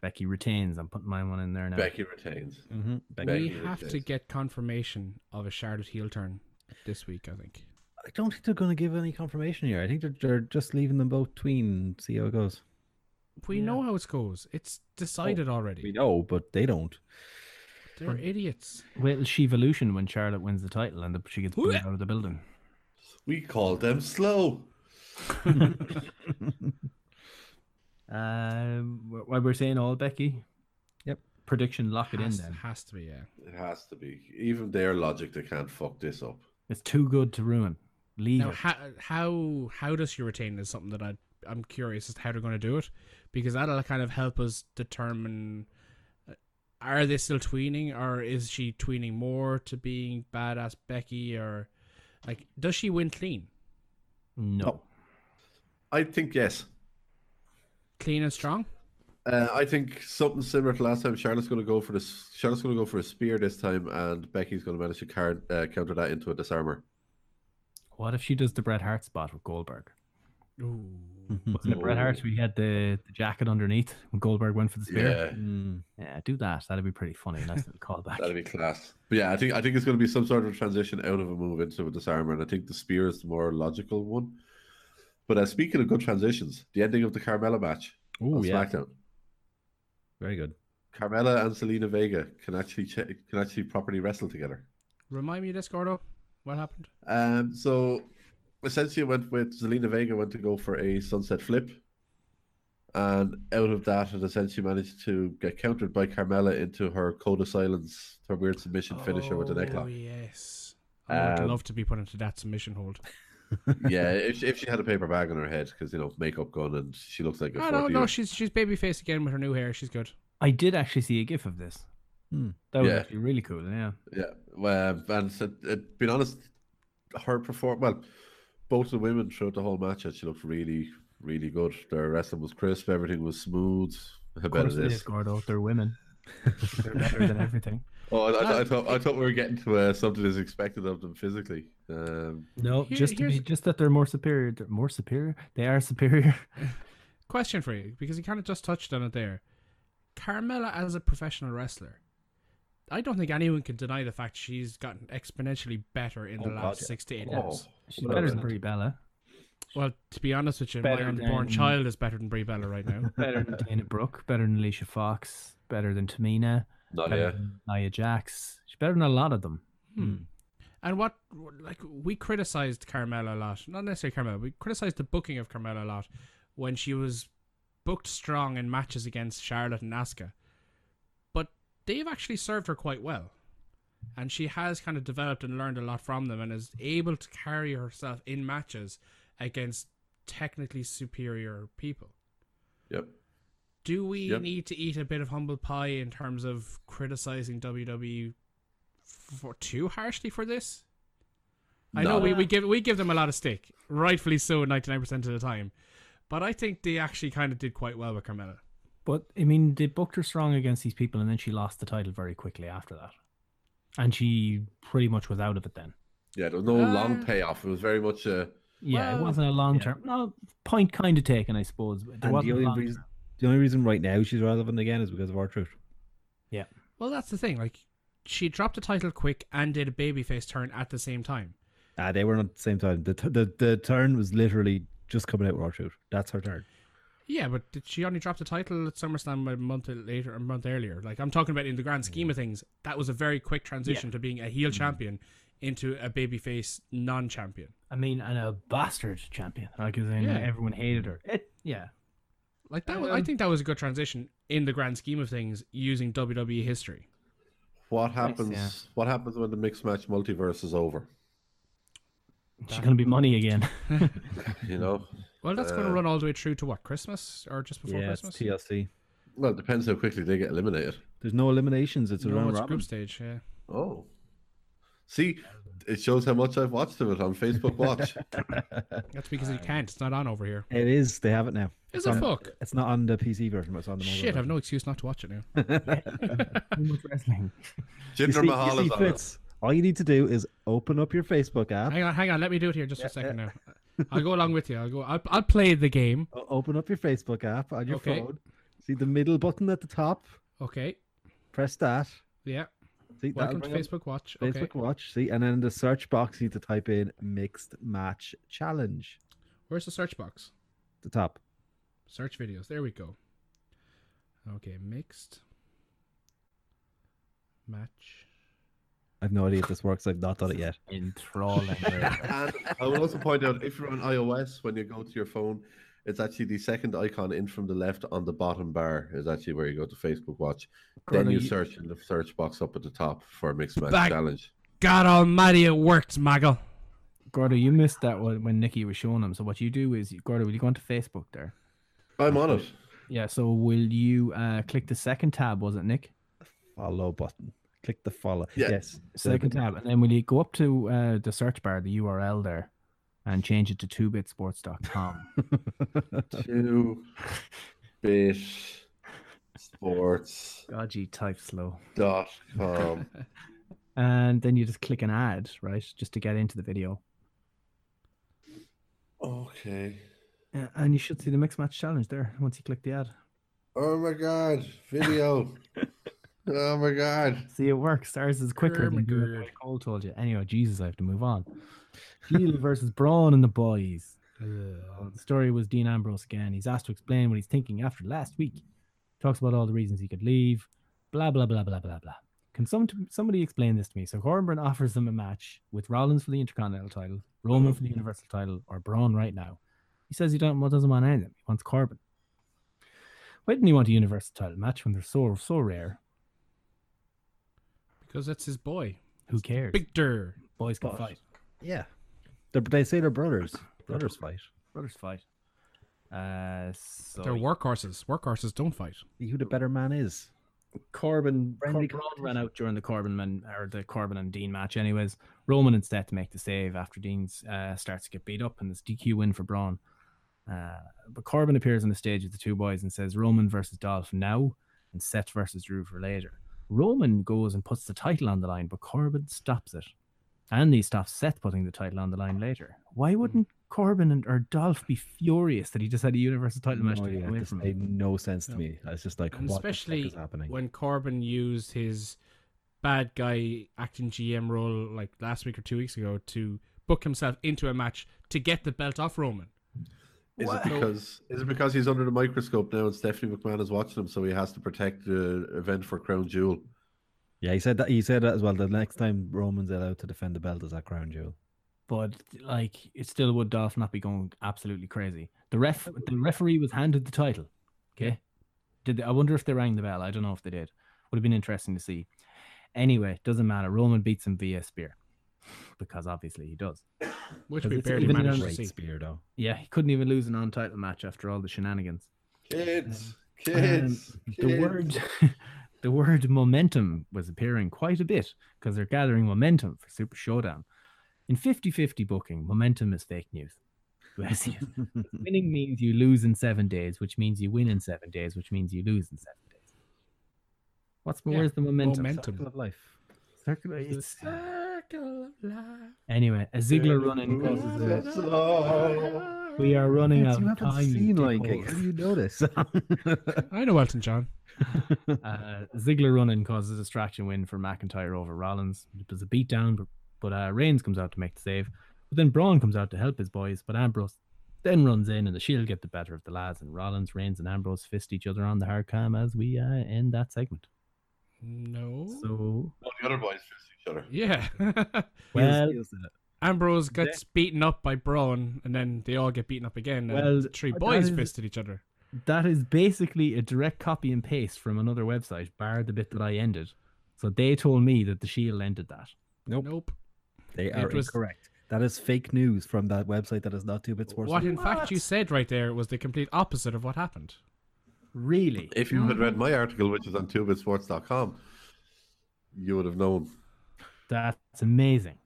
F: Becky retains. I'm putting my one in there now.
H: Becky retains.
I: Mm-hmm.
H: Becky
G: We have to
H: retains.
G: get confirmation of a Charlotte heel turn this week, I think.
I: I don't think they're going to give any confirmation here. I think they're, they're just leaving them both tween, see how it goes.
G: We know how it goes. It's decided
F: Oh,
G: already.
I: We know, but they don't.
G: They're idiots.
F: Wait till she evolution when Charlotte wins the title and the, she gets booed out of the building.
H: We call them slow.
F: Um, wh- why we're saying all Becky?
I: Yep.
F: Prediction: lock it in.
G: Has,
F: Then
G: has to be, yeah.
H: It has to be. Even their logic, they can't fuck this up.
F: it's too good to ruin. Leave
G: Now,
F: it.
G: how, how how does she retain is something that I I'm curious as to how they're going to do it, because that'll kind of help us determine uh, are they still tweening or is she tweening more to being badass Becky or like does she win clean,
F: no.
H: I think yes.
G: clean and strong?
H: Uh, I think something similar to last time. Charlotte's going to go for this. Charlotte's going to go for a spear this time, and Becky's going to manage to car- uh, counter that into a disarmer.
F: What if she does the Bret Hart spot with Goldberg?
G: Ooh,
F: Wasn't it Bret Hart?
H: Oh.
F: We had the, the jacket underneath when Goldberg went for the spear.
H: Yeah,
I: Mm.
F: Yeah, do that. That'd be pretty funny. Nice little callback.
H: that'd be class. But yeah, I think I think it's going to be some sort of transition out of a move into a disarmer, and I think the spear is the more logical one. But uh, speaking of good transitions, the ending of the Carmella match
I: Oh,
H: on
I: yeah.
H: SmackDown.
I: Very good.
H: Carmella and Selena Vega can actually ch- can actually properly wrestle together.
G: remind me of this, Gordo. What happened?
H: Um, so essentially, went with Zelina Vega went to go for a sunset flip, and out of that, it essentially managed to get countered by Carmella into her code of silence, her weird submission finisher with the neck
G: Oh,
H: lock.
G: yes. I would
H: Um,
G: love to be put into that submission hold.
H: yeah, if she, if she had a paper bag on her head, because you know makeup gone, and she looks like a
G: Oh
H: 40
G: no,
H: year
G: no, she's she's babyface again with her new hair. She's good.
F: I did actually see a gif of this.
I: Hmm.
F: That was
H: Yeah.
F: actually really cool. Yeah.
H: Yeah, well, and so, uh, being honest, her perform well, both the women throughout the whole match actually looked really, really good. Their wrestling was crisp, everything was smooth. I
F: Of
H: bet
F: course
H: it
F: it
H: is.
F: is, Gordo. They're women. They're better than everything.
H: Oh, I, I, thought- I thought I thought we were getting to uh, something that's expected of them physically. Um,
F: No,
G: Here-
F: just to be,
G: here's-
F: just that they're more superior. They're more superior. They are superior.
G: Question for you, because you kind of just touched on it there. Carmella as a professional wrestler, I don't think anyone can deny the fact she's gotten exponentially better in the
I: Oh, God,
G: last
I: yeah.
G: six to eight
H: oh,
G: months.
F: She's
H: Well,
F: better than
H: then.
F: Brie Bella.
G: Well, to be honest with you,
F: Better
G: my unborn
F: than-
G: child is better than Brie Bella right now.
F: Better than Dana Brooke. Better than Alicia Fox. Better than Tamina.
H: not
F: Better
H: yeah.
F: than Nia Jax. She's better than a lot of them.
G: and what, like, we criticized Carmella a lot. Not necessarily Carmella. We criticized the booking of Carmella a lot when she was booked strong in matches against Charlotte and Asuka. But they've actually served her quite well. And she has kind of developed and learned a lot from them and is able to carry herself in matches against technically superior people.
H: Yep.
G: Do we
H: Yep.
G: need to eat a bit of humble pie in terms of criticizing WWE for too harshly for this? I know
H: No.
G: we, we give we give them a lot of stick, rightfully so, ninety nine percent of the time. But I think they actually kind of did quite well with Carmella.
F: But I mean, they booked her strong against these people, and then she lost the title very quickly after that, and she pretty much was out of it then.
H: Yeah, there was no long payoff. It was very much uh,
F: Yeah, it wasn't a long term. No point, kind of taken, I suppose. But there
I: And
F: wasn't
I: the
F: a
I: only
F: long
I: reason, the only reason right now she's relevant again is because of our truth.
F: Yeah,
G: Well, that's the thing. Like, she dropped the title quick and did a babyface turn at the same time.
I: Ah, they were not at the same time. The, t- the the turn was literally just coming out with our truth. That's her turn.
G: Yeah, but did she only dropped the title at SummerSlam a month later, a month earlier. Like, I'm talking about in the grand scheme of things, that was a very quick transition to being a heel champion into a babyface non-champion.
F: I mean, and a bastard champion. Like, as in,
G: Yeah.
F: everyone hated her. It, yeah,
G: Like that, was, I think that was a good transition in the grand scheme of things using WWE history.
H: what happens. What happens when the mixed match multiverse is over?
F: she's gonna be money again.
H: You know,
G: Well, that's going to run all the way through to what Christmas or just before
I: Uh, yeah, it's
G: Christmas.
I: TLC.
H: well, it depends how quickly they get eliminated.
I: There's no eliminations. It's a
G: No,
I: round
G: it's
I: robin.
G: group stage. Yeah.
H: Oh, see, it shows how much I've watched of it on Facebook Watch.
G: That's because you can't. It's not on over here.
I: It is. They have it now.
G: Is
I: It's
G: it
I: on-
G: fuck?
I: It's not on the PC version, but it's on the mobile.
G: Shit, I've
I: version.
G: no excuse not to watch it now.
F: Too much wrestling.
I: You
H: Jinder
I: see- you
H: Mahal
I: see,
H: is on it.
I: Fitz, All you need to do is open up your Facebook app.
G: hang on, hang on. Let me do it here just for a second now. I'll go along with you. I'll go. I'll, I'll play the game.
I: o- Open up your Facebook app on your
G: Okay.
I: phone. See the middle button at the top.
G: Okay.
I: Press that.
G: Yeah.
I: See that'll
G: Welcome to
I: bring up
G: Facebook Watch.
I: Facebook
G: Okay.
I: Watch. See, and then in the search box, you need to type in "mixed match challenge."
G: Where's the search box?
I: The top.
G: Search videos. There we go. Okay, mixed match.
I: I've no idea if this works. I've not done it yet.
F: Enthralling.
H: And I will also point out if you're on iOS, when you go to your phone, it's actually the second icon in from the left on the bottom bar is actually where you go to Facebook Watch. Then
F: Bruno,
H: you
F: you-
H: search in the search box up at the top for Mixed Match
G: Back.
H: Challenge.
G: God Almighty, it worked, Maggle.
F: Gordo, you missed that one when Nikki was showing him. So what you do is, Gordo, will you go onto Facebook there?
H: I'm on it.
F: Yeah. So will you uh, click the second tab? Was it Nick?
I: Follow button. Click the follow.
H: Yeah.
I: Yes.
F: Second tab, and then will you go up to uh, the search bar, the URL there, and change it to 2bitsports.com.
H: Two bit sports
F: Dodgy type slow.
H: dot com.
F: And then you just click an ad, right, just to get into the video.
H: Okay.
F: Yeah, and you should see the mixed match challenge there once you click the ad.
H: Oh my god, video. oh my god.
F: See, it works. Ours is quicker than doing what
G: Ermagerd.
F: Cole told you. Anyway, Jesus, I have to move on. Heel versus Braun and the boys. The story was Dean Ambrose again. He's asked to explain what he's thinking after last week. Talks about all the reasons he could leave. Blah blah blah blah blah blah. Can some somebody explain this to me? So Corbin offers them a match with Rollins for the Intercontinental title, Roman for the Universal title, or Braun right now. He says he don't well, doesn't want any of them. He wants Corbin. Why didn't he want a Universal title match when they're so so rare?
G: Because that's his boy,
F: Who cares?
G: Victor.
F: Boys can fight.
I: Yeah. They're, they say they're brothers. Brothers fight.
F: Brothers fight. Uh, so
G: They're workhorses. Workhorses don't fight.
I: See Who the better man is?
F: Corbin
I: Friendly
F: Corbin ran out during the Corbin and or the Corbin and Dean match, anyways. Roman instead to make the save after Dean's uh, starts to get beat up, and this DQ win for Braun. Uh, but Corbin appears on the stage with the two boys and says Roman versus Dolph now, and Seth versus Drew for later. Roman goes and puts the title on the line, but Corbin stops it, and he stops Seth putting the title on the line later. Why
I: Hmm.
F: wouldn't Corbin and or Dolph be furious that he just had a Universal title match
I: No,
F: taken
I: yeah,
F: away
I: this
F: from
I: made
F: him?
I: no sense to me. I was just like,
G: And
I: what the
G: especially
I: fuck is happening?
G: when Corbin used his bad guy acting GM role like last week or two weeks ago to book himself into a match to get the belt off Roman.
H: Is it because is it because he's under the microscope now and Stephanie McMahon is watching him, so he has to protect the event for Crown Jewel?
I: Yeah, he said that. He said that as well. The next time Roman's allowed to defend the belt is that crown jewel.
F: but like it still would Dolph not be going absolutely crazy. The ref, the referee was handed the title. Okay, did they, I wonder if they rang the bell? I don't know if they did. Would have been interesting to see. Anyway, doesn't matter. Roman beats him via spear because obviously he does.
G: Which
F: Because
G: we
F: it's
G: barely
F: even
G: managed
F: an-
G: to
I: Great
G: see.
I: spear, though.
F: Yeah, he couldn't even lose a non-title match after all the shenanigans.
H: Kids,
F: Um,
H: kids,
F: the
H: kids.
F: word the word momentum was appearing quite a bit because they're gathering momentum for super showdown in 50-50 booking momentum is fake news Whereas you- winning means you lose in seven days which means you win in seven days which means you lose in seven days what's
G: Yeah,
F: where's the momentum,
G: momentum.
I: Circle of life.
F: Circular- it's-
G: circle of life.
F: Anyway, a Ziggler running causes it. We are running out
I: You
F: of
I: haven't
F: time. you
I: seen Lion King.
F: dickholes.
I: How do you know this?
G: I know Elton John.
F: Uh, Ziggler running causes a distraction win for McIntyre over Rollins. It was a beatdown, but, but uh, Reigns comes out to make the save. But then Braun comes out to help his boys, but Ambrose then runs in and the Shield get the better of the lads. And Rollins, Reigns, and Ambrose fist each other on the hard cam as we uh, end that segment.
G: No.
F: So,
H: All the other boys fist each other.
G: Yeah.
F: well,
G: Ambrose gets beaten up by Braun, and then they all get beaten up again. And
F: Well,
G: the three
F: that
G: boys
F: is-
G: fisted each other.
F: that is basically a direct copy and paste from another website, bar the bit that I ended. So they told me that the Shield ended that.
I: Nope.
G: Nope.
I: They are
G: It was-
I: incorrect. That is fake news from that website that is not two bit sports.
G: What in fact you said right there was the complete opposite of what happened.
F: Really?
H: If you had read my article, which is on 2bitsports.com, you would have known.
F: That's amazing.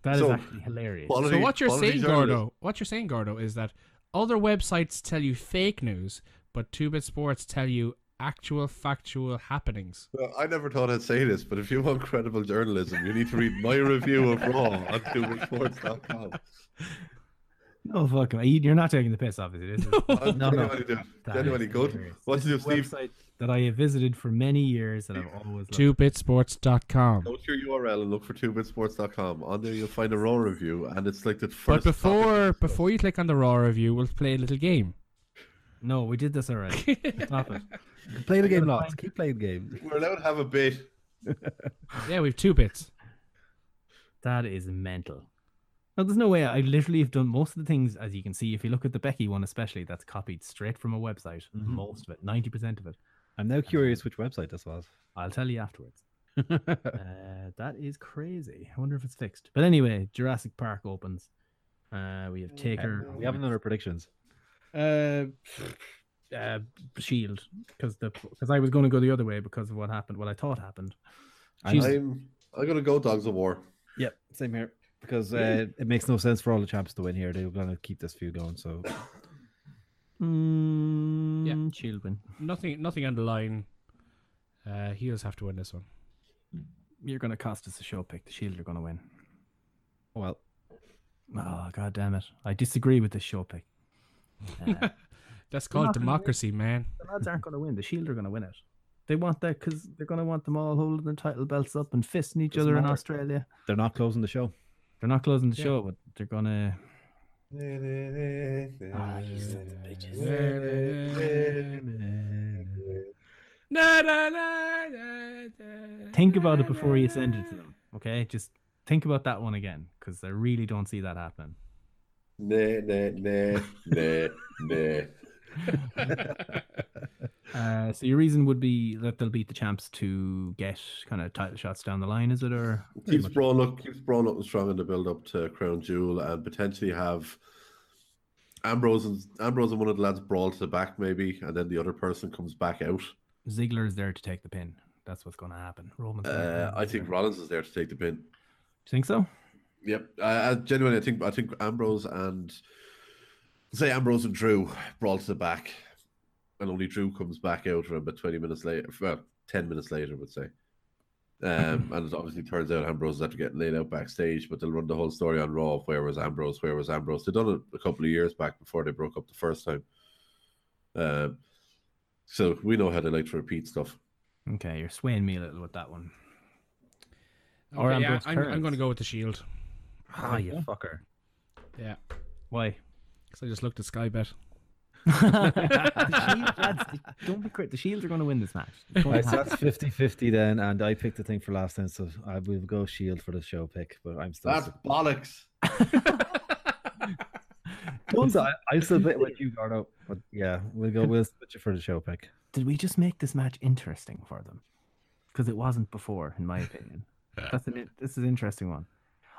F: That is
H: So,
F: actually hilarious.
H: Quality-
G: So what you're
H: quality
G: saying,
H: journalist.
G: Gordo? What you're saying, Gordo, is that other websites tell you fake news, but Two Bit Sports tell you actual factual happenings.
H: Well, I never thought I'd say this, but if you want credible journalism, you need to read my review of Raw on 2bitsports.com.
F: No, fuck. him. You- You're not taking the piss, obviously. This is
H: Uh,
F: no.
H: genuinely do it.
F: That
H: Genuinely
F: is
H: good.
F: hilarious.
H: What's
F: This
H: new,
F: is a
H: Steve?
F: website that I have visited for many years and I've always loved.
G: TwoBitSports.com.
H: Go to your URL and look for 2bitsports.com. On there, you'll find a Raw review, and it's like the
G: But
H: first.
G: before
H: topic.
G: before you click on the raw review, we'll play a little game.
F: No, we did this already. Stop it.
I: Play the game lots. Keep playing games.
H: we're allowed to have a bit.
G: Yeah, we've two bits.
F: That is mental. Now, there's no way. I literally have done most of the things, as you can see, if you look at the Becky one, especially, that's copied straight from a website. Most of it, 90% of it.
I: I'm now curious which website this was.
F: I'll tell you afterwards. uh, that is crazy. I wonder if it's fixed. But anyway, Jurassic Park opens. Uh, we have Taker.
I: We haven't done our predictions.
F: uh, uh, Shield because the because I was going to go the other way because of what happened, what I thought happened. She's-
H: I'm, I'm going to go Dogs of War.
I: Yep, same here. Because uh, it makes no sense for all the champs to win here. They're going to keep this feud going. So oh
F: Mm, Shield win.
G: Nothing nothing on the line. Uh, heels have to win this one.
F: You're going to cost us a show pick. The Shield are going to win.
I: well,
F: Oh god damn it! I disagree with the show pick.
G: That's called
F: not gonna win.
G: democracy, man.
F: The lads aren't going to win. The Shield are going to win it. They want that because they're going to want them all holding their title belts up and fisting each other in Australia.
I: they're not closing the show.
F: They're not closing the show, but they're Ah, going to.
G: Na, na, na, na, na,
F: Think
G: na,
F: about it
G: na,
F: before you
G: na.
F: send it to them. Okay, just think about that one again because I really don't see that happening.
H: Nah, nah, nah, nah, nah.
F: Uh, so your reason would be that they'll beat the champs to get kind of title shots down the line, is it? Or
H: keeps Braun up, keeps Braun up and strong in the build up to Crown Jewel, and potentially have Ambrose and Ambrose and one of the lads brawl to the back, maybe, and then the other person comes back out.
F: Ziggler is there to take the pin. That's what's going to happen. Roman's. gonna
H: Uh,
F: win.
H: I think Rollins is there to take the pin.
F: Do you think so?
H: Yep, I, I genuinely, I think I think Ambrose and say Ambrose and Drew brawl to the back, and only Drew comes back out for about twenty minutes later. Well, ten minutes later, I would say. Um, and it obviously turns out Ambrose is after getting laid out backstage, but they'll run the whole story on Raw. of Where was Ambrose? Where was Ambrose? They done it a couple of years back before they broke up the first time. Um, so we know how they like to repeat stuff.
F: Okay, you're swaying me a little with that one.
G: Okay,
F: Or
G: yeah,
F: Ambrose
G: I'm, I'm
F: Kearns.
G: going to go with the shield.
F: Ah, you fucker.
G: Yeah,
F: Why?
G: because I just looked at Skybet.
F: The Shield, lads, they- don't be quick. The Shields are going to win this match. It's
I: All
F: gonna
I: right, so
F: happen.
I: that's 50 50 then. And I picked the thing for last time. So I will go Shield for the show pick. But I'm still.
H: That's bollocks.
I: Don't- I, I still bit with you, Gardo. But yeah, we'll go. We'll switch it for the show pick.
F: Did we just make this match interesting for them? Because it wasn't before, in my opinion. That's an, in- this is an interesting one.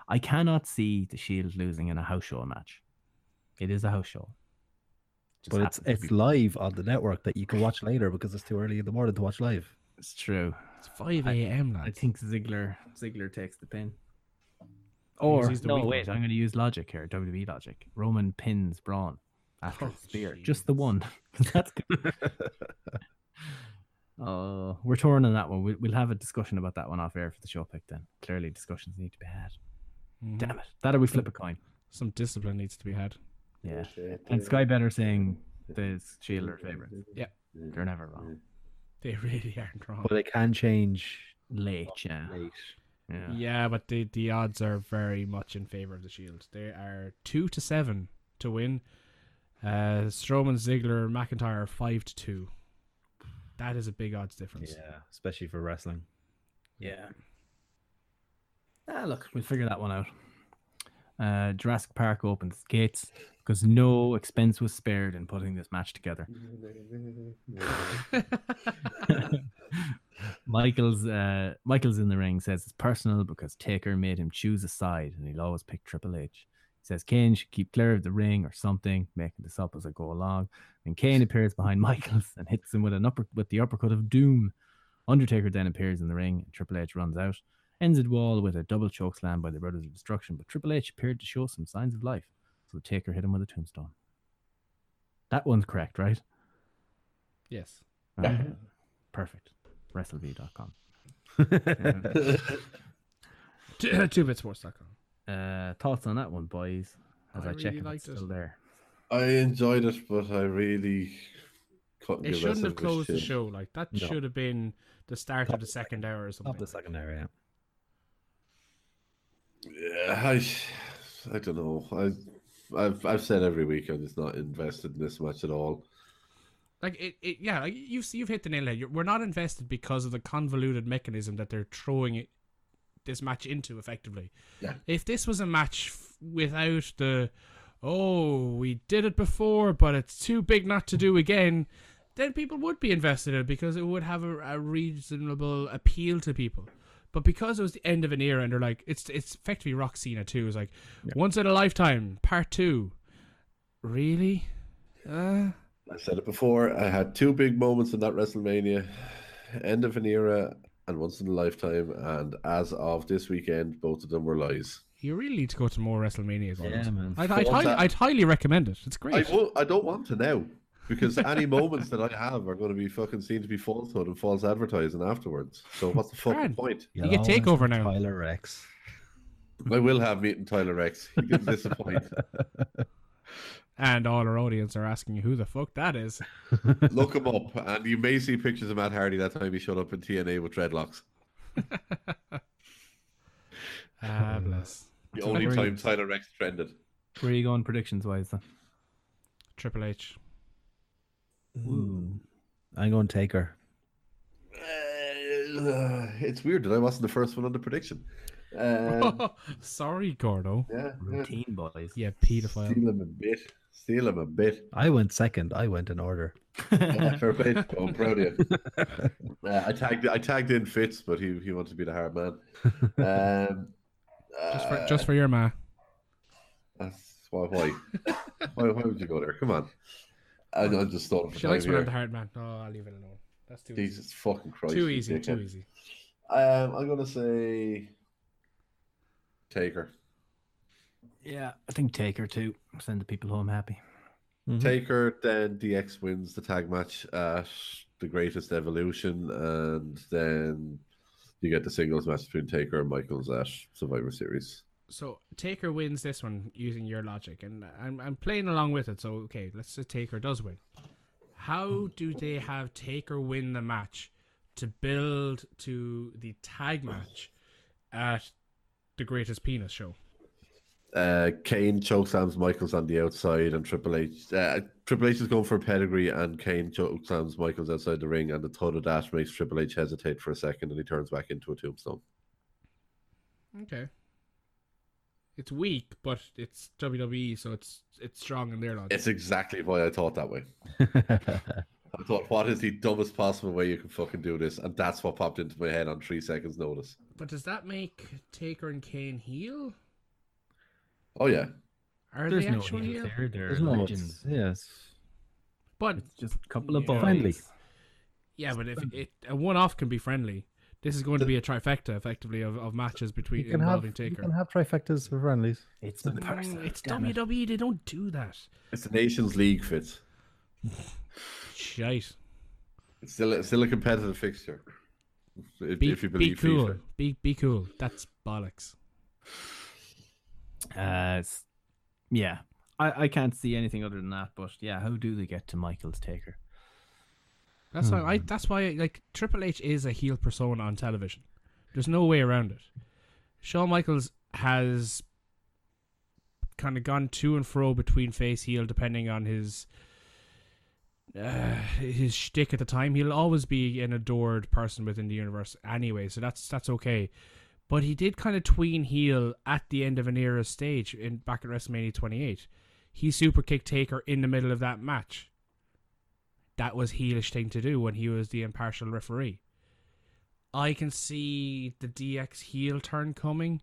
F: I cannot see the Shield losing in a house show match. It is a house show. Just
I: But it's
F: happens to
I: it's
F: be-
I: live on the network that you can watch later because it's too early in the morning to watch live.
F: it's true.
G: It's 5 a.m.
F: I
G: lads.
F: think Ziggler Ziggler takes the pin. Or
G: he's the
F: no,
G: weak
F: wait,
G: one.
F: I'm going to use logic here. WWE logic. Roman pins Braun after a spear, just the one. 'Cause That's good. Uh, we're torn on that one. We, we'll have a discussion about that one off air for the show pick. Then clearly discussions need to be had. Damn it. That'll we flip a coin.
G: Some discipline needs to be had.
F: Yeah. And Sky Better saying the Shield are favorites.
G: Yeah.
F: They're never wrong.
G: They really aren't wrong.
I: But they can change
F: Late, yeah.
I: late.
F: Yeah.
G: Yeah, but the the odds are very much in favor of the Shield. They are two to seven to win. Uh, Strowman, Ziggler, McIntyre are five to two. That is a big odds difference.
I: Yeah, especially for wrestling.
F: Yeah. Ah, look, we'll figure that one out. Uh, Jurassic Park opens gates because no expense was spared in putting this match together. Michael's uh, Michael's in the ring says it's personal because Taker made him choose a side and he'll always pick Triple H. He says Kane should keep clear of the ring or something, making this up as I go along. And Kane appears behind Michaels and hits him with an upper with the uppercut of doom. Undertaker then appears in the ring and Triple H runs out. Ends it all with a double choke slam by the Brothers of Destruction, but Triple H appeared to show some signs of life, so the Taker hit him with a tombstone. That one's correct, right?
G: Yes.
F: Okay.
G: Mm-hmm.
F: Perfect. WrestleV.com.
G: Two bitsports.com.
F: Uh, thoughts on that one, boys? As
G: I
F: I,
G: really
F: check if
G: liked
F: it's
G: it.
F: still there.
H: I enjoyed it, but I really couldn't
G: It
H: give
G: shouldn't have
H: wrestling much
G: closed the
H: chance.
G: show. Like that
I: No.
G: should have been the start of the second hour or something.
I: Of the second area.
H: Yeah, Uh, I, I don't know. I, I've, I've said every week I'm just not invested in this match at all.
G: Like it, it yeah. Like you've you've hit the nail. on the head. You're- We're not invested because of the convoluted mechanism that they're throwing it, this match into effectively.
H: Yeah.
G: If this was a match f- without the, oh, we did it before, but it's too big not to do again, then people would be invested in it because it would have a, a reasonable appeal to people. But because it was the end of an era, and they're like, it's it's effectively Roxina too. It's like once in a lifetime, part two. Really? Uh,
H: I said it before. I had two big moments in that WrestleMania end of an era and once in a lifetime. And as of this weekend, both of them were lies.
G: You really need to go to more WrestleManias. Yeah,
I: man.
G: I'd, I'd,
H: What's
G: highly,
H: that?
G: I'd highly recommend it. It's
H: I,
G: great.
H: won't, I don't want to now because any moments that I have are going to be fucking seen to be falsehood and false advertising afterwards. So what's the fucking
G: Fran.
H: point?
G: You get takeover now.
I: Tyler Rex.
H: I will have meeting Tyler Rex. He can disappoint.
G: And all our audience are asking who the fuck that is.
H: Look him up, and you may see pictures of Matt Hardy that time he showed up in TNA with dreadlocks.
G: Ah, bless.
H: The only
F: Agreed.
H: time Tyler Rex trended.
F: Where are you going predictions wise then?
G: Triple H.
I: I'm going to take her.
H: Uh, it's weird that I wasn't the first one on the prediction. Uh,
G: Sorry, Gordo.
H: yeah, yeah.
F: Routine boys.
G: Yeah, pedophile.
H: Steal him a bit. Steal him a bit.
I: I went second. I went in order.
H: Yeah, fair play. Oh, I'm proud of you. Uh, I tagged I tagged in Fitz, but he, he wanted to be the hard man. Um,
G: Just for, just for your ma.
H: that's why why? why why would you go there? Come on. I, I'm just starting
G: She
H: for time
G: likes when I'm the
H: here.
G: hard man. No, I'll leave it alone. That's too easy.
H: Jesus fucking Christ.
G: Too
H: you
G: easy. Too
H: dickhead.
G: easy.
H: Um, I'm gonna say Taker.
F: Yeah, I think Taker too. Send the people home happy.
H: Taker, then DX wins the tag match at the Greatest Evolution, and then you get the singles match between Taker and Michaels at Survivor Series.
G: So Taker wins this one using your logic, and I'm I'm playing along with it. So okay, let's say Taker does win. How do they have Taker win the match to build to the tag match at the Greatest Penis Show?
H: Uh, Kane chokeslams Michaels on the outside, and Triple H. Uh, Triple H is going for a pedigree, and Kane chokeslams Michaels outside the ring, and the thud of that makes Triple H hesitate for a second, and he turns back into a tombstone.
G: Okay. It's weak, but it's WWE, so it's it's strong in their logic.
H: It's exactly why I thought that way. I thought, what is the dumbest possible way you can fucking do this? And that's what popped into my head on three seconds' notice.
G: But does that make Taker and Kane heel?
H: Oh yeah,
G: Are
F: There's
G: they
F: no
G: actual heel?
F: heels there. They're
I: There's no
F: legends.
I: Yes.
G: But
F: It's just a couple of
G: Yeah.
F: boys.
I: Friendly.
G: Yeah, but if
I: Um,
G: it a one off can be friendly, this is going to be a trifecta effectively of, of matches between
I: You can, have,
G: involving
I: you
G: Taker.
I: can have trifectas for friendlies.
F: It's the person.
G: Mm, it's
F: damn it.
G: WWE. They don't do that.
H: it's the Nations League fit.
G: Shite.
H: It's still it's still a competitive fixture. If,
G: Be,
H: if you
G: be
H: believe
G: cool.
H: FIFA.
G: Be be cool. That's bollocks.
F: Uh, s- yeah, I, I can't see anything other than that. But yeah, how do they get to Michael's taker?
G: That's why I. That's why like Triple H is a heel persona on television. There's no way around it. Shawn Michaels has kind of gone to and fro between face heel depending on his uh, his shtick at the time. He'll always be an adored person within the universe anyway, so that's that's okay. But he did kind of tween heel at the end of an era stage in back at WrestleMania 28. He super kicked Taker in the middle of that match that was heelish thing to do when he was the impartial referee. I can see the DX heel turn coming,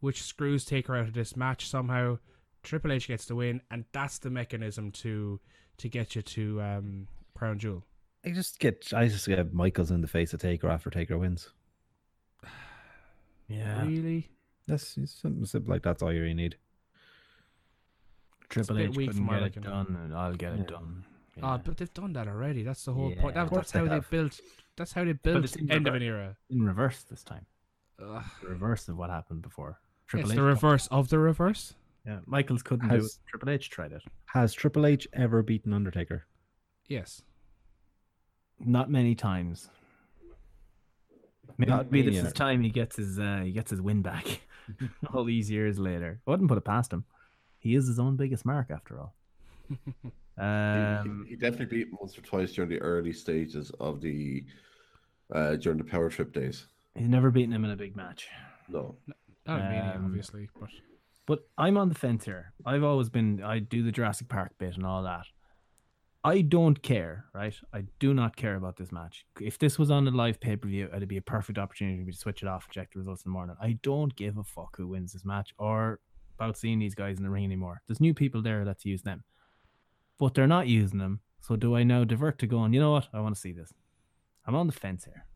G: which screws Taker out of this match somehow. Triple H gets the win, and that's the mechanism to to get you to um, crown jewel.
I: I just get I just get Michaels in the face of Taker after Taker wins.
F: Yeah,
G: Really,
I: That's it's something simple like that's all you really need.
F: Triple
G: a bit
F: H
G: weak
F: couldn't
G: for
F: get
G: my
F: it
G: liking.
F: done, and I'll get it done.
G: Ah,
F: Yeah.
G: but they've done that already. That's the whole
F: Yeah,
G: point. That,
F: of
G: that's
I: course they
G: how they
I: have.
G: built. That's how they built
F: it's in
G: end of
F: reverse.
G: an era.
F: in reverse this time.
G: Ugh.
F: The reverse of what happened before.
G: It's
F: Triple H.
G: the reverse of the reverse.
F: Yeah, Michaels couldn't do it.
I: Has-
F: Triple H tried it.
I: Has Triple H ever beaten Undertaker?
G: Yes.
F: Not many times. Maybe,
I: Not
F: maybe
I: me
F: this is
I: yet.
F: time he gets his uh, he gets his win back. all these years later, I wouldn't put it past him. He is his own biggest mark after all.
H: He- he-
F: Um,
H: he, definitely beat him once or twice during the early stages of the uh during the power trip days.
F: he's never beaten him in a big match.
H: No,
G: Not um,
F: Um,
G: obviously, but
F: But I'm on the fence here. I've always been, I do the Jurassic Park bit and all that. I don't care, right? I do not care about this match. If this was on a live pay per view, it'd be a perfect opportunity for me to switch it off and check the results in the morning. I don't give a fuck who wins this match or about seeing these guys in the ring anymore. There's new people there, let's use them. But they're not using them. So do I now divert to going, you know what? I want to see this. I'm on the fence here.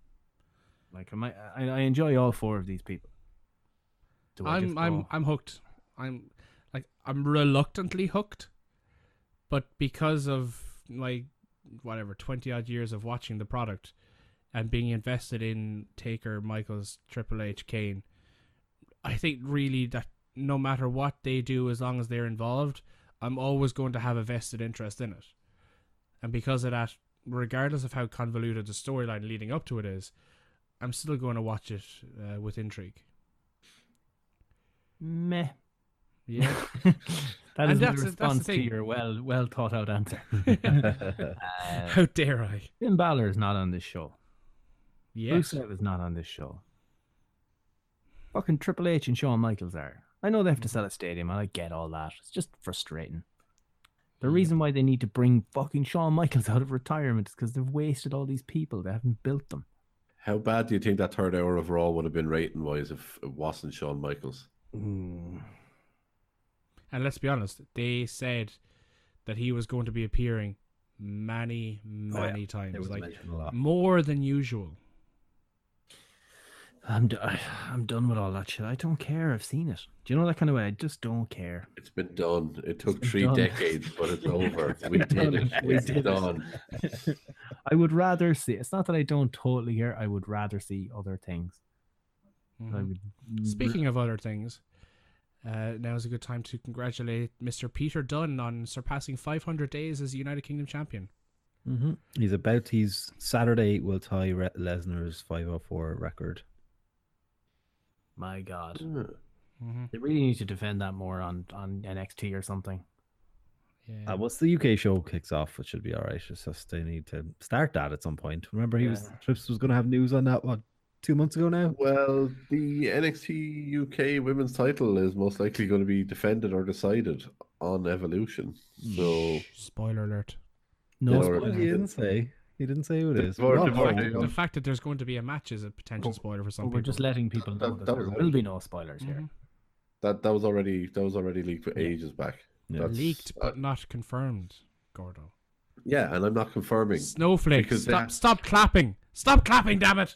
F: Like, am I, I, I enjoy all four of these people. Do I just
G: I'm I'm
F: go-
G: I'm hooked. I'm like I'm reluctantly hooked, but because of my whatever twenty odd years of watching the product and being invested in Taker, Michaels, Triple H, Kane, I think really that no matter what they do, as long as they're involved, I'm always going to have a vested interest in it. And because of that, regardless of how convoluted the storyline leading up to it is, I'm still going to watch it uh, with intrigue.
F: meh.
G: Yeah.
F: That
G: And
F: is
G: that's
F: my
G: the- that's the
F: response to
G: thing.
F: your well well thought out answer.
G: How dare I?
F: Finn Balor is not on this show.
G: Yes.
F: Rusev is not on this show. Fucking Triple H and Shawn Michaels are. I know they have to sell a stadium, and I get all that. It's just frustrating. The reason why they need to bring fucking Shawn Michaels out of retirement is because they've wasted all these people. They haven't built them.
H: how bad do you think that third hour overall would have been rating wise if it wasn't Shawn Michaels?
G: And let's be honest, they said that he was going to be appearing many, many times. Like
I: a lot.
G: more than usual.
F: I'm d- I, I'm done with all that shit. I don't care. I've seen it. Do you know that kind of way? I just don't care.
H: It's been done. It took
F: been
H: three
F: done.
H: decades, but it's over. We did
F: done.
H: it.
F: We
H: It's
F: did it.
H: done.
F: I would rather see. It's not that I don't totally care. I would rather see other things. I would
G: Mm-hmm. Speaking of other things, uh, now is a good time to congratulate Mr. Peter Dunn on surpassing 500 days as United Kingdom champion.
H: Mm-hmm.
I: hmm He's about he's Saturday will tie Re- Lesnar's 504 record.
F: My God,
H: Yeah.
F: they really need to defend that more on on NXT or something.
G: Yeah.
I: Uh, once the UK show kicks off, which should be all right. It's just they need to start that at some point. Remember, he was
F: Yeah.
I: Trips was going to have news on that one two months ago now.
H: Well, the NXT UK women's title is most likely going to be defended or decided on Evolution. So
G: Spoiler alert.
F: No,
H: Yeah,
F: spoil-
H: or-
I: Well, he didn't say. He didn't say who it
H: The
I: is.
H: vote-
I: Well,
H: the
G: The fact,
I: Oh.
H: vote-
G: the fact that there's going to be a match is a potential spoiler for some
F: we're
G: people.
F: just letting people know
H: That-
F: that,
H: that
F: there
H: was
F: will be no spoilers here.
H: that that was already that was already leaked ages back.
I: Yeah.
H: That's-
G: Leaked
H: uh,
G: but not confirmed, Gordo.
H: yeah, and I'm not confirming.
G: Snowflake,
H: Because
G: stop,
H: that-
G: stop clapping. Stop clapping, damn it.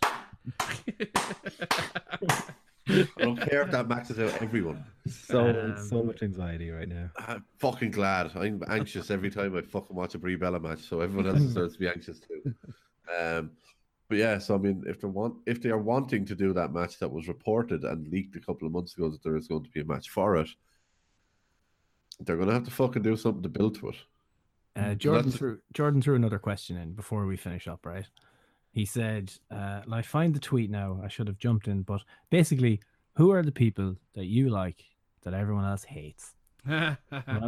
H: I don't care if that maxes out everyone.
I: so so
F: Um,
I: much anxiety right now.
H: I'm fucking glad. I'm anxious every time I fucking watch a Brie Bella match, so everyone else deserves to be anxious too. Um, but yeah, so I mean, if they want, if they are wanting to do that match that was reported and leaked a couple of months ago that there is going to be a match for it, They're gonna have to fucking do something to build to it.
F: Uh, Jordan
H: that's-
F: threw Jordan threw another question in before we finish up, right? He said, uh, and I find the tweet now. I should have jumped in, but basically, who are the people that you like that everyone else hates? Well,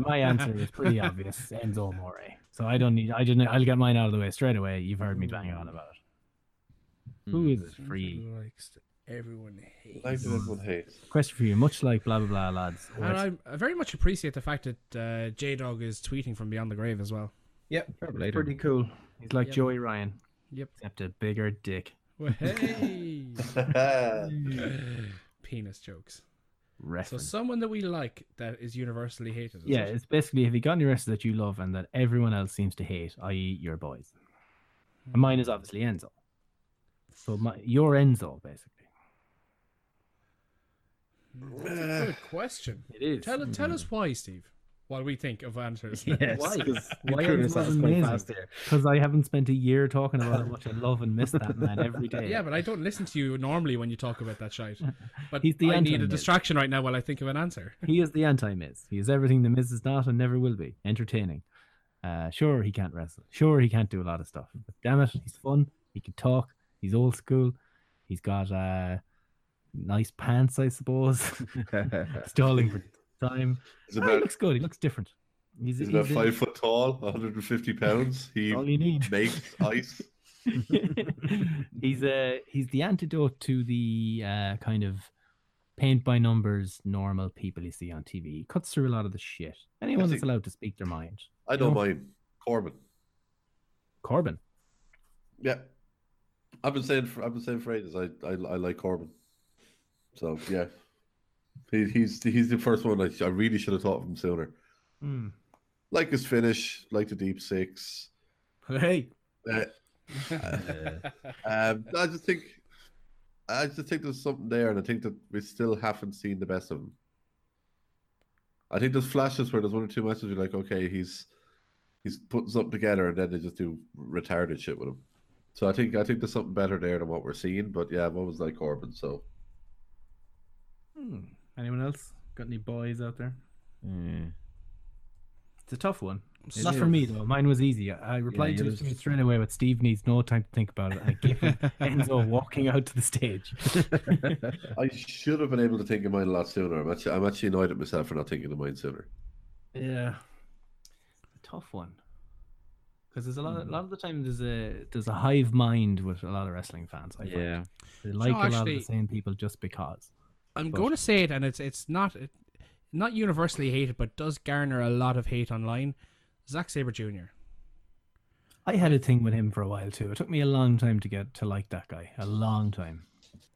F: my answer is pretty obvious. Enzo More. So I don't need. I didn't. I'll get mine out of the way straight away. You've heard me bang on about it. Who is it for you?
G: Likes to- everyone hates.
H: Like that everyone hates.
F: Question for you. Much like blah blah blah, lads.
G: And I, I very much appreciate the fact that uh, J Dog is tweeting from beyond the grave as well.
F: Yep.
I: Later.
F: Pretty cool. He's like
G: Yep.
F: Joey Ryan,
G: Yep.
F: except a bigger dick.
G: Well, hey.
H: That's
G: Penis jokes. So
F: Reference.
G: someone that we like that is universally hated. is
F: Yeah,
G: it?
F: it's basically have you got any wrestler that you love and that everyone else seems to hate, i.e., your boys. And mine is obviously Enzo. So my your Enzo basically.
G: That's a good question.
F: It is.
G: Tell tell us
F: Mm-hmm.
G: why, Steve. While we think of answers.
F: Why?
I: We
F: Why
I: threw
F: Enzo's
I: this out quite fast
F: amazing?
I: here.
F: Because I haven't spent a year talking about how much I love and miss that man every day.
G: Yeah, but I don't listen to you normally when you talk about that shite. But
F: He's the
G: I need a
F: anti-Miz.
G: distraction right now while I think of an answer.
F: he is the anti-Miz. He is everything the Miz is not and never will be. Entertaining. Uh, sure, he can't wrestle. Sure, he can't do a lot of stuff. But damn it, he's fun. He can talk. He's old school. He's got uh, nice pants, I suppose. Stalling for time.
H: It's
F: Ah, he
H: about
F: looks good. He looks different. He's,
H: he's about
F: he's in-
H: five foot tall, 150 pounds. He
F: All you need.
H: makes ice.
F: he's uh he's the antidote to the uh kind of paint by numbers normal people you see on TV. He cuts through a lot of the shit. Anyone
H: Yes,
F: that's
H: he-
F: allowed to speak their mind.
H: I don't mind. Corbin.
F: Corbin.
H: Yeah. I've been saying for I've been saying for ages. I I, I like Corbin. So yeah. He, he's he's the first one I, I really should have thought of him sooner. Like his finish, like the deep six.
F: Hey.
H: Uh, um, I just think, I just think there's something there, and I think that we still haven't seen the best of him. I think there's flashes where there's one or two matches you're like, okay, he's he's putting something together, and then they just do retarded shit with him. So I think I think there's something better there than what we're seeing. But yeah, I'm always like Corbin, so
F: Anyone else? Got any boys out there? It's a tough one. It's
G: It
F: not for me though. Mine was easy. I I replied to
I: yours
F: it
I: was-
F: straight away, but Steve needs no time to think about it. I gave him Enzo walking out to the stage.
H: I should have been able to think of mine a lot sooner. I'm actually I'm actually annoyed at myself for not thinking of mine sooner.
F: Yeah, a tough one. Because there's a lot, a lot of the time there's a there's a hive mind with a lot of wrestling fans. I find.
D: Yeah.
F: they like a lot of
G: actually-
F: the same people just because.
G: I'm going to say it, and it's it's not it, not universally hated, but does garner a lot of hate online. Zack Saber Jr.
F: I had a thing with him for a while too. It took me a long time to get to like that guy. A long time.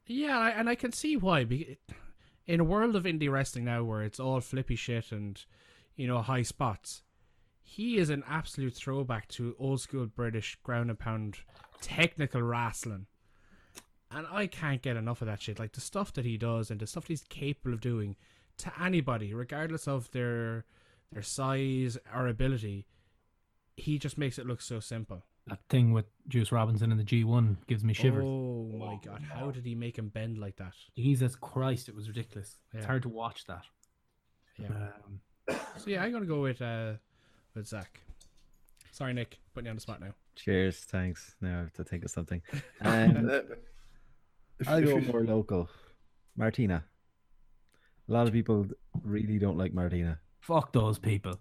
G: Yeah, I- and I can see why. be- In a world of indie wrestling now, where it's all flippy shit and you know high spots, he is an absolute throwback to old school British ground and pound technical wrestling. And I can't get enough of that shit. Like the stuff that he does and the stuff that he's capable of doing to anybody, regardless of their their size or ability, he just makes it look so simple.
F: That thing with Juice Robinson and the G1 gives me shivers.
G: Oh my god, how did he make him bend like that?
F: Jesus Christ, it was ridiculous. It's
G: Yeah.
F: hard to watch that.
G: Yeah.
F: Um,
G: So yeah, I'm gonna go with uh with Zach. Sorry, Nick, putting you on the spot now.
I: Cheers. Thanks. Now I have to think of something. Um,
H: Uh, if-
I: I'll
H: if
I: go
H: you-
I: more local. Martina. A lot of people really don't like Martina.
F: fuck those people.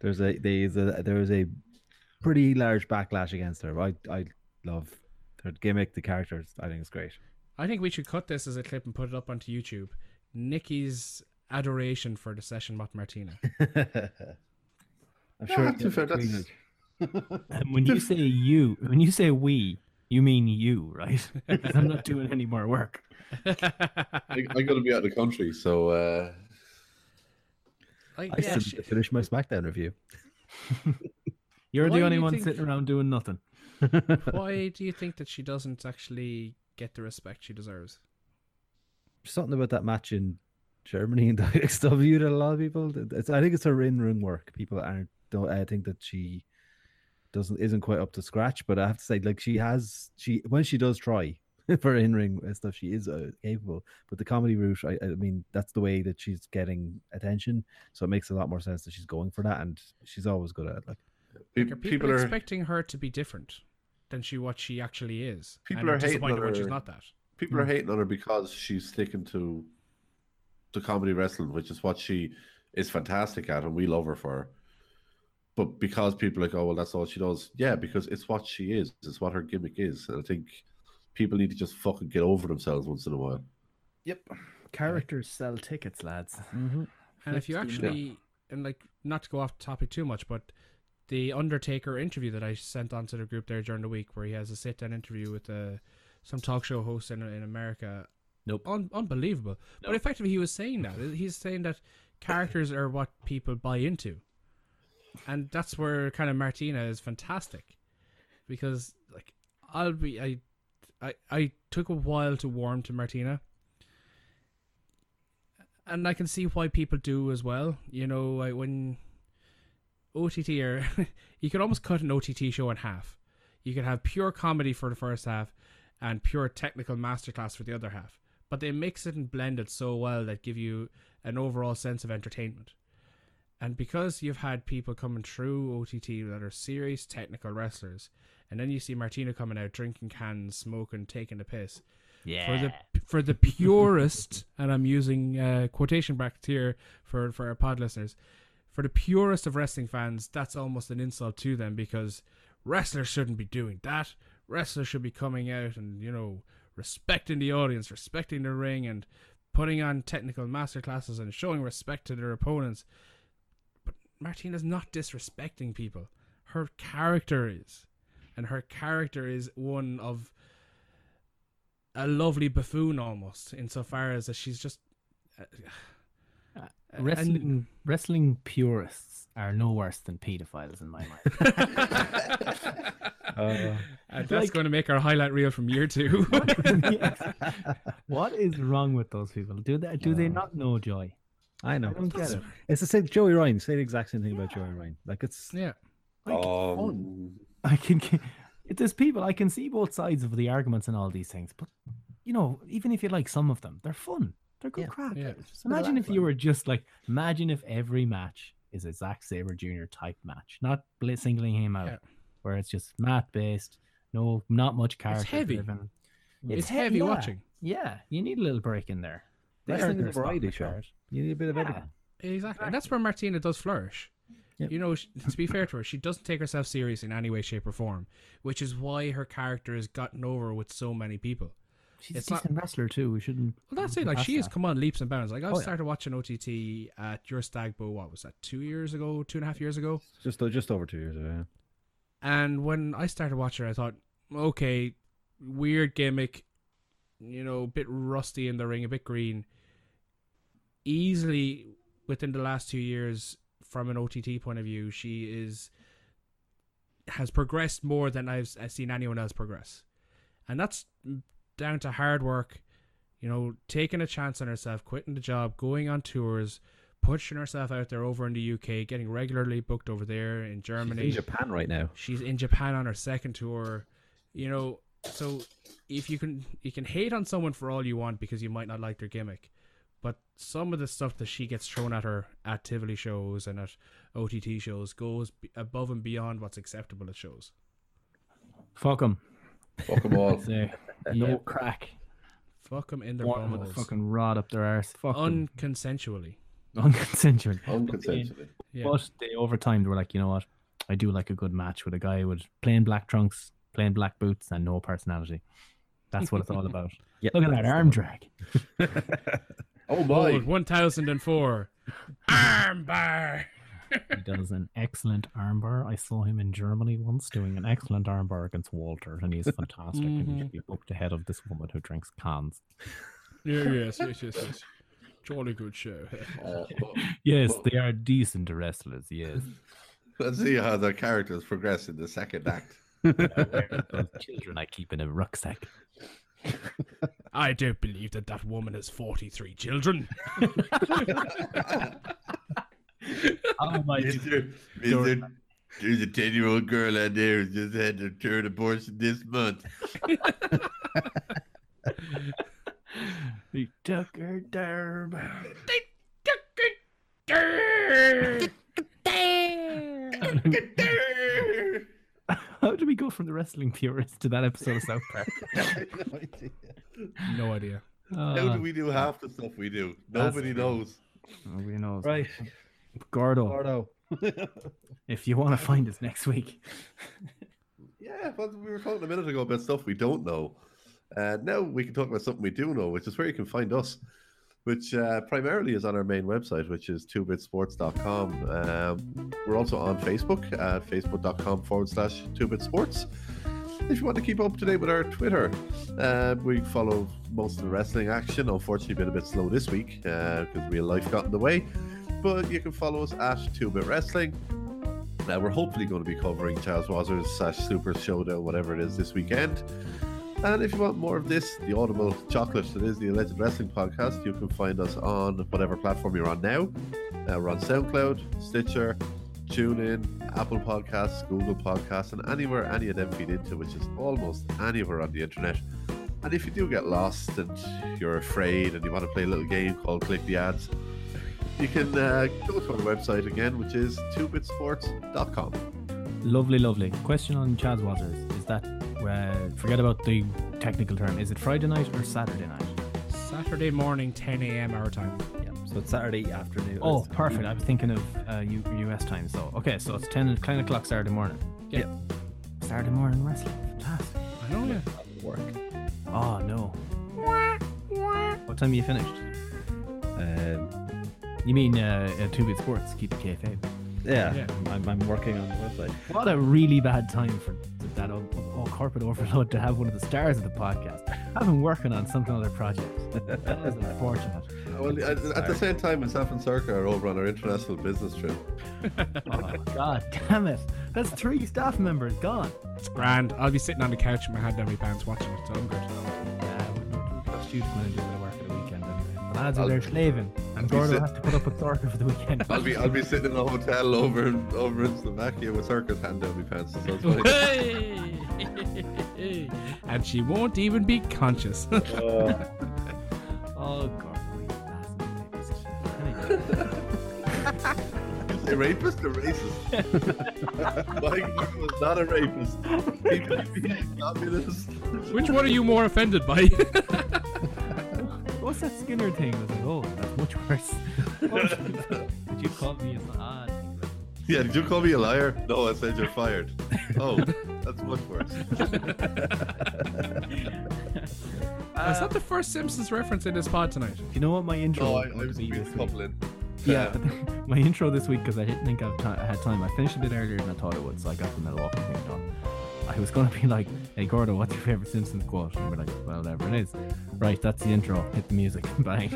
I: There's a there's a there was a pretty large backlash against her. I I love her gimmick, the characters. I think it's great.
G: I think we should cut this as a clip and put it up onto YouTube. Nikki's adoration for the session Mott Martina.
I: I'm
H: Yeah,
I: sure.
H: to be fair,
I: between
H: that's-
F: And when you say you, when you say we, you mean you, right? 'Cause I'm not doing any more work.
H: I, I got to be out of the country, so uh,
G: Like,
I: I
G: yeah,
I: still
G: she-
I: need to finish my SmackDown review.
F: You're
G: Why
F: the
G: do
F: only
G: you
F: one
G: think-
F: sitting around doing nothing.
G: why do you think that she doesn't actually get the respect she deserves?
I: Something about that match in Germany and WXW that a lot of people. It's, I think it's her in ring work. People aren't. Don't. I think that she doesn't isn't quite up to scratch. But I have to say, like she has. She when she does try, for in ring stuff. She is uh, capable, but the comedy route, I, I mean, that's the way that she's getting attention. So it makes a lot more sense that she's going for that, and she's always good at it. Like
H: Pe-
G: Like, are people,
H: people are
G: expecting her to be different than she what she actually is?
H: People
G: and
H: are
G: I'm
H: hating
G: disappointed
H: on
G: when she's
H: her.
G: not that.
H: people are hating on her because she's sticking to to comedy wrestling, which is what she is fantastic at, and we love her for. But because people are like, oh well, that's all she does. Yeah, because it's what she is. It's what her gimmick is, and I think people need to just fucking get over themselves once in a while.
F: Characters sell tickets, lads.
G: And if you
F: Fifteen.
G: actually, and like, not to go off topic too much, but the Undertaker interview that I sent onto the group there during the week, where he has a sit down interview with uh, some talk show host in, in America.
F: Nope.
G: Un- unbelievable. But effectively, he was saying that. He's saying that characters are what people buy into. And that's where kind of Martina is fantastic. Because, like, I'll be. I, I, I took a while to warm to Martina and I can see why people do as well. You know, like when OTT or you could almost cut an OTT show in half. You could have pure comedy for the first half and pure technical masterclass for the other half. But they mix it and blend it so well that give you an overall sense of entertainment. And because you've had people coming through OTT that are serious technical wrestlers, and then you see Martina coming out drinking cans, smoking, taking the piss,
F: Yeah.
G: for the for the purest, and I'm using uh, quotation brackets here for for our pod listeners, for the purest of wrestling fans, that's almost an insult to them because wrestlers shouldn't be doing that. Wrestlers should be coming out and you know respecting the audience, respecting the ring, and putting on technical masterclasses and showing respect to their opponents. But Martina's not disrespecting people. Her character is, and her character is one of a lovely buffoon almost insofar as that she's just
F: wrestling, wrestling purists are no worse than pedophiles in my mind.
G: and uh, that's going to make our highlight reel from year two
F: what is wrong with those people? Do they do they not know joy?
I: I know.
F: I don't get it.
I: It's the same Joey Ryan. Say the exact same thing about Joey Ryan. Like it's
G: yeah
H: Um,
F: I can. It, there's people I can see both sides of the arguments and all these things, but you know, even if you like some of them, they're fun. They're good crack.
G: yeah.
F: Imagine if you were just like, imagine if every match is a Zack Saber Jr. type match, not bl- singling him out,
G: Yeah.
F: where it's just mat based, no, not much character.
G: heavy.
F: driven.
G: it's
F: he-
G: heavy
F: yeah,
G: watching
F: Yeah, you need a little break in there.
I: They
F: Wrestling
I: are
F: is a
I: variety
F: stock
I: show.
F: card.
I: you need a bit of
F: Yeah.
I: everything.
G: exactly and that's where martina does flourish
I: Yep.
G: you know sh- to be fair to her she doesn't take herself serious in any way shape or form which is why her character has gotten over with so many people
F: She's
G: It's
F: a
G: not-
F: decent wrestler too. We shouldn't.
G: well that's it like she has come on leaps and bounds like i
I: Oh, yeah.
G: started watching ott at your stag Bowl, what was that two years ago two and a half years ago
I: Just uh, just over two years ago. Yeah.
G: And when I started watching her, I thought, okay, weird gimmick, you know, a bit rusty in the ring, a bit green. Easily within the last two years, from an OTT point of view, she is has progressed more than I've, I've seen anyone else progress, and that's down to hard work, you know, taking a chance on herself, quitting the job, going on tours. Pushing herself out there over in the UK, getting regularly booked over there in Germany.
I: In Japan right now.
G: She's in Japan on her second tour. You know, so if you can you can hate on someone for all you want because you might not like their gimmick, but some of the stuff that she gets thrown at her at Tivoli shows and at OTT shows goes b- above and beyond what's acceptable at shows.
F: Fuck them.
H: fuck them all.
F: There. No crack.
G: Fuck them in their
F: One with a
G: bumholes.
F: fucking rod up their arse. Fuck them.
G: Unconsensually.
F: Unconsensual.
H: Unconsensually.
G: Oh, Yeah.
F: But they over time they were like, you know what? I do like a good match with a guy with plain black trunks, plain black boots, and no personality. That's what it's all about.
I: Yeah,
F: Look at that arm drag.
H: Oh
G: Oh,
H: my!
G: 1004. Armbar.
F: He does an excellent armbar. I saw him in Germany once doing an excellent armbar against Walter, and he's fantastic. And he
H: Mm-hmm.
F: should be booked ahead of this woman who drinks cans.
G: Yeah, yes, yes, yes, yes. Jolly good show.
H: Uh,
F: Yes, they are decent wrestlers. Yes,
H: let's see how the characters progress in the second act.
F: Those children I keep in a rucksack.
G: I don't believe that that woman has 43 children.
F: Oh my!
H: Is there, is there, there's a 10 year old girl out there who just had her third abortion this month.
F: The Tucker Derb. How do we go from the wrestling purist to that episode of South Park?
G: No idea.
H: How
F: Uh,
H: do we do half the stuff we do?
F: That's-
H: Nobody knows.
F: nobody knows.
I: Right,
F: Gordo,
I: Gordo.
F: if you want to find us next week.
H: Yeah, but we were talking a minute ago about stuff we don't know. Uh, now we can talk about something we do know, which is where you can find us, which uh, primarily is on our main website, which is 2bitsports.com. Um, we're also on Facebook at facebook.com forward slash 2bitsports. If you want to keep up to date with our Twitter, uh, we follow most of the wrestling action. Unfortunately, been a bit slow this week because real life got in the way. But you can follow us at 2bit wrestling. Uh, we're hopefully going to be covering Charles Wazer's slash Super Showdown, whatever it is, this weekend. And if you want more of this, the audible chocolate that is the Alleged Wrestling Podcast, you can find us on whatever platform you're on now. Uh, we're on SoundCloud, Stitcher, TuneIn, Apple Podcasts, Google Podcasts, and anywhere any of them feed into, which is almost anywhere on the internet. And if you do get lost and you're afraid and you want to play a little game called Click the Ads, you can uh, go to our website again, which is 2bitsports.com.
F: Lovely, lovely. Question on Chaz Waters is that, uh, forget about the technical term, is it Friday night or Saturday night?
G: Saturday morning, 10 a.m. our time.
I: Yeah. So it's Saturday afternoon.
F: Oh,
I: It's-
F: perfect. I was thinking of uh, U- US time. So, okay, so it's 10, 10 o'clock Saturday morning.
G: Yeah.
F: Saturday morning wrestling. Fantastic.
G: I know, yeah.
I: Work.
F: Oh, no. What time are you finished?
I: Um,
F: You mean uh, uh, 2 Bit Sports, keep it kayfabe.
I: yeah,
G: Yeah.
I: I'm, I'm working on the website.
F: What a really bad time for that old, old corporate overload to have one of the stars of the podcast. I've been working on something other projects. That is unfortunate.
H: Well, at, at the same time, myself and Circa are over on our international business trip.
F: Oh, God damn it. That's three staff members gone.
G: It's grand. I'll be sitting on the couch with my hand down my pants watching it, so I'm good.
F: Yeah, student manager will work at the weekend anyway. The lads are
H: I'll-
F: there slaving, and
H: be
F: Gordo
H: sit-
F: has to put up with Thorker for the weekend.
H: I'll be I'll be sitting in a hotel over in, over in Slovakia with Circa's hand down my pants. So it's fine.
G: Hey! and she won't even be conscious.
F: oh, Gordo, you bastard rapist. Anyway,
H: a rapist or racist? Mike Moore was not a rapist. He could be a communist.
G: Which one are you more offended by?
F: What's that Skinner thing? I was like, oh, that's much worse. Did you call me an odd?
H: Yeah, did you call me a liar? No, I said you're fired. Oh, that's much worse.
G: Is that the first Simpsons reference in this pod tonight?
F: Do you know what my intro
H: No, I,
F: was
H: I was
F: be
H: being
F: this
H: a
F: week?
H: couple in.
F: Yeah, but the- my intro this week because I didn't think I've ti I had time. I finished a bit earlier than I thought it would, so I got the Milwaukee thing done. I was gonna be like, "Hey Gordo, what's your favorite Simpsons quote?" And we're like, "Well, whatever it is." Right, that's the intro. Hit the music. Bang.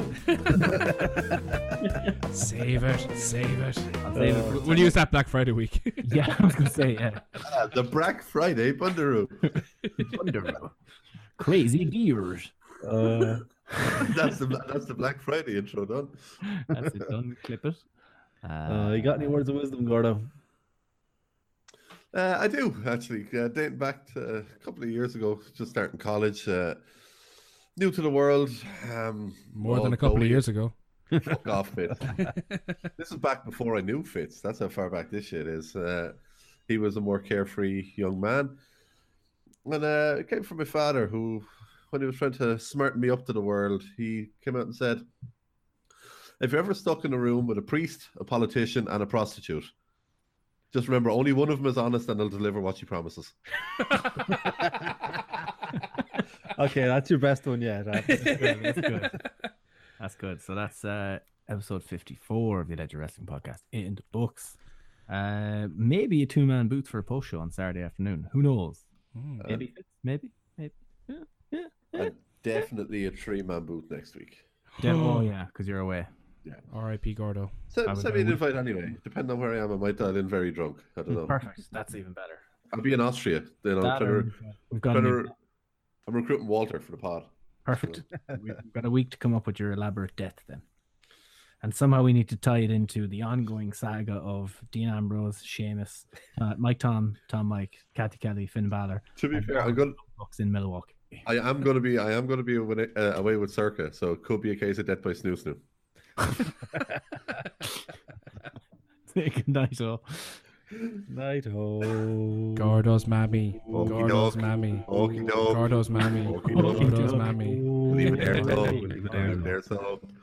G: Save it, save it.
F: I'll save it.
G: We'll we'll use that Black Friday week.
F: For- yeah, I was gonna say uh, yeah.
H: Ah, the Black Friday Bundaroo.
F: Wonder Crazy gears.
I: Uh,
H: That's the that's the Black Friday intro done.
F: That's it done. Clip it. Uh,
I: uh, you got any words of wisdom, Gordo?
H: Uh, I do actually, uh, dating back to a couple of years ago, just starting college, uh, new to the world. Um,
G: More
H: all
F: Oh,
G: than a couple
H: doughy,
G: of years ago.
H: Fuck off, Fitz. this is back before I knew Fitz. That's how far back this shit is. Uh, he was a more carefree young man, and uh, it came from my father, who, when he was trying to smarten me up to the world, he came out and said, "If you're ever stuck in a room with a priest, a politician, and a prostitute." Just remember, only one of them is honest and he'll deliver what she promises.
I: Okay, that's your best one yet. huh?
F: good, that's good. That's good. So that's uh, episode 54 of the Alleged Wrestling Podcast in the books. Uh, maybe a two man booth for a post show on Saturday afternoon. Who knows? Maybe, maybe, maybe.
H: And definitely a three man boot next week.
F: Dem- oh, yeah, because you're away.
G: R.I.P. Gordo.
H: Send,
F: would-
H: send
F: I
H: me an
F: would-
H: invite anyway. Depending on where I am, I might dial in very drunk. I don't know.
F: Perfect. That's even better.
H: I'll be in Austria. You know,
F: That
H: trying to,
F: or-
H: re-
F: We've got, a
H: trying to
F: new-
H: re- I'm recruiting Walter for the pod.
F: perfect. We've got a week to come up with your elaborate death then. And somehow we need to tie it into the ongoing saga of Dean Ambrose, Seamus, uh, Mike Tom, Tom Mike, Kathy Kelly, Finn Balor,
H: To be
F: And
H: fair, I'm gonna
F: books in Milwaukee.
H: I am going to be I am going to be away, uh, away with Circa, so it could be a case of death by snoo snoo.
F: Good night, all.
I: Night ho.
G: Gordo's mammy.
H: Okey
G: Gordo's
H: doke.
G: mammy.
H: Okey doke.
G: Gordo's mammy.
H: Okey doke.
G: Gordo's mammy.
H: Leave it there, so
I: Leave it there,
H: leave it there, so.